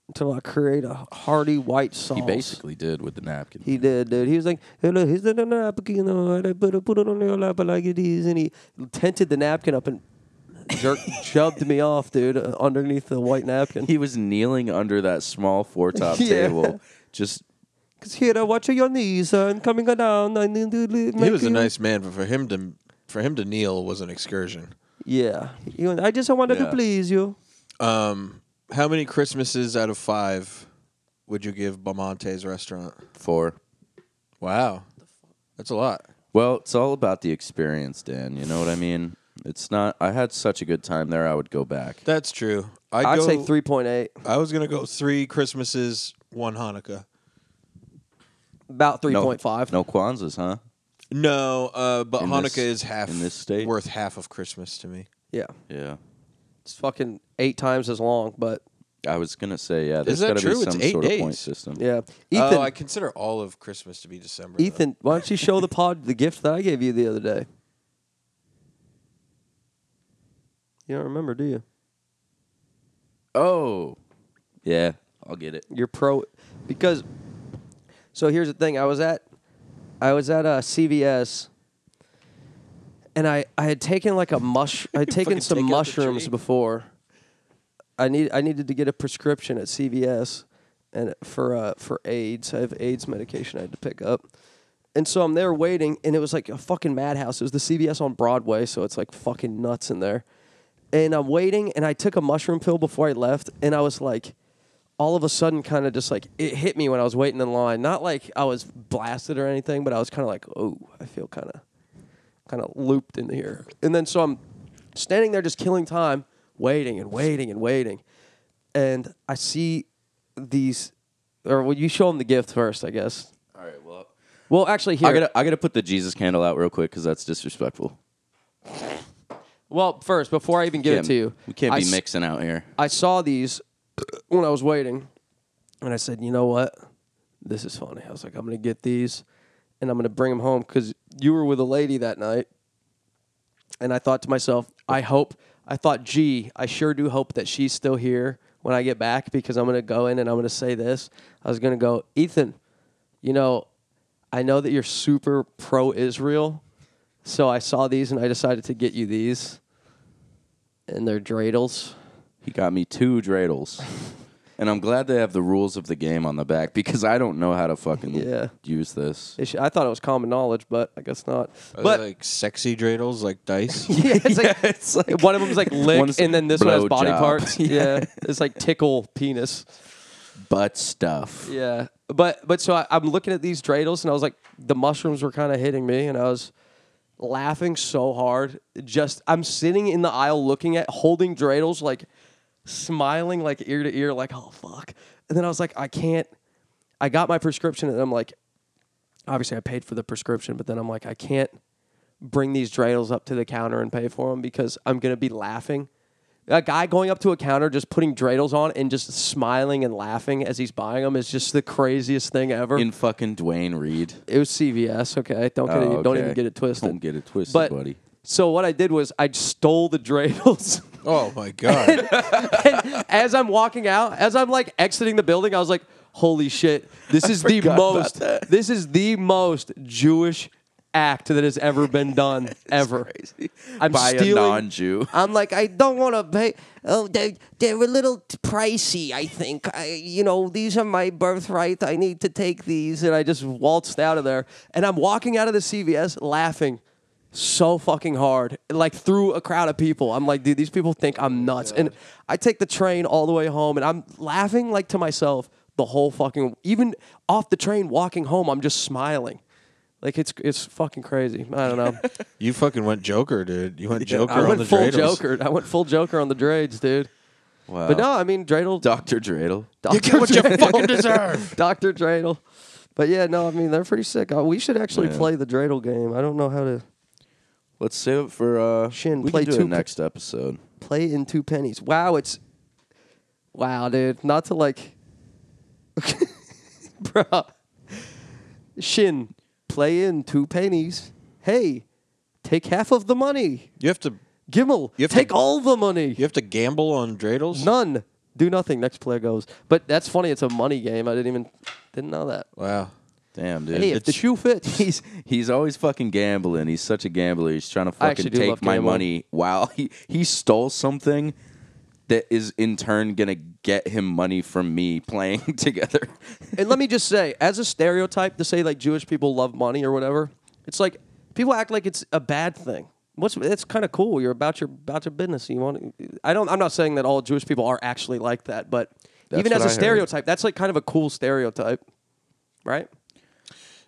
[SPEAKER 1] until I create a hearty white sauce.
[SPEAKER 3] he basically did with the napkin.
[SPEAKER 1] He did, dude. He was like, "Hey, look, here's the napkin. uh, I put it put it on your lap like it is," and he tented the napkin up and jerk shoved me off, dude, uh, underneath the white napkin.
[SPEAKER 3] He was kneeling under that small four top
[SPEAKER 1] Yeah.
[SPEAKER 3] table. Just
[SPEAKER 1] Cause here, I watch your knees uh, and coming down. I need to li-
[SPEAKER 2] He
[SPEAKER 1] make
[SPEAKER 2] was a
[SPEAKER 1] you-
[SPEAKER 2] nice man, but for him to for him to kneel was an excursion.
[SPEAKER 1] Yeah, You- I just wanted to
[SPEAKER 3] Yeah.
[SPEAKER 1] please you.
[SPEAKER 2] Um, how many Christmases out of five would you give Bamonte's restaurant?
[SPEAKER 3] four.
[SPEAKER 2] Wow, That's a lot.
[SPEAKER 3] Well, it's all about the experience, Dan. You know what I mean? It's not. I had such a good time there. I would go back.
[SPEAKER 2] That's true. I'd,
[SPEAKER 1] I'd
[SPEAKER 2] go,
[SPEAKER 1] say three point eight,
[SPEAKER 2] I was gonna go three Christmases, one Hanukkah.
[SPEAKER 1] about three
[SPEAKER 3] No-
[SPEAKER 1] point five.
[SPEAKER 3] No Kwanzas, huh?
[SPEAKER 2] No, uh, but
[SPEAKER 3] In
[SPEAKER 2] Hanukkah is
[SPEAKER 3] this-
[SPEAKER 2] half
[SPEAKER 3] in this state?
[SPEAKER 2] worth half of Christmas to me.
[SPEAKER 1] Yeah,
[SPEAKER 3] Yeah.
[SPEAKER 1] it's fucking eight times as long, but
[SPEAKER 3] I was gonna say yeah. There's
[SPEAKER 2] that
[SPEAKER 3] gotta
[SPEAKER 2] true?
[SPEAKER 3] be
[SPEAKER 2] It's
[SPEAKER 3] some
[SPEAKER 2] eight
[SPEAKER 3] sort of point
[SPEAKER 2] days.
[SPEAKER 3] system.
[SPEAKER 1] yeah. Ethan,
[SPEAKER 2] Oh, I consider all of Christmas to be December. though.
[SPEAKER 1] Ethan, why don't you show the pod the gift that I gave you the other day? You don't remember, do you?
[SPEAKER 3] Oh. Yeah. I'll get it.
[SPEAKER 1] You're pro because. So here's the thing. I was at, I was at uh, a CVS. And I, I had taken like a mush. I had taken
[SPEAKER 2] fucking
[SPEAKER 1] some
[SPEAKER 2] take out the
[SPEAKER 1] mushrooms
[SPEAKER 2] tree.
[SPEAKER 1] before. I need I needed to get a prescription at CVS, and for uh for AIDS. I have AIDS medication I had to pick up. And so I'm there waiting, and it was like a fucking madhouse. It was the CVS on Broadway, so it's like fucking nuts in there. And I'm waiting, and I took a mushroom pill before I left, and I was like, all of a sudden, kind of just like it hit me when I was waiting in line. Not like I was blasted or anything, but I was kind of like, oh, I feel kind of, kind of looped in here. And then so I'm standing there just killing time, waiting and waiting and waiting, and I see these, or well, you show them the gift first, I guess.
[SPEAKER 3] All right. Well,
[SPEAKER 1] Well, actually, here.
[SPEAKER 3] I gotta I gotta put the Jesus candle out real quick because that's disrespectful.
[SPEAKER 1] Well, first, before I even give
[SPEAKER 3] Can't-
[SPEAKER 1] it to you,
[SPEAKER 3] We can't
[SPEAKER 1] I
[SPEAKER 3] be
[SPEAKER 1] s-
[SPEAKER 3] mixing out here.
[SPEAKER 1] I saw these when I was waiting, and I said, "You know what? This is funny." I was like, "I'm gonna get these, and I'm gonna bring them home because you were with a lady that night." And I thought to myself, "I hope." I thought, "Gee, I sure do hope that she's still here when I get back because I'm gonna go in and I'm gonna say this." I was gonna go, Ethan. You know, I know that you're super pro Israel, so I saw these and I decided to get you these. And they're dreidels.
[SPEAKER 3] He got me two dreidels. And I'm glad they have the rules of the game on the back because I don't know how to fucking
[SPEAKER 1] Yeah.
[SPEAKER 3] use this.
[SPEAKER 1] They should- I thought it was common knowledge, but I guess not.
[SPEAKER 2] Are they
[SPEAKER 1] but
[SPEAKER 2] like sexy dreidels, like dice.
[SPEAKER 1] yeah, it's like, one of them's like lick,
[SPEAKER 3] One's
[SPEAKER 1] and then this one has body
[SPEAKER 3] blowjob.
[SPEAKER 1] parts. yeah. it's like tickle penis.
[SPEAKER 3] Butt stuff.
[SPEAKER 1] Yeah, but but so I, I'm looking at these dreidels, and I was like, the mushrooms were kind of hitting me, and I was laughing so hard. Just I'm sitting in the aisle looking at holding dreidels, like smiling like ear to ear, like oh fuck. And then I was like, I can't. I got my prescription, and I'm like, obviously I paid for the prescription, but then I'm like, I can't bring these dreidels up to the counter and pay for them because I'm gonna be laughing. A guy going up to a counter just putting dreidels on and just smiling and laughing as he's buying them is just the craziest thing ever.
[SPEAKER 3] In fucking Dwayne Reed.
[SPEAKER 1] it was CVS, okay. Don't get it,
[SPEAKER 3] Oh,
[SPEAKER 1] don't even
[SPEAKER 3] okay.
[SPEAKER 1] get it twisted.
[SPEAKER 3] Don't get it twisted,
[SPEAKER 1] but,
[SPEAKER 3] buddy.
[SPEAKER 1] So what I did was I stole the dreidels.
[SPEAKER 2] oh my god!
[SPEAKER 1] And as I'm walking out, as I'm like exiting the building, I was like, "Holy shit! This is the most. This is the most Jewish act that has ever been done ever. I'm
[SPEAKER 3] By a
[SPEAKER 1] stealing-
[SPEAKER 3] non-Jew.
[SPEAKER 1] I'm like, I don't want to pay. Oh, they they're a little t- pricey. I think. I, you know, these are my birthright. I need to take these, and I just waltzed out of there. And I'm walking out of the CVS laughing. So fucking hard, like through a crowd of people. I'm like, dude, these people think I'm nuts. And I take the train all the way home, and I'm laughing like to myself the whole fucking. Even off the train, walking home, I'm just smiling, like it's it's fucking crazy. I don't know.
[SPEAKER 2] you fucking went Joker, dude. You went Joker
[SPEAKER 1] I
[SPEAKER 2] on
[SPEAKER 1] went
[SPEAKER 2] the
[SPEAKER 1] full
[SPEAKER 2] dreidels.
[SPEAKER 1] Joker. I went full Joker on the dreads, dude.
[SPEAKER 3] Wow.
[SPEAKER 1] But no, I mean dreidel.
[SPEAKER 3] Dr. Dreidel.
[SPEAKER 1] Doctor
[SPEAKER 2] What you fucking deserve.
[SPEAKER 1] Doctor Dreidel. But yeah, no, I mean they're pretty sick. Uh, we should actually
[SPEAKER 3] Yeah.
[SPEAKER 1] play the dreidel game. I don't know how to
[SPEAKER 3] Let's save it for uh
[SPEAKER 1] Shin,
[SPEAKER 3] we
[SPEAKER 1] play
[SPEAKER 3] can do
[SPEAKER 1] two
[SPEAKER 3] it
[SPEAKER 1] p-
[SPEAKER 3] next episode.
[SPEAKER 1] play in two pennies. Wow, it's wow, dude. Not to like, bro. Shin, play in two pennies. Hey, take half of the money.
[SPEAKER 2] You have to,
[SPEAKER 1] Gimel,
[SPEAKER 2] You have to-
[SPEAKER 1] take all the money.
[SPEAKER 2] you have to gamble on dreidels.
[SPEAKER 1] None. Do nothing. Next player goes. But that's funny. It's a money game. I didn't even didn't know that.
[SPEAKER 2] Wow.
[SPEAKER 3] Damn, dude.
[SPEAKER 1] Hey, if the
[SPEAKER 3] It's-
[SPEAKER 1] shoe fits,
[SPEAKER 3] He's he's always fucking gambling. He's such a gambler. He's trying to
[SPEAKER 1] I actually
[SPEAKER 3] fucking
[SPEAKER 1] do
[SPEAKER 3] take
[SPEAKER 1] love
[SPEAKER 3] my
[SPEAKER 1] gambling.
[SPEAKER 3] money. Wow, he he stole something that is in turn gonna get him money from me playing together.
[SPEAKER 1] and let me just say, as a stereotype to say like Jewish people love money or whatever, it's like people act like it's a bad thing. What's it's kind of cool. You're about your about your business. You want. I don't. I'm not saying that all Jewish people are actually like that, but
[SPEAKER 3] That's
[SPEAKER 1] even as a
[SPEAKER 3] what I heard.
[SPEAKER 1] stereotype, that's like kind of a cool stereotype, right?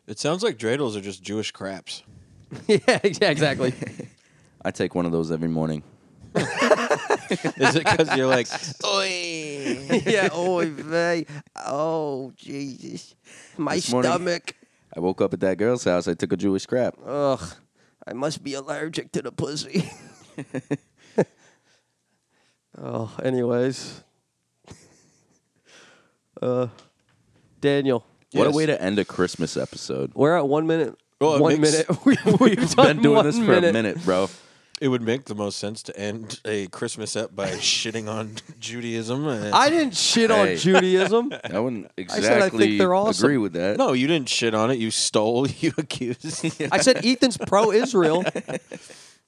[SPEAKER 2] It sounds like dreidels are just Jewish craps.
[SPEAKER 1] yeah, yeah, exactly.
[SPEAKER 3] I take one of those every morning.
[SPEAKER 2] Is it because you're like,
[SPEAKER 6] Oh.
[SPEAKER 5] yeah, oy vey. Oh, Jesus. My
[SPEAKER 3] This morning-
[SPEAKER 5] stomach.
[SPEAKER 3] I woke up at that girl's house. I took a Jewish crap.
[SPEAKER 5] Ugh. I must be allergic to the pussy.
[SPEAKER 1] oh, anyways. Uh, Daniel,
[SPEAKER 3] What a
[SPEAKER 2] Yes.
[SPEAKER 3] way to end a Christmas episode.
[SPEAKER 1] we're at one minute.
[SPEAKER 2] Well, Oh, it
[SPEAKER 1] one
[SPEAKER 2] makes-
[SPEAKER 1] minute. We, we've done
[SPEAKER 3] Been doing
[SPEAKER 1] one
[SPEAKER 3] this for a minute, bro.
[SPEAKER 2] it would make the most sense to end a Christmas ep by shitting on Judaism? and-
[SPEAKER 1] I didn't shit on
[SPEAKER 3] Hey.
[SPEAKER 1] Judaism.
[SPEAKER 3] I wouldn't exactly
[SPEAKER 1] said I think they're awesome.
[SPEAKER 3] agree with that.
[SPEAKER 2] no, you didn't shit on it. You stole. You accused.
[SPEAKER 1] I said Ethan's pro Israel,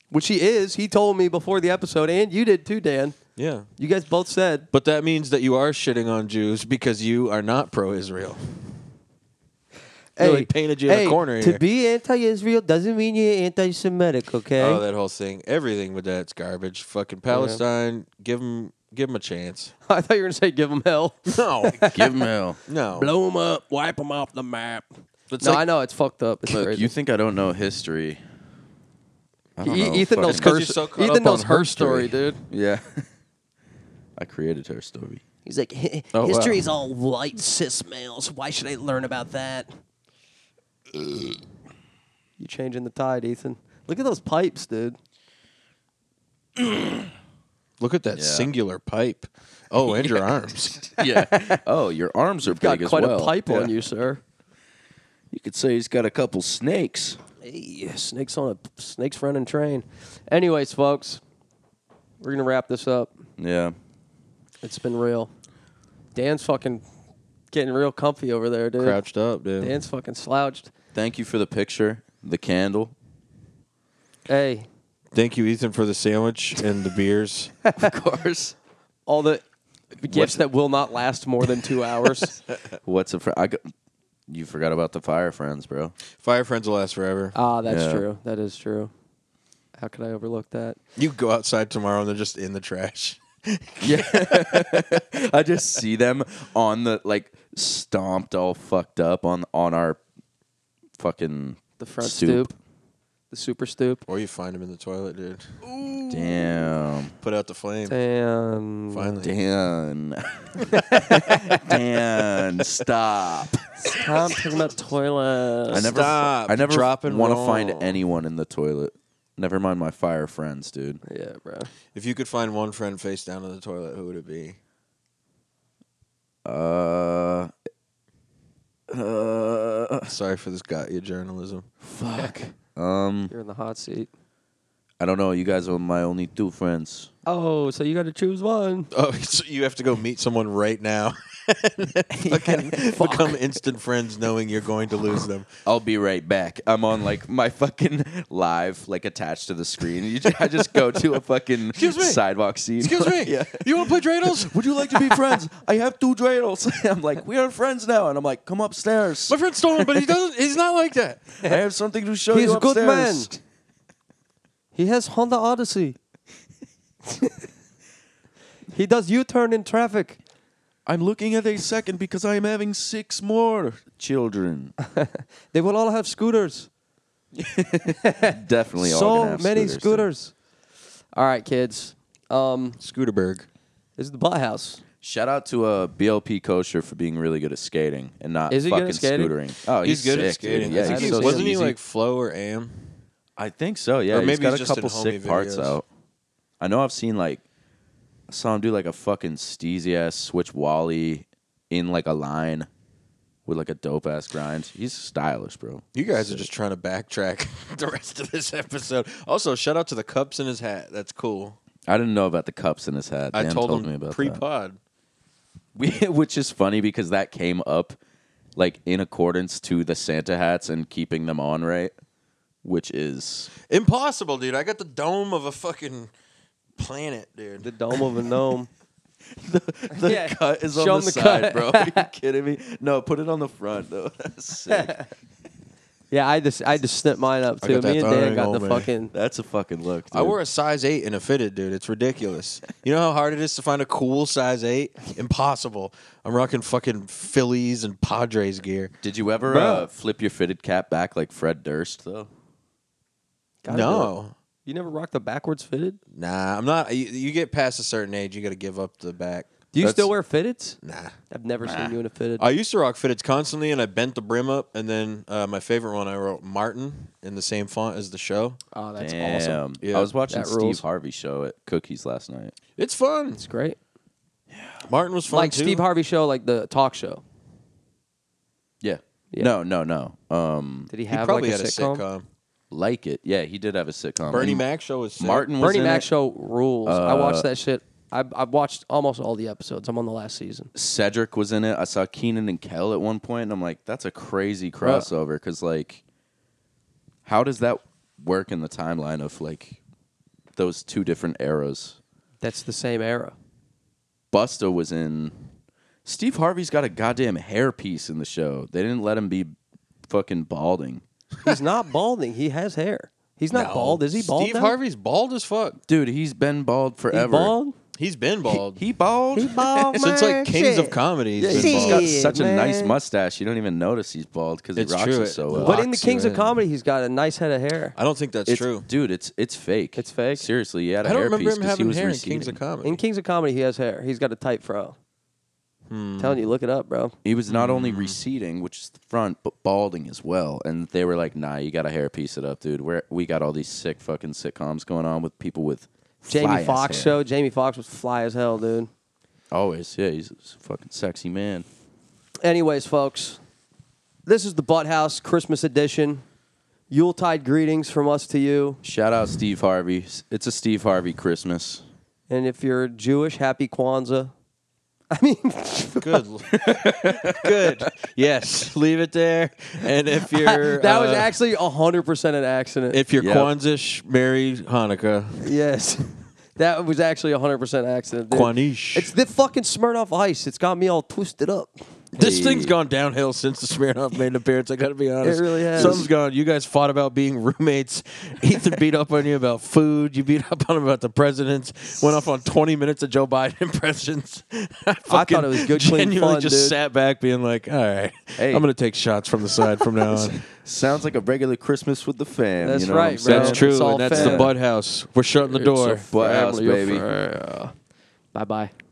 [SPEAKER 1] which he is. He told me before the episode, and you did too, Dan.
[SPEAKER 2] yeah.
[SPEAKER 1] You guys both said.
[SPEAKER 2] But that means that you are shitting on Jews because you are not pro-Israel. Really painted you in a
[SPEAKER 1] hey,
[SPEAKER 2] corner
[SPEAKER 1] To
[SPEAKER 2] here.
[SPEAKER 1] be anti-Israel doesn't mean you're anti-Semitic, okay?
[SPEAKER 2] Oh, that whole thing. Everything with that's garbage. Fucking Palestine. Give 'em Give 'em a chance.
[SPEAKER 1] I thought you were gonna say give them hell.
[SPEAKER 2] No.
[SPEAKER 3] Give him hell.
[SPEAKER 2] No.
[SPEAKER 6] Blow them up, wipe them off the map.
[SPEAKER 2] It's
[SPEAKER 1] no,
[SPEAKER 2] like-
[SPEAKER 1] I know it's fucked up. It's
[SPEAKER 3] Look,
[SPEAKER 1] crazy.
[SPEAKER 3] you think I don't know history? I don't
[SPEAKER 1] E-
[SPEAKER 3] know
[SPEAKER 1] Ethan knows
[SPEAKER 3] fucking-
[SPEAKER 2] 'cause
[SPEAKER 1] her.
[SPEAKER 2] you're so caught up
[SPEAKER 1] Ethan knows
[SPEAKER 2] on
[SPEAKER 1] her
[SPEAKER 2] her
[SPEAKER 1] story,
[SPEAKER 2] story.
[SPEAKER 1] dude.
[SPEAKER 3] Yeah. I created her story.
[SPEAKER 4] He's like, "Hi-
[SPEAKER 3] Oh, wow.
[SPEAKER 4] history is all white cis males. Why should I learn about that?
[SPEAKER 1] You changing the tide, Ethan. Look at those pipes, dude.
[SPEAKER 2] Look at that
[SPEAKER 3] Yeah.
[SPEAKER 2] singular pipe. Oh, and your arms.
[SPEAKER 3] Yeah. oh, your arms are
[SPEAKER 1] Got
[SPEAKER 3] big as
[SPEAKER 1] quite
[SPEAKER 3] well.
[SPEAKER 1] a pipe on
[SPEAKER 3] Yeah.
[SPEAKER 1] you, sir.
[SPEAKER 3] You could say he's got a couple snakes.
[SPEAKER 1] Hey, snakes on a snakes running train. Anyways, folks, we're gonna wrap this up.
[SPEAKER 3] Yeah.
[SPEAKER 1] It's been real. Dan's fucking getting real comfy over there, dude.
[SPEAKER 2] Crouched up, dude.
[SPEAKER 1] Dan's fucking slouched.
[SPEAKER 3] Thank you for the picture, the candle.
[SPEAKER 1] Hey,
[SPEAKER 2] Thank you, Ethan, for the sandwich and the beers.
[SPEAKER 3] Of course.
[SPEAKER 1] all the gifts that will not last more than two hours.
[SPEAKER 3] What's a fr- I got, you forgot about the fire friends, bro.
[SPEAKER 2] Fire friends will last forever.
[SPEAKER 1] ah, that's
[SPEAKER 3] Yeah.
[SPEAKER 1] true. That is true. How could I overlook that?
[SPEAKER 2] You go outside tomorrow and they're just in the trash.
[SPEAKER 3] Yeah. I just see them on the like stomped all fucked up on on our fucking
[SPEAKER 1] The front
[SPEAKER 3] stoop.
[SPEAKER 1] stoop, the super stoop,
[SPEAKER 2] Or you find them in the toilet, dude.
[SPEAKER 3] Damn.
[SPEAKER 2] Put out the flame.
[SPEAKER 1] and
[SPEAKER 2] Finally.
[SPEAKER 3] Dan. Dan, stop.
[SPEAKER 1] Tom talking about toilets.
[SPEAKER 3] I never
[SPEAKER 2] Stop.
[SPEAKER 3] I never
[SPEAKER 2] Drop and
[SPEAKER 3] want to
[SPEAKER 2] roll.
[SPEAKER 3] find anyone in the toilet. Never mind my fire friends, dude.
[SPEAKER 1] Yeah, bro.
[SPEAKER 2] If you could find one friend face down in the toilet, who would it be?
[SPEAKER 3] Uh uh
[SPEAKER 2] Sorry for this got you journalism.
[SPEAKER 3] fuck. Um
[SPEAKER 1] You're in the hot seat.
[SPEAKER 3] I don't know, you guys are my only two friends.
[SPEAKER 1] Oh, so you got to choose one.
[SPEAKER 2] Oh, so you have to go meet someone right now. Fucking become instant friends knowing you're going to lose them.
[SPEAKER 3] I'll be right back. I'm on like my fucking live, like attached to the screen. You ju- I just go to a fucking
[SPEAKER 2] me.
[SPEAKER 3] sidewalk scene.
[SPEAKER 2] Excuse me.
[SPEAKER 3] Yeah.
[SPEAKER 2] You want to play dreidels?
[SPEAKER 3] Would you like to be friends? I have two dreidels. I'm like, we are friends now. And I'm like, come upstairs.
[SPEAKER 2] My friend stole him, but he doesn't. He's not like that.
[SPEAKER 3] I have something to show
[SPEAKER 1] He's
[SPEAKER 3] you
[SPEAKER 1] a good
[SPEAKER 3] upstairs.
[SPEAKER 1] man. He has Honda Odyssey. he does U-turn in traffic.
[SPEAKER 3] I'm looking at a second because I am having six more children.
[SPEAKER 1] They will all have scooters.
[SPEAKER 3] Definitely all
[SPEAKER 1] so
[SPEAKER 3] gonna have
[SPEAKER 1] many
[SPEAKER 3] scooters.
[SPEAKER 1] scooters. All right, kids. Um,
[SPEAKER 2] Scooterberg.
[SPEAKER 1] this is the butt house.
[SPEAKER 3] Shout out to uh, BLP Kosher for being really good at skating and not
[SPEAKER 1] Is he good
[SPEAKER 3] fucking
[SPEAKER 1] at skating?
[SPEAKER 3] scootering. Oh, he's,
[SPEAKER 2] good at
[SPEAKER 3] sick, dude.
[SPEAKER 2] skating.
[SPEAKER 3] Yeah,
[SPEAKER 2] I think
[SPEAKER 3] he's
[SPEAKER 2] he-
[SPEAKER 3] so
[SPEAKER 2] wasn't he
[SPEAKER 3] easy.
[SPEAKER 2] like Flow or AM?
[SPEAKER 3] I think so. Yeah,
[SPEAKER 2] Or
[SPEAKER 3] maybe he's
[SPEAKER 2] maybe he's
[SPEAKER 3] got a
[SPEAKER 2] just in
[SPEAKER 3] couple
[SPEAKER 2] homie
[SPEAKER 3] sick parts
[SPEAKER 2] videos.
[SPEAKER 3] out. I know I've seen like I saw him do like a fucking steezy ass switch wally in like a line with like a dope ass grind. He's stylish, bro.
[SPEAKER 2] You guys are just trying to backtrack the rest of this episode. Also, shout out to the cups in his hat. That's cool.
[SPEAKER 3] I didn't know about the cups in his hat. Dan
[SPEAKER 2] I told, him
[SPEAKER 3] me about that.
[SPEAKER 2] pre-pod.
[SPEAKER 3] We, which is funny because that came up like in accordance to the Santa hats and keeping them on right, which is
[SPEAKER 2] Impossible, dude. I got the dome of a fucking planet, dude.
[SPEAKER 1] The dome of a gnome.
[SPEAKER 3] the
[SPEAKER 1] Yeah,
[SPEAKER 3] cut is on
[SPEAKER 1] show
[SPEAKER 3] the,
[SPEAKER 1] 'em the
[SPEAKER 3] side,
[SPEAKER 1] cut.
[SPEAKER 3] bro. Are you kidding me? No, put it on the front though. That's sick.
[SPEAKER 1] Yeah, I just I just snipped mine up
[SPEAKER 2] I
[SPEAKER 1] too.
[SPEAKER 2] got
[SPEAKER 1] Me
[SPEAKER 2] that
[SPEAKER 1] and Dan
[SPEAKER 2] thong
[SPEAKER 1] got the
[SPEAKER 2] on me.
[SPEAKER 1] fucking.
[SPEAKER 3] That's a fucking look.
[SPEAKER 2] I wore a size eight and a fitted, dude. It's ridiculous. You know how hard it is to find a cool size eight? Impossible. I'm rocking fucking Phillies and Padres gear.
[SPEAKER 3] Did you ever
[SPEAKER 2] Bro.
[SPEAKER 3] uh, flip your fitted cap back like Fred Durst though?
[SPEAKER 1] Gotta do it.
[SPEAKER 2] no,
[SPEAKER 1] you never rocked the backwards fitted.
[SPEAKER 2] nah, I'm not. You, you get past a certain age, you got to give up the back.
[SPEAKER 1] Do you
[SPEAKER 2] That's-
[SPEAKER 1] still wear fitteds?
[SPEAKER 2] Nah.
[SPEAKER 1] I've never seen you in a fitted.
[SPEAKER 2] I used to rock fitteds constantly, and I bent the brim up. And then uh, my favorite one, I wrote Martin in the same font as the show.
[SPEAKER 1] oh, that's awesome.
[SPEAKER 3] Damn.
[SPEAKER 2] Yeah,
[SPEAKER 3] I was watching
[SPEAKER 1] that
[SPEAKER 3] Steve
[SPEAKER 1] rules.
[SPEAKER 3] Harvey show at Cookies last night.
[SPEAKER 2] It's fun.
[SPEAKER 1] It's great.
[SPEAKER 2] Martin was fun
[SPEAKER 1] Like
[SPEAKER 2] too.
[SPEAKER 1] Steve Harvey show, like the talk show.
[SPEAKER 3] Yeah.
[SPEAKER 1] Yeah.
[SPEAKER 3] No, no, no. Um,
[SPEAKER 1] Did he
[SPEAKER 2] He
[SPEAKER 1] have
[SPEAKER 2] probably
[SPEAKER 1] like
[SPEAKER 2] had a sitcom.
[SPEAKER 3] like it. Yeah, he did have a sitcom.
[SPEAKER 2] Bernie
[SPEAKER 3] And
[SPEAKER 2] Mac show was sick.
[SPEAKER 3] Um, Martin was
[SPEAKER 1] Bernie
[SPEAKER 3] in
[SPEAKER 1] Mac
[SPEAKER 3] it.
[SPEAKER 1] show rules. I
[SPEAKER 3] Uh,
[SPEAKER 1] watched that shit. I I watched almost all the episodes. I'm on the last season.
[SPEAKER 3] Cedric was in it. I saw Keenan and Kel at one point, and I'm like, that's a crazy crossover because like, how does that work in the timeline of like those two different eras?
[SPEAKER 1] That's the same era.
[SPEAKER 3] Busta was in. Steve Harvey's got a goddamn hairpiece in the show. They didn't let him be fucking balding.
[SPEAKER 1] He's not balding. He has hair. He's not
[SPEAKER 2] No.
[SPEAKER 1] bald. Is he bald?
[SPEAKER 2] Steve
[SPEAKER 1] now?
[SPEAKER 2] Harvey's bald as fuck.
[SPEAKER 3] Dude, he's been bald
[SPEAKER 1] He
[SPEAKER 3] forever.
[SPEAKER 1] bald?
[SPEAKER 2] He's been bald.
[SPEAKER 3] He bald. He bald.
[SPEAKER 2] since like Kings of Comedy. he's
[SPEAKER 3] Yeah, he's
[SPEAKER 2] been
[SPEAKER 3] just
[SPEAKER 2] bald.
[SPEAKER 3] got such a nice
[SPEAKER 1] man.
[SPEAKER 3] mustache. You don't even notice he's bald because he
[SPEAKER 2] It's
[SPEAKER 3] rocks
[SPEAKER 2] true.
[SPEAKER 3] it so
[SPEAKER 2] It
[SPEAKER 3] well.
[SPEAKER 1] But in the
[SPEAKER 2] Locks
[SPEAKER 1] Kings
[SPEAKER 2] you
[SPEAKER 1] of
[SPEAKER 2] in.
[SPEAKER 1] Comedy, he's got a nice head of hair.
[SPEAKER 2] I don't think that's
[SPEAKER 3] It's-
[SPEAKER 2] true.
[SPEAKER 3] dude. It's it's fake.
[SPEAKER 1] It's fake?
[SPEAKER 3] Seriously, he had a
[SPEAKER 2] I don't
[SPEAKER 3] hairpiece
[SPEAKER 2] remember him
[SPEAKER 3] 'cause
[SPEAKER 2] having
[SPEAKER 3] he was
[SPEAKER 2] hair in
[SPEAKER 3] receding.
[SPEAKER 2] Kings of Comedy.
[SPEAKER 1] In Kings of Comedy, he has hair. He's got a tight fro.
[SPEAKER 2] Hmm.
[SPEAKER 1] Telling you, look it up, bro.
[SPEAKER 3] He was not
[SPEAKER 2] Mm.
[SPEAKER 3] only receding, which is the front, but balding as well. And they were like, "Nah, you got to hairpiece it up, dude. We're, we got all these sick fucking sitcoms going on with people with
[SPEAKER 1] Jamie
[SPEAKER 3] fly-ass
[SPEAKER 1] Foxx
[SPEAKER 3] hair.
[SPEAKER 1] show. Jamie Foxx was fly as hell, dude.
[SPEAKER 3] Always, yeah, he's a fucking sexy man.
[SPEAKER 1] Anyways, folks, this is the Butthouse Christmas edition. Yuletide greetings from us to you.
[SPEAKER 3] Shout out Steve Harvey. It's a Steve Harvey Christmas.
[SPEAKER 1] And if you're Jewish, happy Kwanzaa. I mean,
[SPEAKER 2] Good. Good. Yes. Leave it there. And if you're
[SPEAKER 1] that was
[SPEAKER 2] uh,
[SPEAKER 1] actually 100% an accident.
[SPEAKER 2] if you're
[SPEAKER 3] Yep.
[SPEAKER 2] Kwanzish, Merry Hanukkah.
[SPEAKER 1] yes. That was actually 100% accident. dude.
[SPEAKER 2] Kwanish.
[SPEAKER 1] It's the fucking Smirnoff Ice. It's got me all twisted up.
[SPEAKER 2] This
[SPEAKER 3] Hey.
[SPEAKER 2] thing's gone downhill since the Smirnoff made an appearance. I got to be honest.
[SPEAKER 1] really has.
[SPEAKER 2] Something's gone. You guys fought about being roommates. Ethan beat up on you about food. You beat up on him about the presidents. Went off on 20 minutes of Joe Biden impressions. I, fucking
[SPEAKER 1] it was good, clean
[SPEAKER 2] Genuinely
[SPEAKER 1] fun,
[SPEAKER 2] just
[SPEAKER 1] dude.
[SPEAKER 2] sat back being like, all right,
[SPEAKER 3] Hey.
[SPEAKER 2] I'm going to take shots from the side from now on.
[SPEAKER 3] Sounds like a regular Christmas with the fam.
[SPEAKER 1] That's
[SPEAKER 3] you know what I'm
[SPEAKER 1] right, bro.
[SPEAKER 3] saying?
[SPEAKER 2] That's
[SPEAKER 1] It's
[SPEAKER 2] true.
[SPEAKER 1] all
[SPEAKER 2] And that's
[SPEAKER 1] fair.
[SPEAKER 2] the Bud House. We're shutting the door.
[SPEAKER 3] Butt house, baby.
[SPEAKER 1] Bye bye.